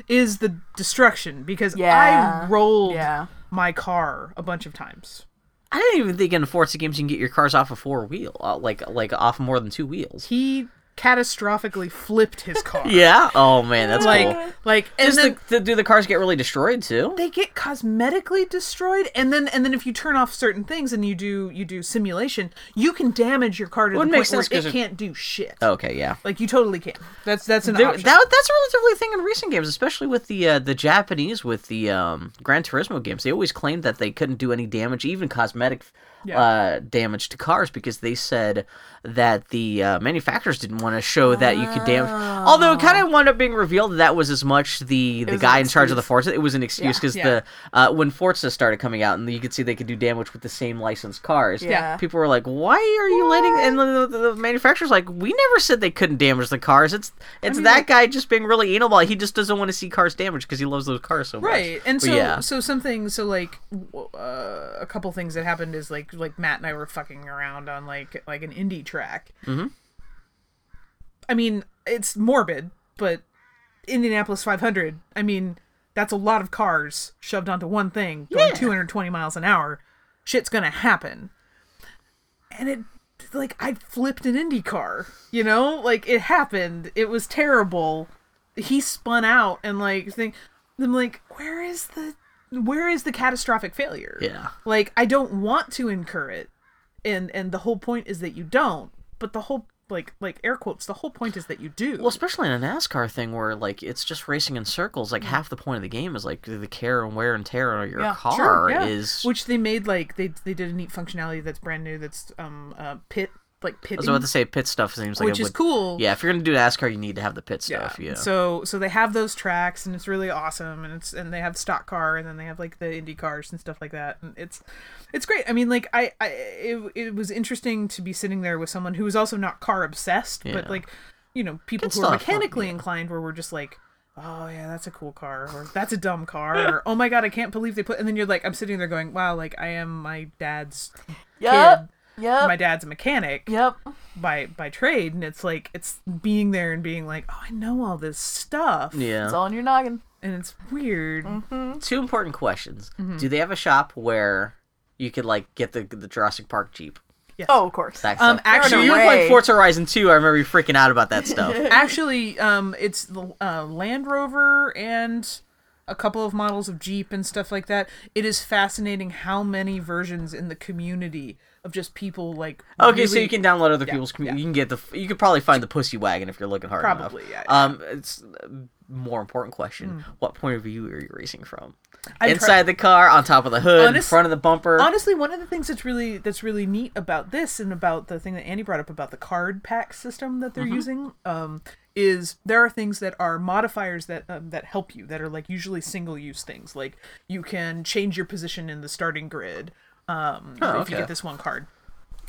S6: is the destruction because
S5: Yeah.
S6: i rolled
S5: Yeah.
S6: my car a bunch of times
S7: I didn't even think in Forza games you can get your cars off a four wheel, uh, like like off more than two wheels.
S6: he catastrophically flipped his car
S7: Yeah. Oh man, that's
S6: like
S7: cool.
S6: like and
S7: Does
S6: then
S7: the, do the cars get really destroyed too?
S6: they get cosmetically destroyed and then and then if you turn off certain things and you do you do simulation you can damage your car to
S7: Wouldn't
S6: the
S7: make
S6: point where
S7: sense 'cause
S6: it
S7: it-
S6: can't do shit
S7: okay. Yeah.
S6: like you totally can that's that's an
S7: There-
S6: option
S7: that, that's a relatively thing in recent games, especially with the uh, the Japanese with the um, Gran Turismo games. They always claimed that they couldn't do any damage, even cosmetic uh, damage to cars, because they said that the uh, manufacturers didn't want to show that you could damage. Although it kind of wound up being revealed that, that was as much the, the
S5: was
S7: guy
S5: an
S7: in charge of the
S5: excuse.
S7: Forza. It was an excuse because
S6: Yeah.
S7: the uh, when Forza started coming out, and you could see they could do damage with the same licensed cars.
S5: Yeah.
S7: people were like, "Why are you letting?" And the, the, the manufacturers like, "We never said they couldn't damage the cars. It's it's that guy just being really anal about it. he just doesn't want to see cars damaged because he loves those cars so much.
S6: right and
S7: But
S6: so
S7: yeah.
S6: so something so like w- uh, a couple things that happened is like like matt and i were fucking around on like like an indie track mm-hmm. i mean it's morbid but indianapolis 500 i mean that's a lot of cars shoved onto one thing going 220 miles an hour shit's gonna happen and it like i flipped an indy car you know like it happened it was terrible he spun out and like think I'm like, where is the where is the catastrophic failure?
S7: Yeah.
S6: Like I don't want to incur it. And and the whole point is that you don't. But the whole like like air quotes, the whole point is that you do.
S7: Well, especially in a NASCAR thing where like it's just racing in circles. Like half the point of the game is like the care and wear and tear on your car
S6: Mm. yeah.
S7: is.
S6: which they made like they they did a neat functionality that's brand new that's um uh pit like
S7: I
S6: pit
S7: was about to say pit stuff seems like
S6: which
S7: it
S6: is
S7: would-
S6: cool.
S7: Yeah, if you're gonna do NASCAR, you need to have the pit stuff. Yeah.
S6: So so they have those tracks and it's really awesome and it's and they have stock car and then they have like the indie cars and stuff like that and it's it's great. I mean like I I it, it was interesting to be sitting there with someone who was also not car obsessed
S7: Yeah.
S6: but like you know people
S7: Good
S6: who are
S7: stuff, huh?
S6: mechanically
S7: Yeah.
S6: inclined where we're just like oh yeah, that's a cool car, or that's a dumb car, or oh my god, I can't believe they put. And then you're like, I'm sitting there going, wow, like I am my dad's
S7: Uh,
S5: Yep.
S6: kid.
S5: Yep.
S6: My dad's a mechanic
S5: Yep.
S6: by by trade, and it's like it's being there and being like, oh, I know all this stuff,
S5: It's
S7: Yeah.
S5: all in your noggin.
S6: and it's weird.
S7: Two important questions. Do they have a shop where you could like get the the Jurassic Park Jeep?
S5: Oh, of course.
S7: That
S6: Um,
S7: stuff?
S6: actually,
S5: no
S7: you look
S5: way.
S7: like Forza Horizon 2. I remember you freaking out about that stuff.
S6: actually, um, it's the uh, Land Rover and a couple of models of Jeep and stuff like that. It is fascinating how many versions in the community of just people like.
S7: Okay, so
S6: really-
S7: you can download other people's. commu-
S6: yeah.
S7: You can get the. You could probably find the pussy wagon if you're looking hard
S6: Probably,
S7: enough.
S6: yeah, yeah.
S7: Um, it's uh, more important question. What point of view are you racing from?
S6: I'm
S7: Inside the car, on top of the hood, in
S6: Honest-
S7: front of the bumper.
S6: Honestly, one of the things that's really that's really neat about this and about the thing that Andy brought up about the card pack system
S7: Mm-hmm.
S6: that they're using um, is there are things that are modifiers that um, that help you that are like usually single use things like you can change your position in the starting grid um, if you
S7: Oh, okay.
S6: get this one card.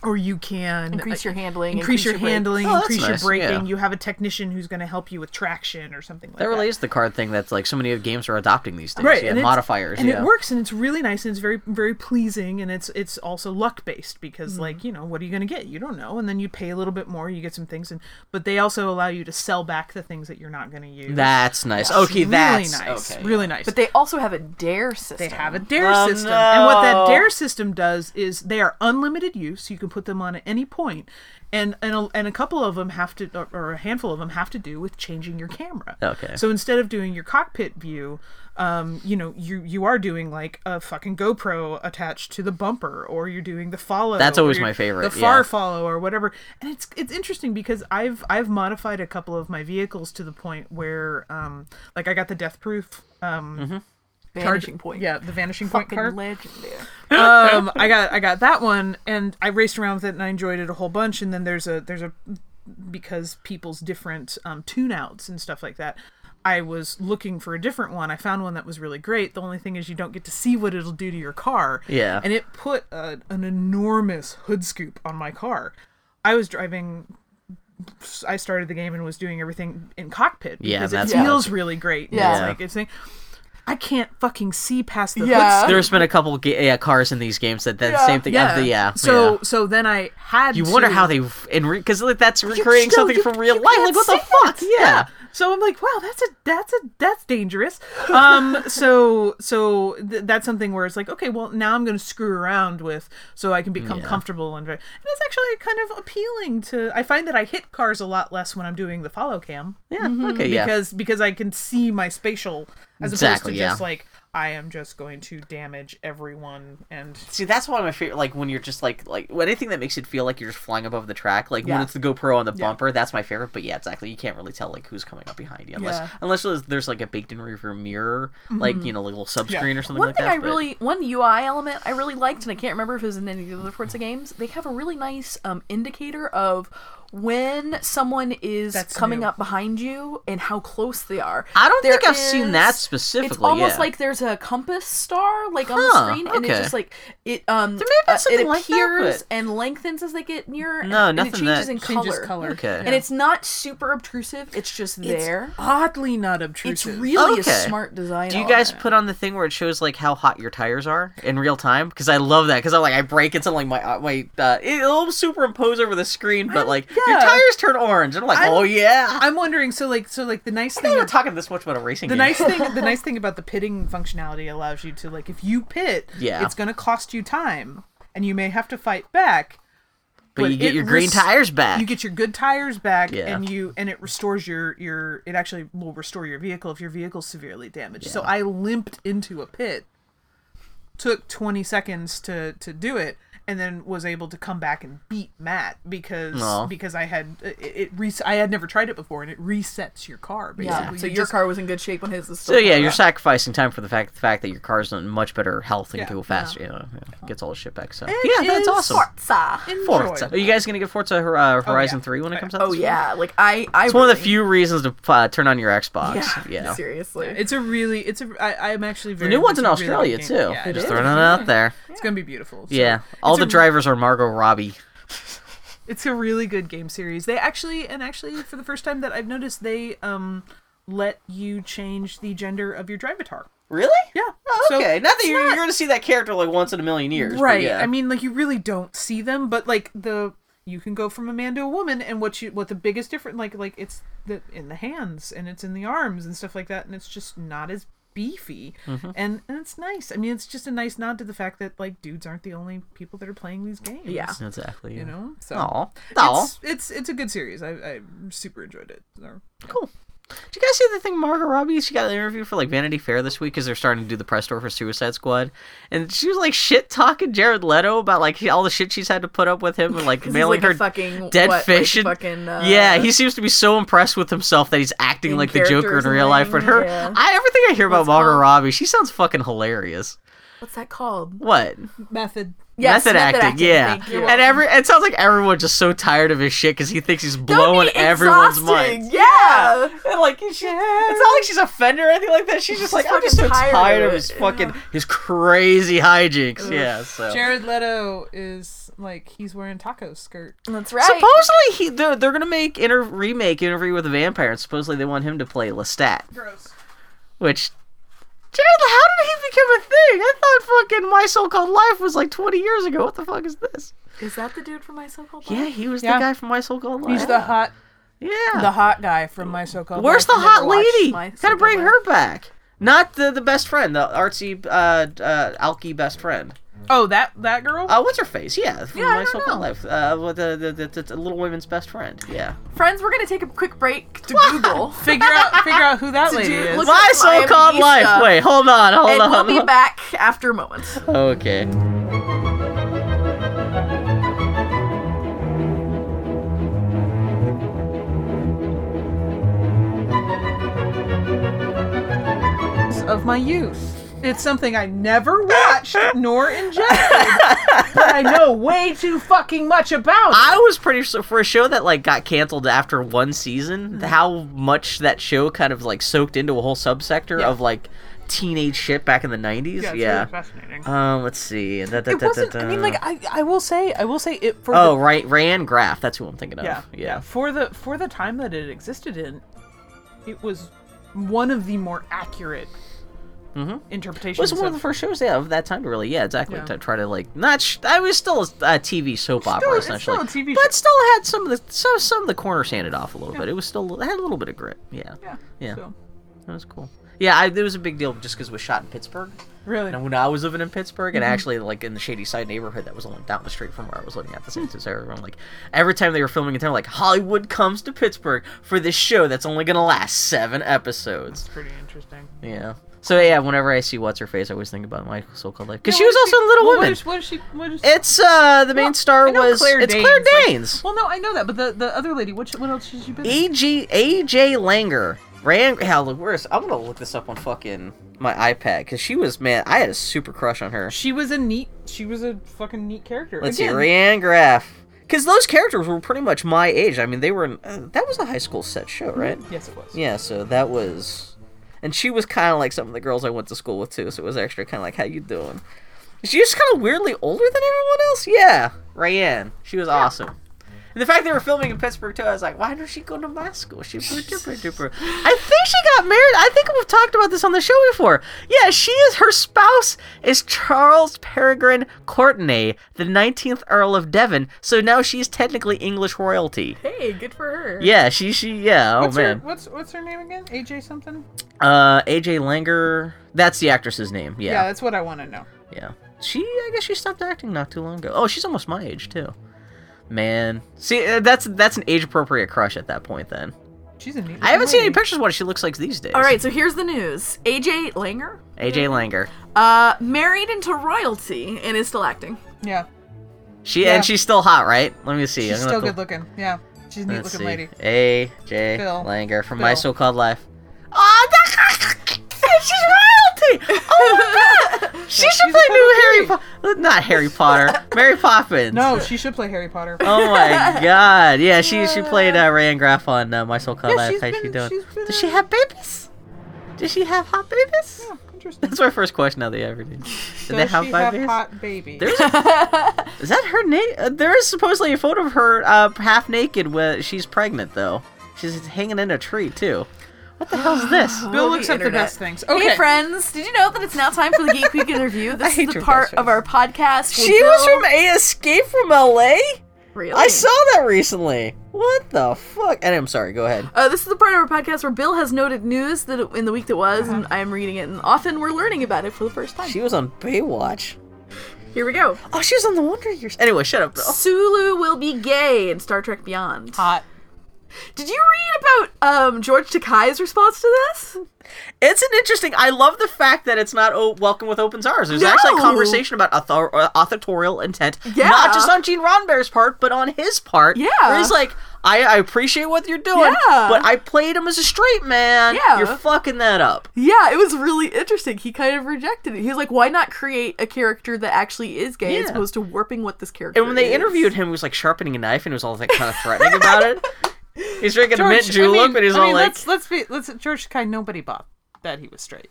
S6: Or you can uh,
S5: Increase your handling,
S6: increase,
S5: increase
S6: your,
S5: your brake.
S6: handling,
S7: Oh, that's
S6: increase your
S7: nice,
S6: braking.
S7: yeah.
S6: You have a technician who's going to help you with traction or something like that.
S7: that really is the card thing that's like so many of games are adopting these days.
S6: right
S7: yeah,
S6: and it's-
S7: modifiers.
S6: and
S7: yeah.
S6: it works and it's really nice and it's very very pleasing and it's it's also luck based because
S5: Mm-hmm.
S6: like you know what are you going to get you don't know and then you pay a little bit more you get some things and but they also allow you to sell back the things that you're not going to use
S7: That's nice. Okay,
S6: really
S7: that's
S6: nice
S7: okay.
S6: really nice
S5: But they also have a dare system.
S6: they have a dare
S7: Oh,
S6: system and what that
S7: no.
S6: dare system does is they are unlimited use you can put them on at any point and and a, and a couple of them have to or, or a handful of them have to do with changing your camera
S7: Okay.
S6: so instead of doing your cockpit view um, you know you you are doing like a fucking gopro attached to the bumper or you're doing the follow
S7: That's always
S6: or
S7: my favorite,
S6: the far
S7: yeah.
S6: follow or whatever and it's it's interesting because i've i've modified a couple of my vehicles to the point where um like i got the death proof um
S5: vanishing point.
S6: yeah, the vanishing point
S5: Fucking
S6: card.
S5: legendary.
S6: um, I got I got that one, and I raced around with it, and I enjoyed it a whole bunch. And then there's a there's a because people's different um, tune outs and stuff like that. I was looking for a different one. I found one that was really great. The only thing is you don't get to see what it'll do to your car.
S7: Yeah.
S6: and it put a, an enormous hood scoop on my car. I was driving I started the game and was doing everything in cockpit
S7: Yeah,
S6: because
S7: that's
S6: it
S7: what-
S6: feels really great. Yeah,
S5: Yeah.
S6: it's like it's like I can't fucking see past the
S5: Yeah.
S6: hood.
S7: There's been a couple ga- yeah, cars in these games that that same thing. Yeah. The, yeah.
S6: So
S7: yeah.
S6: so then I had
S7: You wonder
S6: to-
S7: how they and because like, that's recreating
S6: still-
S7: something
S6: you-
S7: from real
S6: you
S7: life. Like
S6: can't
S7: what the
S6: see
S7: fuck?
S6: that.
S7: yeah.
S6: So I'm like, wow, that's a that's a that's dangerous. Um, so so th- that's something where it's like, okay, well now I'm going to screw around with so I can become comfortable and very, and it's actually kind of appealing to. I find that I hit cars a lot less when I'm doing the follow cam.
S7: Yeah. Okay. Yeah.
S6: because because I can see my spatial as
S7: Exactly,
S6: opposed to
S7: yeah.
S6: just like I am just going to damage everyone and
S7: See, that's one of my favorite. Like when you're just like like when anything that makes it feel like you're just flying above the track. Like when
S6: Yeah.
S7: it's the GoPro on the bumper, that's my favorite. But yeah, exactly. You can't really tell like who's coming up behind you unless
S6: Yeah.
S7: unless there's, there's like a baked-in rearview mirror, like you know, like a little subscreen or something
S5: One
S7: like
S5: thing
S7: that.
S5: I
S7: but-
S5: really, one UI element I really liked, and I can't remember if it was in any of the other Forza games. They have a really nice um, indicator of when someone is
S6: That's
S5: coming
S6: new.
S5: up behind you and how close they are.
S7: I don't
S5: There
S7: think I've seen
S5: is-
S7: that
S5: It's
S7: specifically,
S5: almost
S7: yeah.
S5: like there's a compass star like on
S7: Huh,
S5: the screen, and
S7: okay.
S5: it's just like it um
S7: may have been something
S5: it
S7: like that,
S5: appears
S7: but-
S5: and lengthens as they get nearer.
S7: No,
S5: and,
S7: nothing
S5: And it changes
S7: that-
S5: in
S6: changes
S5: color.
S6: color.
S7: Okay.
S5: And it's not super obtrusive. It's just there.
S6: oddly not
S5: It's
S6: obtrusive.
S5: really a
S7: Okay.
S5: smart design.
S7: Do you
S5: element.
S7: guys put on the thing where it shows like how hot your tires are in real time? Because I love that. Because I'm like I break it's like my uh, my uh, it'll superimpose over the screen, but like your
S6: yeah.
S7: tires turn orange. I'm like,
S6: I'm-
S7: oh yeah.
S6: I'm wondering. So like so like the nice
S7: I think
S6: thing.
S7: we're talking this much about a racing.
S6: the
S7: game.
S6: nice thing the nice thing about the pitting functionality allows you to like if you pit
S7: Yeah.
S6: it's going to cost you time and you may have to fight back
S7: but, you get
S6: it
S7: your green
S6: res-
S7: tires back.
S6: you get your good tires back
S7: Yeah.
S6: and you and it restores your your it actually will restore your vehicle if your vehicle's severely damaged so i limped into a pit took 20 seconds to to do it and then was able to come back and beat matt because
S7: Aw.
S6: because i had it, it res- i had never tried it before and it resets your car basically
S5: Yeah. So
S6: You
S5: your
S6: just-
S5: car was in good shape when his was still.
S7: So yeah,
S5: coming
S7: you're
S5: up.
S7: sacrificing time for the fact the fact that your car's in much better health and
S6: Yeah,
S7: can go faster. You know, yeah, gets all the shit back. So
S6: It
S7: yeah, that's
S6: is
S7: awesome.
S5: Forza.
S7: Forza. Are
S6: enjoyable.
S7: you guys gonna get Forza Hor- uh, Horizon
S6: yeah.
S7: Three when it comes out?
S5: Oh
S7: this year?
S5: yeah, like I, I.
S7: It's one of the few reasons to uh, turn on your Xbox. Yeah.
S5: seriously.
S6: It's a really, it's a. I, I'm actually very.
S7: The new one's in
S6: it's a really
S7: Australia
S6: good
S7: too.
S6: game. Yeah, it
S7: Just
S6: is.
S7: throwing it out there.
S6: It's gonna be beautiful. So
S7: Yeah, all
S6: it's
S7: the
S6: a-
S7: drivers are Margot Robbie.
S6: It's a really good game series. They actually, and actually, for the first time that I've noticed, they um let you change the gender of your drivatar.
S7: Really?
S6: Yeah.
S7: Oh,
S6: So
S7: okay. not that
S6: it's
S7: you're,
S6: not-
S7: you're gonna see that character like once in a million years. but
S6: right
S7: yeah.
S6: i mean like you really don't see them but like the you can go from a man to a woman and what you what the biggest difference like like it's the in the hands and it's in the arms and stuff like that and it's just not as beefy
S7: Mm-hmm.
S6: and, and it's nice i mean it's just a nice nod to the fact that like dudes aren't the only people that are playing these games
S5: Yeah.
S7: exactly.
S6: you know so
S7: Aw. Aw.
S6: It's, it's it's a good series i i super enjoyed it So,
S7: Cool. Did you guys see the thing Margot Robbie? She got an interview for like Vanity Fair this week because they're starting to do the press tour for Suicide Squad, and she was like shit talking Jared Leto about like he- all the shit she's had to put up with him and like
S5: he's,
S7: mailing
S5: like, a
S7: her
S5: fucking-
S7: dead
S5: what, like,
S7: fish. and,
S5: fucking, uh,
S7: yeah, he seems to be so impressed with himself that he's acting
S5: in
S7: like the Joker
S5: character or
S7: in real life. But
S5: something,
S7: her,
S5: yeah.
S7: I everything I hear about
S5: What's
S7: Margot
S5: called-
S7: Robbie, she sounds fucking hilarious.
S5: What's that called?
S7: What?
S6: method
S5: Yes,
S7: method, acting, yeah.
S5: Thank you.
S7: And every it sounds like everyone's just so tired of his shit because he thinks he's
S5: That would be
S7: blowing everyone's
S5: exhausting,
S7: mind.
S5: Yeah.
S7: And like she, it's not like she's offended or anything like that. She's just like I'm
S5: fucking
S7: just so tired,
S5: tired
S7: of,
S5: of it.
S7: his fucking his crazy hijinks. Yeah. So
S6: jared leto is like he's wearing taco skirt
S5: That's right.
S7: supposedly he they're, they're gonna make inter remake interview with a vampire. And supposedly they want him to play Lestat,
S6: gross
S7: which. Jared, how did he become a thing? I thought fucking My So-Called Life was like 20 years ago. What the fuck is this?
S5: Is that the dude from My So-Called Life?
S7: Yeah, he was the
S6: Yeah.
S7: guy from My So-Called Life.
S6: he's the hot
S7: yeah.
S6: the hot guy from my so-called.
S7: Where's the
S6: Life.
S7: hot
S5: watched
S7: lady?
S5: My
S7: Gotta
S5: Single
S7: bring
S5: Life.
S7: her back. Not the the best friend, the artsy uh, uh alky best friend.
S6: Oh, that that girl.
S7: Uh, what's her face? Yeah, from
S5: Yeah, I
S7: My
S5: don't
S7: So-Called
S5: know.
S7: Life. Uh, with the, the, the, the, the Little Women's best friend. Yeah.
S5: Friends, we're gonna take a quick break to Google.
S6: figure out figure out who that lady
S5: do-
S6: is.
S5: look-
S7: My
S5: at my
S7: So-Called
S5: IMDb
S7: Life.
S5: stuff.
S7: Wait, hold on, hold
S5: and
S7: on.
S5: we'll be back after a moment.
S7: Okay.
S6: of my youth. It's something I never watched nor ingested, but I know way too fucking much about.
S7: I was pretty sure for a show that like got canceled after one season, how much that show kind of like soaked into a whole subsector of like teenage shit back in the 90s. Yeah.
S6: fascinating.
S7: um, let's see. Da, da,
S6: It
S7: da,
S6: wasn't.
S7: da,
S6: I mean,
S7: da.
S6: like I, I will say, I will say it for.
S7: uh, Oh,
S6: the,
S7: right, Rayanne Graff. That's who I'm thinking of.
S6: yeah,
S7: Yeah,
S6: yeah. For the for the time that it existed in, it was one of the more accurate interpretations.
S7: Mm-hmm. It was one
S6: of
S7: of the first shows yeah, of that time to really, yeah, exactly.
S6: Yeah.
S7: To try to like not, sh- I was still a, a TV soap opera
S6: it's
S7: essentially,
S6: still a TV
S7: but
S6: show.
S7: still had some of the so some of the corners sanded off a little bit. It was still it had a little bit of grit. Yeah,
S6: Yeah.
S7: yeah,
S6: So,
S7: that was cool. Yeah, I, it was a big deal just because it was shot in Pittsburgh.
S6: really.
S7: And when I was living in Pittsburgh,
S6: Mm-hmm.
S7: and actually like in the Shady Side neighborhood that was only down the street from where I was living at the same time, so everyone like every time they were filming in town, like Hollywood comes to Pittsburgh for this show that's only gonna last seven episodes.
S6: Pretty interesting.
S7: Yeah. So yeah, whenever I see what's her face, I always think about my so-called life because she
S6: Yeah, what
S7: was
S6: is
S7: also in Little
S6: well,
S7: Women.
S6: What is, what is she? What is
S7: It's uh the main star
S6: I know
S7: was it's Claire
S6: like-
S7: Danes. E
S6: well, no, I know that, but the, the other lady, what, what else has she been? in?
S7: A.G. A.J. Langer. Ran. Hell, look, where's I'm gonna look this up on fucking my iPad because she was man. I had a super crush on her.
S6: She was a neat. She was a fucking neat character.
S7: Let's see,
S6: Again,
S7: Rhiannon Graff. Because those characters were pretty much my age. I mean, they were in, uh, that was a high school set show, right?
S6: Yes, it was.
S7: Yeah, so that was, and she was kind of like some of the girls I went to school with too. So it was extra kind of like, how you doing? She was kind of weirdly older than everyone else. Yeah, Rayanne, she was awesome. And the fact they were filming in Pittsburgh too, I was like, why did she go to my school? She was duper duper. I think she got married. I think we've talked about this on the show before. Yeah, she is. Her spouse is Charles Peregrine Courtenay, the 19th Earl of Devon. So now she's technically English royalty.
S5: Hey, good for her.
S7: Yeah, she she yeah. Oh
S6: What's
S7: man.
S6: her? What's what's her name again? AJ something.
S7: Uh, AJ Langer. That's the actress's name.
S6: Yeah,
S7: Yeah,
S6: that's what I want to know.
S7: yeah. She, I guess she stopped acting not too long ago. Oh, she's almost my age too. Man, see, uh, that's that's an age appropriate crush at that point. Then
S6: She's a neat.
S7: I haven't
S6: looking
S7: seen any
S6: lady.
S7: pictures of what she looks like these days.
S5: All right, so here's the news. AJ Langer
S7: AJ Langer.
S5: uh married into royalty and is still acting.
S6: Yeah,
S7: She
S6: Yeah.
S7: and she's still hot, right? Let me see.
S6: she's
S7: I'm
S6: still
S7: gonna
S6: good
S7: look-
S6: looking. Yeah, she's a neat
S7: Let's see.
S6: looking lady.
S7: AJ
S6: Phil.
S7: Langer from My
S6: Phil.
S7: So Called Life. Oh, she's royalty. Oh my god, she should
S6: a
S7: play new
S6: pedophile.
S7: Harry. Po- not Harry Potter. Mary Poppins.
S6: No, she should play Harry Potter.
S7: Oh my god! Yeah, she she played uh, Rayan Graff on uh, My So Called
S6: Yeah,
S7: Life.
S6: she's
S7: How's she
S6: been-
S7: doing?
S6: she's been
S7: Does she
S6: on-
S7: have babies? Does she have hot babies?
S6: Interesting.
S7: That's my first question. How they ever did? Did they
S6: Does
S7: have
S6: she
S7: hot
S6: have
S7: babies?
S6: hot baby?
S7: There's Is that her name? Uh, there is supposedly a photo of her uh, half naked. Where she's pregnant though. She's hanging in a tree too. the hell's this?
S6: Bill
S5: the
S6: looks up the
S5: internet.
S6: best things. Okay.
S5: Hey friends, did you know that it's now time for the Geek Week in Review? This
S4: hate
S5: is the
S4: your
S5: part
S4: best
S5: of our podcast. where
S4: She was
S5: Bill-
S4: from A Escape from LA?
S5: Really?
S4: I saw that recently. What the fuck? And I'm sorry, go ahead.
S5: Uh, this is the part of our podcast where Bill has noted news that in the week that was, and I'm reading it, and often we're learning about it for the first
S6: Oh.
S5: time.
S4: She was on Baywatch.
S5: Here we go.
S4: Oh, she was on The Wonder Years. Anyway, shut up,
S7: Oh.
S4: Bill.
S5: Sulu will be gay in Star Trek Beyond.
S6: Hot.
S5: Did you read about um, George Takei's response to this?
S7: It's an interesting. I love the fact that it's not oh, welcome with open stars. There's
S5: No!
S7: actually a conversation about author- uh, authorial intent,
S5: Yeah.
S7: not just on Gene Roddenberry's part, but on his part.
S5: Yeah.
S7: where he's like, I, I appreciate what you're doing,
S5: Yeah.
S7: but I played him as a straight man.
S5: Yeah.
S7: you're fucking that up.
S5: Yeah, it was really interesting. He kind of rejected it. He was like, "Why not create a character that actually is gay as
S7: Yeah.
S5: opposed to warping what this character?"
S7: And when they
S5: is?
S7: interviewed him, he was like sharpening a knife, and he was all like kind of threatening about it. He's drinking
S6: George,
S7: mint julep,
S6: I mean,
S7: and he's
S6: I
S7: all
S6: mean,
S7: like,
S6: let's let's be let's George Kai nobody bought that he was straight.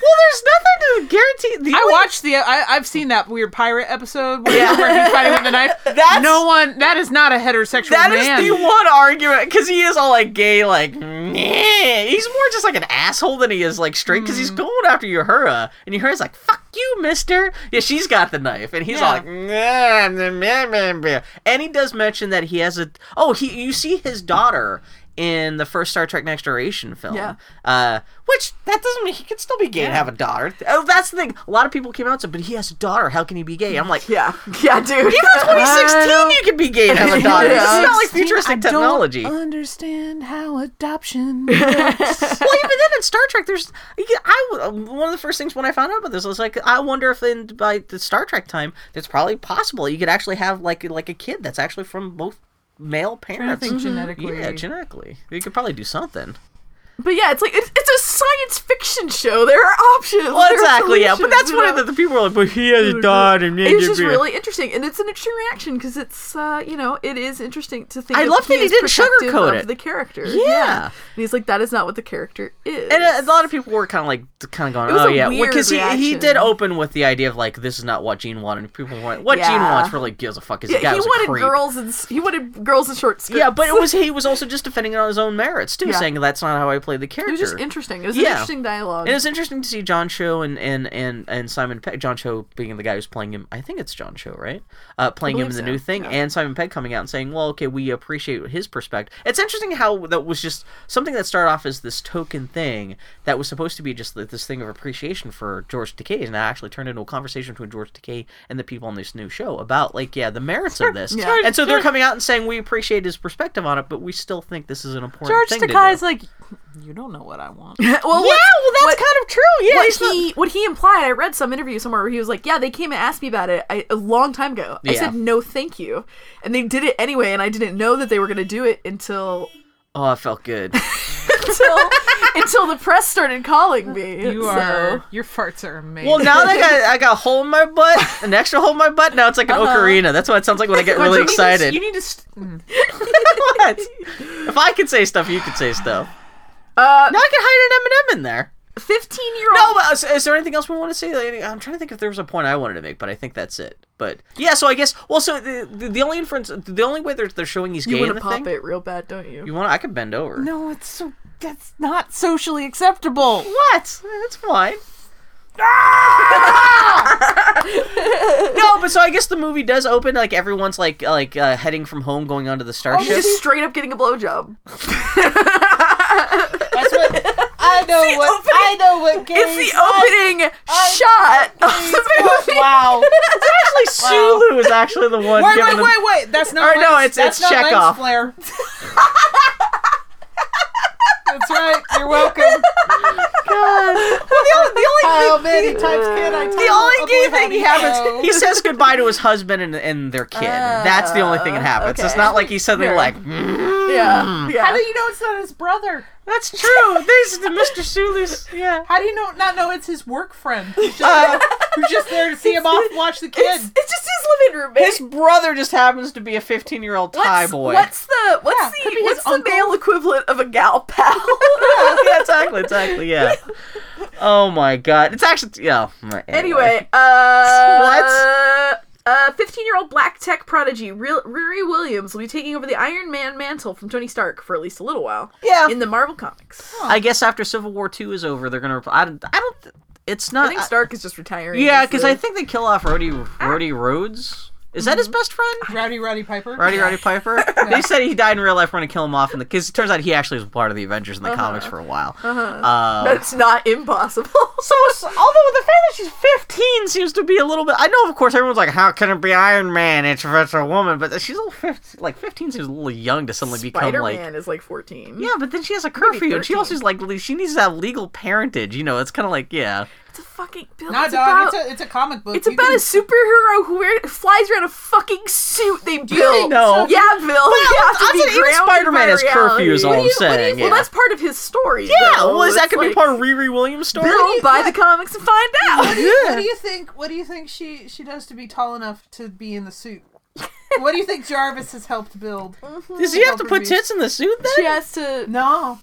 S7: "Well, there's nothing to guarantee." The
S6: I
S7: only-
S6: watched the I, I've seen that weird pirate episode where,
S7: Yeah.
S6: where he's fighting with the knife.
S7: That's-
S6: no one. That is not a heterosexual
S7: That is
S6: man.
S7: the one argument because he is all like gay, like "Nyeh." he's more just like an asshole than he is like straight because he's going after Uhura, and Uhura's like "fuck you, Mister." Yeah, she's got the knife, and he's all
S6: Yeah.
S7: like, "Nyeh, nyeh, nyeh, nyeh, nyeh." and he does mention that he has a oh he you see his daughter in the first Star Trek Next Generation film,
S5: Yeah.
S7: uh, which that doesn't mean he could still be gay and have a daughter. Oh, that's the thing. A lot of people came out and said, but he has a daughter. How can he be gay? I'm like,
S5: yeah, yeah, dude.
S7: even in 2016, you could be gay and have a daughter.
S5: Yeah.
S7: This is not like
S6: 16,
S7: futuristic
S6: I don't
S7: technology.
S6: understand how adoption.
S7: well, even then in Star Trek, there's yeah, I uh, one of the first things when I found out about this I was like, I wonder if in by the Star Trek time, it's probably possible you could actually have like like a kid that's actually from both male
S6: I
S7: parents. Mm-hmm.
S6: think genetically.
S7: Yeah, genetically, you could probably do something.
S5: But yeah, it's like it's, it's a science fiction show. There are options.
S7: Well,
S5: There are
S7: exactly, yeah. But
S5: solutions,
S7: that's
S5: you
S7: one
S5: know?
S7: of the, the people are like, but he has a daughter. and
S5: It's just
S7: yeah.
S5: really interesting, and it's an interesting reaction because it's uh, you know it is interesting to think.
S7: I
S5: of
S7: love that he
S5: as
S7: didn't
S5: protective
S7: sugarcoat
S5: of
S7: it.
S5: The character,
S7: Yeah.
S5: and he's like, that is not what the character is.
S7: And uh, a, a lot of people were kind of like, kind of going,
S5: was
S7: "Oh
S5: a
S7: yeah,"
S5: weird
S7: because he, he
S5: reaction.
S7: did open with the idea of like, "This is not what Gene wanted." People were like, "What Gene
S5: Yeah.
S7: wants really gives a fuck." Is
S5: yeah,
S7: guy
S5: he
S7: was a
S5: wanted
S7: creep.
S5: girls and he wanted girls in short skirts.
S7: Yeah, but it was he was also just defending it on his own merits too,
S5: Yeah.
S7: saying that's not how I played the
S5: it
S7: character.
S5: was just interesting. It was an
S7: Yeah.
S5: interesting dialogue.
S7: and it was interesting to see John Cho and and and, and Simon Pegg. John Cho being the guy who's playing him. I think it's John Cho, right? Uh, playing him in the
S5: believe
S7: new
S5: so,
S7: thing, and Simon Pegg coming out and saying, "Well, okay, we appreciate his perspective." It's interesting how that was just something that started off as this token thing that was supposed to be just th- this thing of appreciation for George Takei, and that actually turned into a conversation between George Takei and the people on this new show about like, yeah, the merits of this.
S5: Yeah.
S7: And so they're coming out and saying we appreciate his perspective on it, but we still think this is an important
S6: George
S7: thing to do.
S6: Takei's like, you don't know what I want.
S5: well,
S7: yeah, well, that's kind of true. Yeah, he's
S5: what
S7: not-
S5: he what he implied. I read some interview somewhere where he was like, "Yeah, they came and asked me about it I, a long time ago. I
S7: Yeah.
S5: said no, thank you, and they did it anyway. And I didn't know that they were going to do it until
S7: Oh, I felt good.
S5: until until the press started calling me.
S6: You
S5: so-
S6: are your farts are amazing.
S7: Well, now that I got, I got a hole in my butt, an extra hole in my butt, now it's like an ocarina. That's what it sounds like when I get
S6: George,
S7: really
S6: you
S7: excited.
S6: need to- you need to. St- mm.
S7: What? If I could say stuff, you could say stuff.
S5: Uh,
S7: Now I can hide an M&M in there.
S5: fifteen year
S7: No,
S5: old.
S7: but is, is there anything else we want to say? Like, any- I'm trying to think if there was a point I wanted to make, but I think that's it. But yeah, so I guess well, so the, the, the only inference, the only way they're, they're showing he's
S5: You
S7: gay
S5: want
S7: in
S5: to
S7: the
S5: pop
S7: thing,
S5: it real bad, don't you?
S7: you want I could bend over.
S6: No, it's so that's not socially acceptable.
S7: What? That's fine. Ah! no, but so I guess the movie does open like everyone's like like uh, heading from home, going onto the
S5: He's
S7: starship.
S5: just straight up getting a blowjob.
S6: That's what I know. what I know what gays.
S5: It's
S7: Oh,
S5: the opening shot of the movie.
S6: wow.
S7: actually, Sulu is actually the one.
S6: Wait,
S7: giving
S6: wait,
S7: them-
S6: wait, wait. That's not.
S7: Or no,
S6: lens-
S7: it's-
S6: that's
S7: it's
S6: not lens
S7: Chekhov.
S6: Flare. that's right. You're welcome.
S7: Well, the
S5: Oh,
S6: How
S7: only, the only,
S6: many times can I tell?
S7: the only gay thing he
S6: No.
S7: happens, he says goodbye to his husband and, and their kid. That's the only thing that happens. It's
S5: Uh, okay.
S7: not like he's suddenly
S5: Fair.
S7: like, "Mm." Hmm.
S5: Yeah,
S6: How do
S5: yeah.
S6: you know it's not his brother?
S7: that's true. This is the Mr. Sulu's. Yeah.
S6: How do you know not know it's his work friend who's just, Uh, who's just there to see him off, watch the kid?
S5: It's, it's just his living room.
S7: His brother just happens to be a 15 year old Thai boy.
S5: What's the
S6: Yeah,
S5: what's
S6: could
S5: the
S6: be
S5: what's
S6: his
S5: the
S6: uncle.
S5: male equivalent of a gal pal?
S7: yeah, exactly, exactly, yeah. Oh my god. It's actually yeah.
S5: anyway, uh
S7: What?
S5: Uh, 15-year-old black tech prodigy Real- Riri Williams will be taking over the Iron Man mantle from Tony Stark for at least a little while.
S7: Yeah.
S5: In the Marvel comics.
S7: I guess after Civil War Two is over, they're gonna. rep- I don't. I don't it's not. uh,
S5: I think Stark is just retiring.
S7: yeah,
S5: as
S7: because
S5: the-
S7: I think they kill off Roddy Roddy Rhodes. Is that his best friend?
S6: Rowdy Roddy Piper.
S7: Roddy Roddy Piper. They said he died in real life. We're gonna kill him off in the because it turns out he actually was part of the Avengers in the comics for a while. Uh,
S5: That's not impossible.
S7: so, it's- although the fact that she's 15 seems to be a little bit. I know, of course, everyone's like, "How can it be Iron Man if it's a woman?" But she's a little 15, like 15 seems a little young to suddenly become
S5: Spider-Man
S7: like.
S5: is like 14.
S7: Yeah, but then she has a curfew, and she
S5: 13.
S7: also is like le- she needs to have legal parentage. You know, it's kind of like yeah,
S5: It's a fucking Bill.
S6: Nah,
S5: it's
S6: dog.
S5: about,
S6: it's a it's a comic book.
S5: it's
S6: You
S5: about
S6: can-
S5: a superhero who wear, flies around a fucking suit they built.
S7: know?
S5: Yeah, Bill. you have to
S7: I
S5: be
S7: said even
S5: grounded
S7: Spider-Man
S5: by
S7: has curfew
S5: reality.
S7: is all
S5: What do you- what do
S7: I'm
S5: you-
S7: saying, yeah.
S5: Well, that's part of his story.
S7: yeah.
S5: though.
S7: Well, is that
S5: It's
S7: could be
S5: like,
S7: part of Riri Williams' story?
S5: Bill, buy the comics and find out.
S6: What do you think? What do you think she she does to be tall enough to be in the suit? what do you think Jarvis has helped build?
S7: Does he have to put
S6: Riri.
S7: tits in the suit then?
S5: She has to.
S6: No,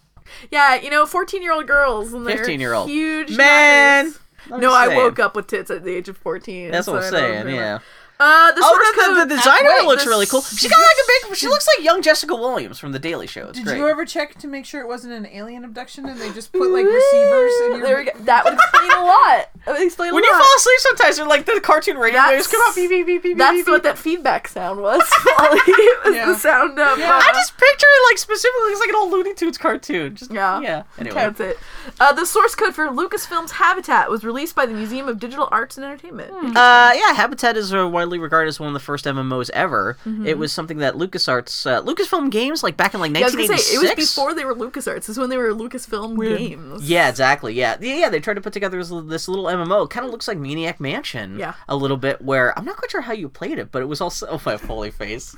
S5: Yeah, you know, fourteen-year-old girls and they're
S7: 15-year-old.
S5: huge
S7: Man!
S5: knockers.
S7: I'm
S5: No,
S7: just
S5: I
S7: saying.
S5: woke up with tits at the age of fourteen.
S7: That's
S5: so
S7: what I'm
S5: I don't
S7: saying.
S5: really-
S7: Yeah.
S5: Uh, the source
S7: Oh, the,
S5: code.
S7: the, the designer
S6: wait,
S7: looks
S6: this-
S7: really cool. She got like a big. She looks like young Jessica Williams from The Daily Show. It's
S6: did
S7: great.
S6: you ever check to make sure it wasn't an alien abduction and they just put like receivers? In your...
S5: There we go. That would explain a lot. That would explain
S7: when
S5: a
S7: you
S5: lot.
S7: fall asleep, sometimes they're like the cartoon radio waves come
S6: Oh,
S7: out. Beep, beep, beep, beep,
S5: That's
S7: beep,
S5: what that feedback sound was. Molly. it was
S6: Yeah.
S5: the sound of.
S6: Yeah.
S5: uh,
S7: I just picture it like specifically. It's like an old Looney Tunes cartoon. Just
S5: Yeah.
S7: yeah. Yeah. Anyway.
S5: that's it. Uh, the source code for Lucasfilm's Habitat was released by the Museum of Digital Arts and Entertainment.
S7: Uh, yeah, Habitat is uh, widely regarded as one of the first MMOs ever. It was something that LucasArts, uh, Lucasfilm Games, like back in like
S5: Mm-hmm. Yeah, I was gonna
S7: 1986.
S5: say it was before they were LucasArts. This is when they were Lucasfilm Games.
S7: Yeah, exactly. Yeah, yeah, yeah. They tried to put together this, this little MMO. Kind of looks like Maniac Mansion.
S5: Yeah.
S7: a little bit. Where I'm not quite sure how you played it, but it was also oh, my Foley face.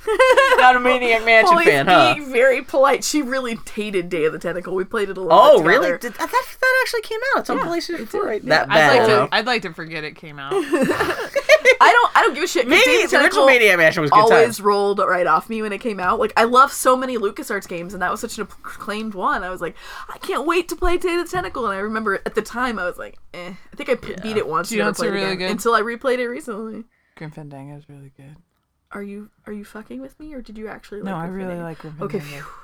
S7: not a Maniac Mansion
S5: Molly's
S7: fan, huh?
S5: being very polite. She really hated Day of the Tentacle. We played it a lot.
S7: Oh,
S5: together.
S7: really? Did, that that actually came out. It's on PlayStation 4 right That
S6: I'd
S7: bad.
S6: like,
S7: huh?
S6: to, I'd like to forget it came out.
S5: I don't. I don't give a shit. 'cause Day of the
S7: Maybe the original
S5: Tentacle-
S7: Maniac Mansion was good
S5: always
S7: times.
S5: rolled right off me when it came out. Like I love so many LucasArts games and that was such an acclaimed one. I was like, I can't wait to play Day of the Tentacle and I remember at the time I was like, eh. I think I p- beat it once
S6: Do you know
S5: never
S6: what's
S5: played it
S6: really
S5: again,
S6: good?
S5: until I replayed it recently.
S6: Grim Fandango is really good.
S5: Are you are you fucking with me or did you actually like
S6: No, I
S5: Grim
S6: really
S5: Fandango?
S6: like Grim
S5: Okay,
S6: Fandango.
S5: phew.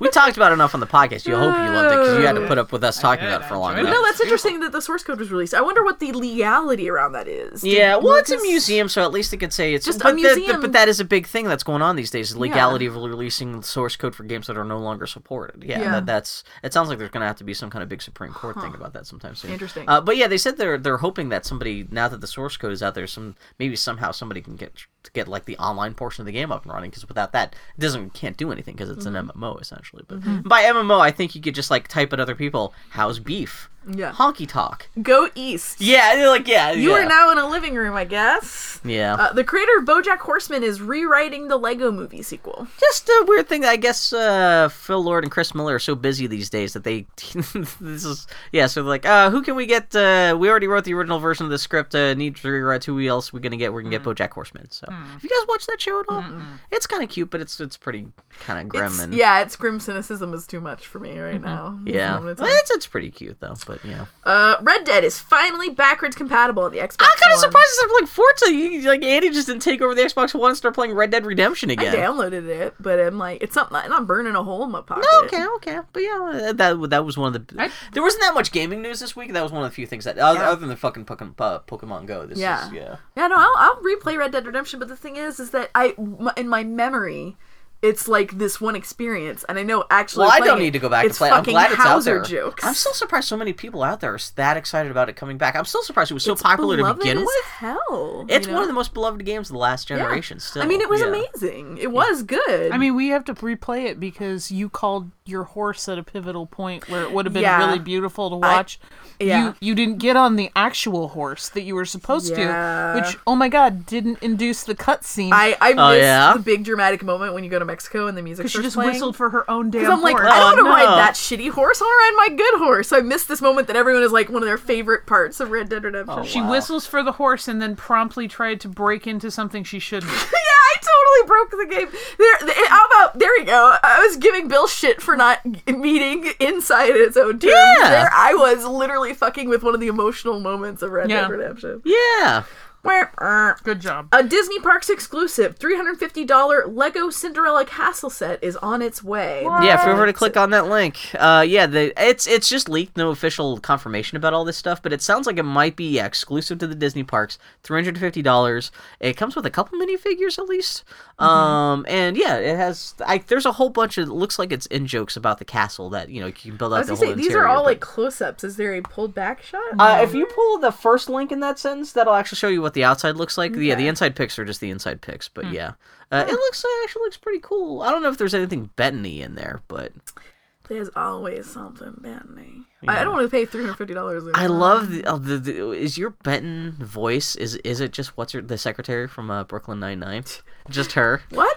S7: We talked about it enough on the podcast. You hope you loved it because you had to put up with us talking about it for a long
S6: enjoyed
S7: time.
S6: it.
S5: No, that's interesting that the source code was released. I wonder what the legality around that is. Did
S7: Yeah, well, it's a
S5: Lucas-
S7: museum, so at least they could say it's
S5: Just a
S7: but the- the-
S5: museum.
S7: but that is a big thing that's going on these days: the legality of releasing source code for games that are no longer supported. Yeah,
S5: Yeah.
S7: That, that's. It sounds like there's going to have to be some kind of big Supreme Court thing about that sometime soon.
S5: Interesting.
S7: Uh, but yeah, they said they're they're hoping that somebody now that the source code is out there, some maybe somehow somebody can get get like the online portion of the game up and running because without that, it doesn't can't do anything because it's
S5: Mm-hmm.
S7: an MMO essentially. But by MMO, I think you could just like type at other people, "How's beef?"
S5: Yeah.
S7: Honky talk.
S5: Go east.
S7: Yeah, they're like yeah.
S5: You
S7: yeah.
S5: are now in a living room, I guess.
S7: Yeah.
S5: Uh, the creator of BoJack Horseman is rewriting the Lego Movie sequel.
S7: just a weird thing. that I guess uh, Phil Lord and Chris Miller are so busy these days that they this is yeah. So they're like, uh, who can we get? Uh, we already wrote the original version of the script. Uh, need to rewrite. Who else we gonna get? We're gonna get
S5: Mm.
S7: BoJack Horseman. So if you guys watch that show at all, it's kind of cute, but it's it's pretty kind of grim
S5: It's-
S7: and
S5: yeah, it's grim cynicism is too much for me right now.
S7: Mm-hmm.
S5: At
S7: yeah.
S5: the moment in
S7: Well,
S5: time.
S7: it's it's pretty cute though. But yeah,
S5: Uh, Red Dead is finally backwards compatible on the Xbox.
S7: I'm kind
S5: One.
S7: of surprised it's like Forza. You, like Andy just didn't take over the Xbox One and start playing Red Dead Redemption
S5: I
S7: again.
S5: downloaded it, but I'm like, it's not. I'm not burning a hole in my pocket.
S7: Oh, Okay, okay, but yeah, uh, that that was one of the. there wasn't that much gaming news this week. That was one of the few things that, other, other than the fucking Pokemon, uh, Pokemon Go. This
S5: Yeah.
S7: is yeah.
S5: Yeah, no, I'll, I'll replay Red Dead Redemption. But the thing is, is that I m- in my memory. It's like this one experience, and I know actually.
S7: Well, I
S5: playing
S7: don't need
S5: it,
S7: to go back
S5: it's
S7: and play. it. I'm
S5: fucking
S7: glad it's out
S5: Hauser
S7: there.
S5: Jokes.
S7: I'm still surprised so many people out there are that excited about it coming back. I'm still surprised it was so
S5: It's
S7: popular to
S5: beloved
S7: begin
S5: as
S7: with.
S5: Hell,
S7: It's
S5: you
S7: one
S5: know?
S7: of the most beloved games of the last
S5: Yeah.
S7: generation. Still,
S5: I mean, it was
S7: Yeah.
S5: amazing. It was good.
S6: I mean, we have to replay it because you called your horse at a pivotal point where it would have been
S5: Yeah.
S6: really beautiful to watch.
S5: yeah.
S6: You you didn't get on the actual horse that you were supposed
S5: Yeah.
S6: to, which oh my god, didn't induce the cutscene.
S5: I I
S7: Oh,
S5: missed
S7: yeah?
S5: the big dramatic moment when you go to Mexico and the music.
S6: because she
S5: starts
S6: just
S5: playing.
S6: whistled for her own damn
S5: Because I'm like,
S6: horse.
S5: I don't want to
S7: Oh, no.
S5: ride that shitty horse. I want to ride my good horse. So I missed this moment that everyone is like one of their favorite parts of Red Dead
S7: Oh,
S5: Redemption.
S6: she whistles for the horse and then promptly tried to break into something she shouldn't.
S5: yeah, I totally broke the game. There, there- how about there? You go. I was giving Bill shit for not meeting inside its own terms.
S7: Yeah.
S5: There, I was literally fucking with one of the emotional moments of Red
S6: Yeah.
S5: Dead Redemption.
S7: Yeah.
S6: Good job.
S5: A Disney Parks exclusive $350 Lego Cinderella castle set is on its way.
S7: Yeah, if we were to click on that link, uh, yeah, the, it's it's just leaked, no official confirmation about all this stuff, but it sounds like it might be yeah, exclusive to the Disney parks. Three hundred fifty dollars. It comes with a couple minifigures at least.
S5: Mm-hmm.
S7: Um, and yeah, it has. I, there's a whole bunch of. It looks like it's in jokes about the castle that you know you can build
S5: I
S7: out
S5: was
S7: the
S5: gonna
S7: whole
S5: say, these
S7: interior.
S5: are all
S7: but-
S5: like close ups. Is there a pulled back shot?
S7: Uh, if you pull the first link in that sentence, that'll actually show you what the outside looks like. Yeah, the inside pics are just the inside pics,
S5: Hmm.
S7: but yeah, uh, it looks it actually looks pretty cool. I don't know if there's anything Bettany in there, but
S5: There's always something, Bentley. I I don't want to pay $350.
S7: I
S5: Um,
S7: love the, uh, the, the is your Benton voice is is it just what's her the secretary from uh, Brooklyn Nine Nine, just her?
S5: What?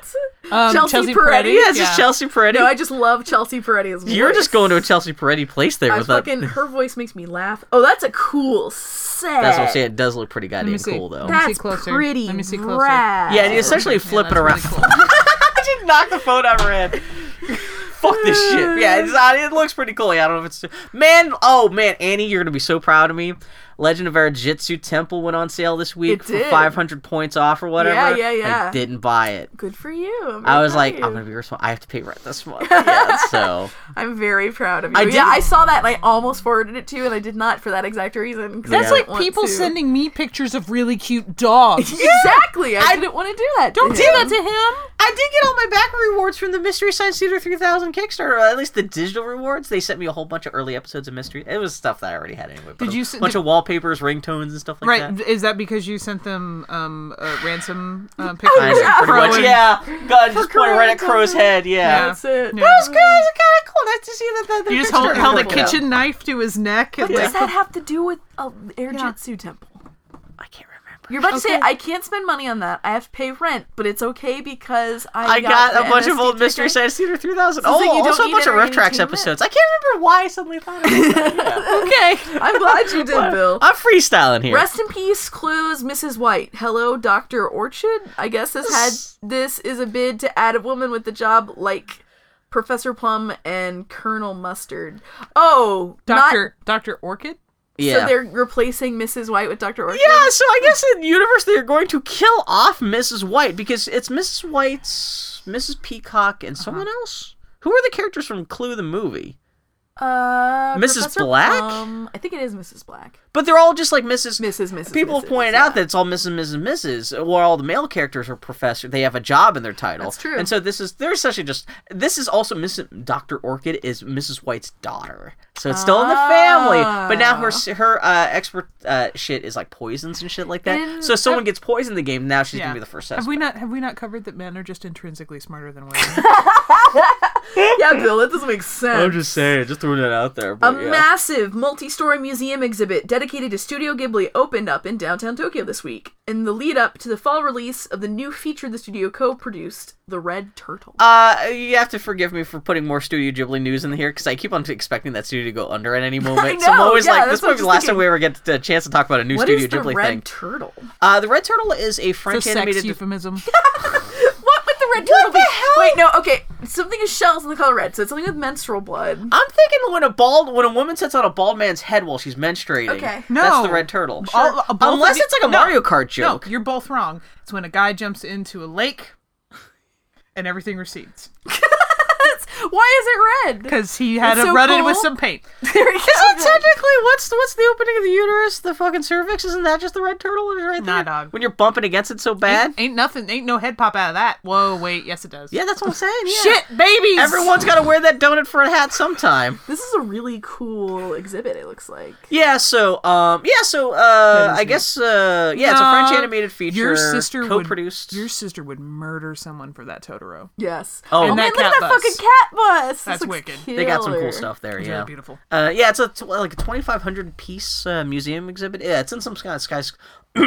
S6: Um,
S5: Chelsea Peretti?
S6: Chelsea Peretti?
S7: Yeah, it's just
S6: Yeah.
S7: Chelsea Peretti.
S5: No, I just love Chelsea Peretti's voice.
S7: You're just going to a Chelsea Peretti place there
S5: I
S7: with that.
S5: fucking, her voice makes me laugh. Oh, that's a cool set.
S7: That's what I'm saying. It does look pretty
S6: me
S7: goddamn
S6: see.
S7: cool though.
S6: Let me see
S5: That's
S6: closer.
S5: pretty
S6: Let me see closer.
S5: rad.
S7: Yeah, and you essentially flip it
S6: that's
S7: around.
S6: really
S7: I just knocked the phone out of her hand. Fuck this shit. Yeah, it's, uh, it looks pretty cool. Yeah, I don't know if it's man. Oh man, Annie, you're gonna be so proud of me. Legend of Our Jitsu Temple went on sale this week
S5: It
S7: for
S5: did.
S7: 500 points off or whatever.
S5: yeah, yeah.
S7: I didn't buy it.
S5: Good for you. I'm
S7: I
S5: very
S7: was
S5: proud
S7: like,
S5: of
S7: I'm
S5: you.
S7: gonna be responsible. I have to pay rent this month. Yeah, so
S5: I'm very proud of you.
S7: I
S5: yeah,
S7: didn't-
S5: I saw that and I almost forwarded it to you, and I did not for that exact reason. 'cause I
S7: That's
S5: didn't
S7: like
S5: want
S6: People
S5: to.
S6: sending me pictures of really cute dogs.
S5: Exactly. I, didn't want to do that.
S6: Don't do that to him.
S7: I did get all my back rewards from the Mystery Science Theater 3000 Kickstarter, or at least the digital rewards. They sent me a whole bunch of early episodes of Mystery. It was stuff that I already had anyway. but
S6: Did
S7: a
S6: you s-
S7: bunch
S6: did-
S7: of wallpapers, ringtones, and stuff like that?
S6: Right? Is that because you sent them um, uh, ransom um,
S7: Kind
S6: pictures?
S7: of,
S5: Oh, yeah,
S7: pretty
S5: Crow
S7: much,
S5: and-
S7: yeah. God, just pointed right at Crow's head, yeah.
S6: Yeah.
S5: That's it.
S6: Yeah.
S7: That was good. It was kind of cool. Nice to see that. that, that
S6: You just
S7: picture.
S6: hold, held a
S7: Yeah.
S6: kitchen knife to his neck. And,
S5: What does
S6: like,
S5: that have to do with a air jitsu temple?
S7: I can't remember.
S5: You're about to say I can't spend money on that. I have to pay rent, but it's okay because I,
S7: I got,
S5: the
S7: a bunch of
S5: MST
S7: old Mystery
S5: ticket.
S7: Science Theater 3000.
S5: So it's
S7: oh,
S5: like you
S7: also
S5: don't
S7: a bunch
S5: need
S7: of Riff Tracks
S5: entertainment?
S7: episodes. I can't remember why I suddenly thought of that.
S6: okay.
S5: I'm glad you did, Bill.
S7: I'm freestyling here.
S5: Rest in peace, clues, Mrs. White. Hello, Doctor Orchid. I guess this had this is a bid to add a woman with the job like Professor Plum and Colonel Mustard. Oh, not-
S6: Doctor Doctor Orchid.
S7: yeah.
S5: So they're replacing Mrs. White with Doctor Orchid.
S7: yeah, so I guess in universe they're going to kill off Mrs. White because it's Mrs. White's, Mrs. Peacock, and someone
S5: Uh-huh.
S7: else. Who are the characters from Clue the movie?
S5: Uh,
S7: Mrs.
S5: Professor
S7: Black?
S5: Plum- I think it is Mrs. Black.
S7: But they're all just like Mrs.
S5: Mrs., Mrs.,
S7: People
S5: Mrs.,
S7: have pointed
S5: yeah.
S7: out that it's all Mrs. Mrs. Mrs. Where all the male characters are professor. They have a job in their title.
S5: That's true.
S7: And so this is they're essentially just this is also Mrs. Doctor Orchid is Mrs. White's daughter. So it's still in the family, but now
S5: Ah.
S7: her s- her uh, expert uh, shit is like poisons and shit like that.
S5: And-
S7: so if someone gets poisoned in the game. Now she's
S6: Yeah.
S7: gonna be the first.
S6: Have
S7: Suspect.
S6: we not have we not covered that men are just intrinsically smarter than women?
S5: Yeah, Bill, that doesn't make sense.
S7: saying, just throwing that out there.
S5: A massive multi-story museum exhibit dedicated to Studio Ghibli opened up in downtown Tokyo this week in the lead up to the fall release of the new feature the studio co-produced, The Red Turtle.
S7: Uh, you have to forgive me for putting more Studio Ghibli news in here because I keep on expecting that studio to go under at any moment. so I'm
S5: know,
S7: always
S5: yeah,
S7: like,
S5: that's
S7: this
S5: what I'm
S7: might be the
S5: just
S7: last time
S5: thinking.
S7: we ever get a chance to talk about a new
S5: What
S7: Studio
S5: is The
S7: Ghibli
S5: Red
S7: thing.
S5: Turtle?
S7: uh, the Red Turtle is a French
S6: so sex
S7: animated.
S6: euphemism.
S5: What would The Red Turtle be? Wait, no, okay. Something is shells in the color red, so it's something with menstrual blood.
S7: I'm thinking when a bald when a woman sits on a bald man's head while she's menstruating.
S5: Okay.
S7: that's
S6: No.
S7: the Red Turtle.
S6: All- uh, both
S7: Unless
S6: of the-
S7: it's like a
S6: no,
S7: Mario Kart joke.
S6: No, you're both wrong. It's when a guy jumps into a lake and everything recedes
S5: Why is it red?
S6: because he had
S5: It's
S6: it
S5: so
S6: rutted
S5: cool.
S6: with some paint.
S5: There you
S7: Isn't
S5: go.
S7: technically what's the, what's the opening of the uterus? The fucking cervix? Isn't that just the Red Turtle? Is it right
S6: Nah,
S7: there?
S6: dog.
S7: When you're bumping against it so bad.
S6: Ain't nothing. Ain't no head pop out of that. Whoa, wait. Yes, it does.
S7: Yeah, that's what I'm saying. Yeah.
S6: Shit, babies.
S7: Everyone's got to wear that donut for a hat sometime.
S5: This is a really cool exhibit, it looks like.
S7: Yeah, so um yeah, so uh I guess uh yeah, it's a French animated feature
S6: Um, Your sister
S7: co-produced.
S6: Would, your sister would murder someone for that Totoro.
S5: Yes.
S7: Oh.
S5: man,
S7: And
S6: that
S5: look at
S6: cat
S5: that
S6: bus.
S5: fucking cat bus.
S6: That's wicked.
S7: they got some cool
S5: killer.
S7: stuff there, yeah.
S6: really beautiful.
S7: Uh yeah, it's a tw- like a 2500 piece uh, museum exhibit. Yeah, it's in some sky, sky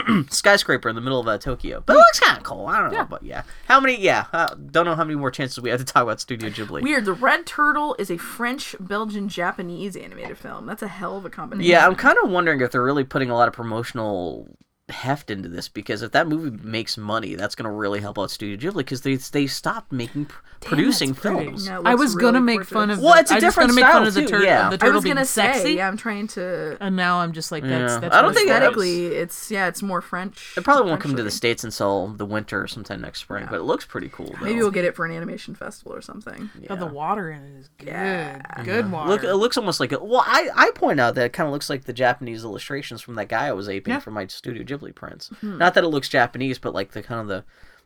S7: skyscraper in the middle of uh, Tokyo. But it looks kind of cool. I don't know, but yeah. How many yeah, uh, don't know how many more chances we have to talk about Studio Ghibli.
S5: Weird. The Red Turtle is a French, Belgian, Japanese animated film. That's a hell of a combination.
S7: yeah, I'm kind of wondering if they're really putting a lot of promotional heft into this because if that movie makes money, that's going to really help out Studio Ghibli because they they stopped making pr- producing films.
S5: No, it
S6: I
S5: looks
S6: was gonna
S5: really
S6: make
S5: gorgeous.
S6: fun of.
S7: Well,
S6: the-
S7: it's a
S6: I just gonna
S7: different
S6: make fun
S7: style,
S6: of the,
S7: too,
S6: tur-
S7: yeah.
S6: of the
S5: I
S6: turtle
S5: was
S6: being
S5: gonna say,
S6: sexy.
S5: yeah, I'm trying to
S6: And now I'm just like, that's.
S7: Yeah.
S6: that's
S7: I don't
S6: really
S7: think it-
S6: gross.
S5: aesthetically, it's yeah, it's more French.
S7: It probably won't come to the
S5: French-looking.
S7: states until the winter or sometime next spring, but it looks pretty cool. Though.
S5: Maybe we'll get it for an animation festival or something.
S6: Oh, the water in it is good. Good water.
S7: Look, it looks almost like a, well, I, I point out that it kind of looks like the Japanese illustrations from that guy I was aping from my Studio Ghibli prints.
S6: Hmm.
S7: Not that it looks Japanese, but like the kind of the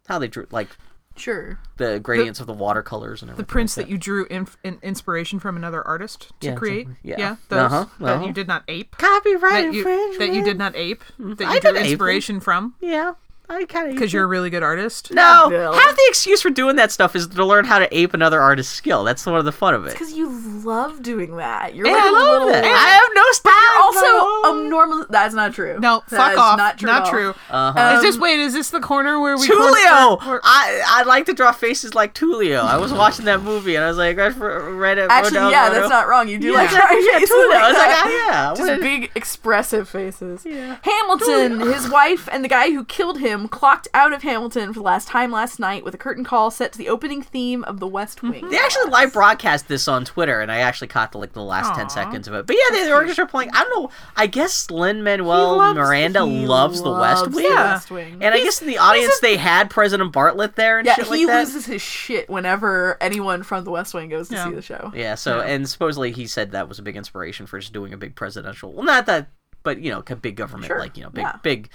S7: how they drew like
S5: Sure.
S7: the gradients of the watercolors and
S6: the
S7: everything.
S6: prints that you drew in, in inspiration from another artist to
S7: Yeah,
S6: create.
S7: exactly. Yeah.
S6: those
S7: Uh-huh,
S6: that
S7: uh-huh.
S6: you did not ape.
S7: copyright
S6: That you, that you did not ape. That you
S7: didn't
S6: drew
S7: Mm-hmm. ape them.
S6: inspiration from
S7: Yeah, I kind of
S6: because you're a really good artist.
S7: No,
S5: Bill.
S7: half the excuse for doing that stuff is to learn how to ape another artist's skill. That's one of the fun of it.
S5: Because you love doing that. You're
S7: And
S5: like
S7: I
S5: a
S7: love
S5: little-
S7: it. I have no style.
S5: Also, um, normal. That's not true.
S6: No,
S5: That
S6: fuck
S5: is
S6: off.
S5: Not true. at all.
S7: Uh-huh.
S6: is this wait? Is this the corner where we?
S7: Tulio.
S6: corner- where-
S7: I I like to draw faces like Tulio. I was watching that movie and I was like, right, for, right at
S5: Actually,
S7: Rodel,
S5: yeah,
S7: Rodel.
S5: that's not wrong. You do
S7: Yeah,
S5: like
S7: exactly. Yeah,
S5: faces
S7: Tulio. I was like,
S5: that.
S7: ah, yeah.
S5: Just
S7: what-
S5: big expressive faces. Hamilton, his wife, and the guy who killed him clocked out of Hamilton for the last time last night with a curtain call set to the opening theme of The West Wing.
S7: Mhm. They actually live broadcast this on Twitter, and I actually caught the, like the last ten seconds of it. But yeah, they had the orchestra playing. I don't know. I guess Lin Manuel Miranda loves the West
S5: loves
S7: Wing.
S5: the West Wing.
S7: And I guess in the audience they had President Bartlett there and
S5: Yeah,
S7: shit
S5: he
S7: like that.
S5: loses his shit whenever anyone from The West Wing goes to see the show.
S7: Yeah. So and supposedly he said that was a big inspiration for just doing a big presidential. Well, not that, but you know, a big government
S5: Sure,
S7: like you know, big
S5: yeah.
S7: big.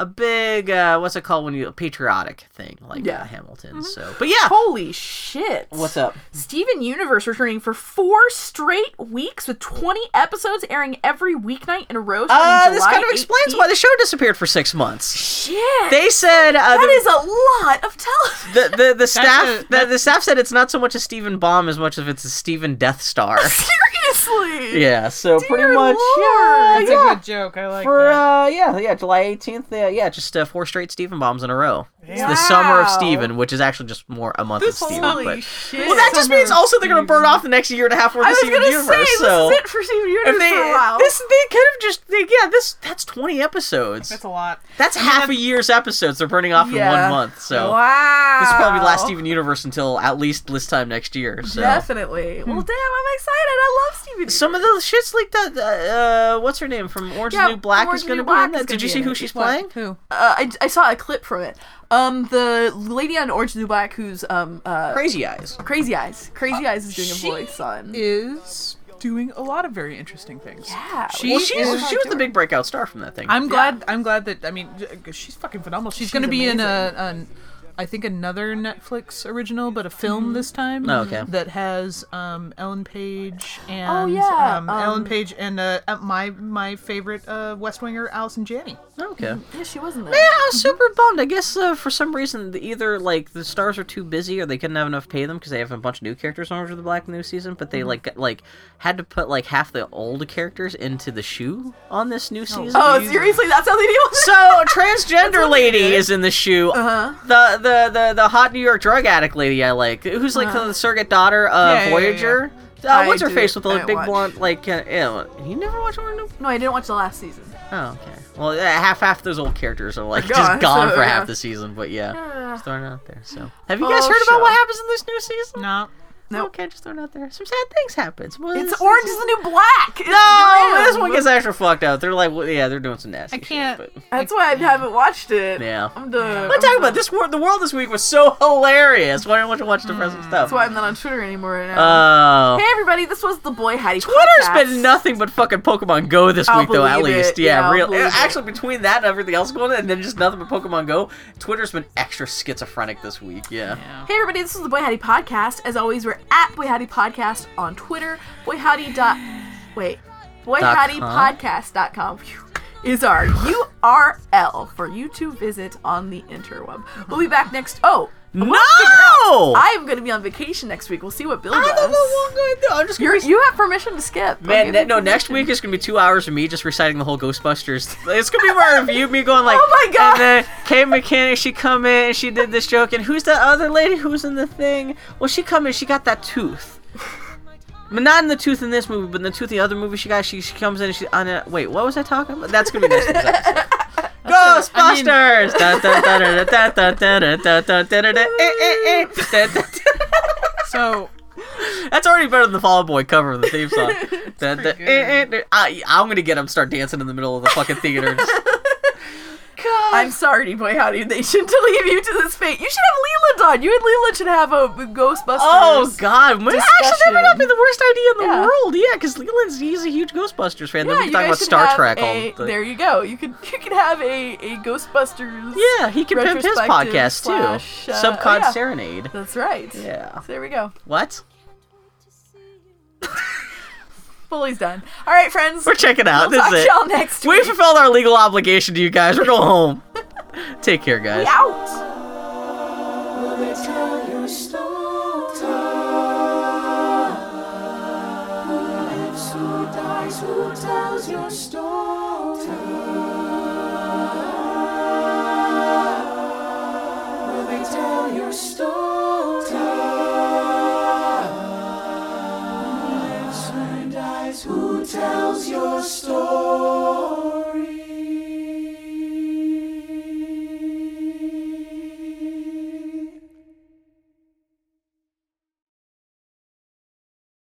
S7: A big uh, what's it called when you patriotic thing like
S5: Yeah. Mm-hmm.
S7: uh, Hamilton. So, but yeah,
S5: Holy shit.
S7: what's up?
S5: Steven Universe returning for four straight weeks with 20 episodes airing every weeknight in a row.
S7: Uh,
S5: starting
S7: this
S5: July
S7: kind of explains
S5: 18th.
S7: why the show disappeared for six months.
S5: Shit.
S7: They said uh,
S5: that
S7: the-
S5: is a lot of television.
S7: the the, the staff
S6: a-
S7: the, the staff said it's not so much a Steven bomb as much as it's a Steven Death Star.
S5: Seriously.
S7: yeah, so pretty
S5: Dear
S7: much yeah,
S5: Lord.
S6: That's
S7: yeah.
S6: a good joke. I like
S7: For
S6: that.
S7: uh, yeah, yeah, July eighteenth, yeah, yeah, just uh, four straight Steven bombs in a row. It's the summer of
S5: Wow.
S7: Steven, which is actually just more a month of Steven.
S6: holy
S7: but-
S6: shit.
S7: Well, that just means also they're gonna burn off the next year and a half worth
S5: I
S7: of
S5: was
S7: Steven
S5: gonna say
S7: universe. so
S5: this is it for Steven Universe
S7: if they
S5: for a while.
S7: this they could have just they, yeah this that's twenty episodes.
S6: That's a lot.
S7: That's half a year's episodes. They're burning off in one
S5: Yeah.
S7: month. So
S5: wow.
S7: this will probably last Steven Universe until at least this time next year. So. Hmm.
S5: Definitely. Well, damn, I'm excited. I love Steven.
S7: Some of the shits leaked out. Uh, uh, what's her name from Orange is
S5: Yeah,
S7: the New Black
S5: Orange
S7: is
S5: is the
S7: going to
S5: New
S7: be
S5: Black
S7: in
S5: is
S7: that. Did
S5: gonna
S7: you
S5: be
S7: see
S5: in
S7: who
S5: it.
S7: she's playing?
S6: Who?
S5: Uh, I, I saw a clip from it. Um, the lady on Orange is the New Black, who's um, uh,
S7: Crazy Eyes.
S5: Crazy Eyes. Crazy Eyes is doing a voice on.
S6: Is doing a lot of very interesting things.
S5: yeah.
S6: She
S7: Well,
S6: is-
S7: she's, she was the big breakout star from that thing.
S6: I'm glad. I'm glad that. I mean, j- 'cause she's fucking phenomenal. She's, going to be in a, an, I think another Netflix original, but a film this time.
S7: Oh, okay.
S6: That has um, Ellen Page and
S5: yeah,
S6: Oh, um, Ellen Page and uh, uh, my my favorite uh, West Winger, Allison Janney.
S7: okay.
S5: Yeah, she wasn't there.
S7: Yeah, I
S5: Mm-hmm.
S7: was super bummed. I guess uh, for some reason, the- either like the stars were too busy, or they couldn't have enough pay them because they have a bunch of new characters on Orange is the Black new season. But
S5: Mm-hmm.
S7: they like got- like had to put like half the old characters into the shoe on this new season.
S5: Oh, seriously? That's how they deal with it?
S7: So transgender lady is in the shoe. Uh-huh. The, the the the hot New York drug addict lady I like, who's like
S5: Uh-huh.
S7: the surrogate daughter of
S6: yeah, yeah,
S7: Voyager. Uh,
S5: I
S7: what's her
S5: do-
S7: face with the
S5: I
S7: big
S5: watch.
S7: blonde? Like, uh, ew. you never watch one? New-
S5: No, I didn't watch the last season.
S7: Oh, okay. Well, yeah, half half those old characters are like
S5: gone,
S7: just gone
S5: so,
S7: for
S5: yeah.
S7: half the season. But yeah,
S5: Yeah.
S7: just throwing it out there. So, have you guys
S5: Oh,
S7: heard about what
S5: sure.
S7: happens in this new season?
S6: No.
S5: No.
S7: Okay, just throwing it out there. Some sad things happen. Some-
S5: It's Orange is the New Black. It's
S7: No,
S5: grim.
S7: this one gets extra fucked out. They're like, well, yeah, they're doing some nasty.
S6: I can't.
S7: Shit, but...
S5: That's why I haven't watched it.
S7: Yeah.
S5: I'm done.
S7: Let's talk about this. Wor- the world this week was so hilarious. Why don't you watch the present
S5: Mm.
S7: stuff?
S5: That's why I'm not on Twitter anymore right now.
S7: Oh.
S5: hey, everybody, this was the Boy Hattie
S7: Twitter's
S5: podcast.
S7: been nothing but fucking Pokemon Go this
S5: I'll
S7: week, though. At
S5: believe it.
S7: least,
S5: Yeah,
S7: yeah,
S5: I'll
S7: real.
S5: believe it.
S7: Actually, between that and everything else going on, and then just nothing but Pokemon Go, Twitter's been extra schizophrenic this week. Yeah.
S5: Hey, everybody, this is the Boy Hattie podcast. As always, we're at Boy Hattie Podcast on Twitter. Boyhattie dot. Wait. BoyHattiePodcast.com phew, is our URL for you to visit on the interweb. We'll be back next. Oh,
S7: No.
S5: I am going to be on vacation next week. We'll see what Bill does.
S7: I don't know what I'm gonna do. I'm just gonna
S5: You're,
S7: be-
S5: you have permission to skip. I'll
S7: Man,
S5: give
S7: ne-
S5: you
S7: no. Next
S5: permission.
S7: week is gonna be two hours of me just reciting the whole Ghostbusters. It's gonna be my review, me going like,
S5: Oh my God.
S7: And then Kay Mechanic, she come in and she did this joke, and who's that other lady who's in the thing? Well, she come in, she got that tooth. But not in the tooth in this movie, but in the tooth in the other movie she got. She, she comes in and she on a wait. What was I talking about? That's gonna be next week's episode. Go Ghostbusters. Dun, dun, dun, dun, dun, dun, dun, dun, dun, dun, dun, dun, dun, eh, eh, eh. Dun, dun, dun.
S6: So
S7: That's already better than the Fall Out Boy cover of the theme song. Dun, dun, eh, eh, eh. I, I'm gonna get him start dancing in the middle of the fucking theater. Oh.
S5: I'm sorry, boy. How do they should to leave you to this fate? You should have Leland on. You and Leland should have a Ghostbusters.
S7: Oh God! Well, Actually, that might not be
S5: discussion.
S7: the worst idea in the
S5: Yeah.
S7: world. Yeah, because Leland's he's a huge Ghostbusters fan.
S5: yeah,
S7: then we
S5: you
S7: can talk
S5: guys
S7: about
S5: should
S7: Star
S5: have
S7: Trek all
S5: a-
S7: the
S5: There you go. You could you could have a a Ghostbusters.
S7: Yeah, he can pimp his
S5: retrospective
S7: podcast
S5: slash,
S7: too.
S5: uh,
S7: Subcon
S5: yeah.
S7: Serenade.
S5: That's right.
S7: Yeah.
S5: So there we go.
S7: What?
S5: Fully's done. All right, friends.
S7: We're checking out.
S5: We'll
S7: this
S5: talk
S7: is
S5: to
S7: it.
S5: y'all next
S7: We
S5: week.
S7: fulfilled our legal obligation to you guys. We're going home. Take care, guys.
S5: out.
S8: Who tells your story?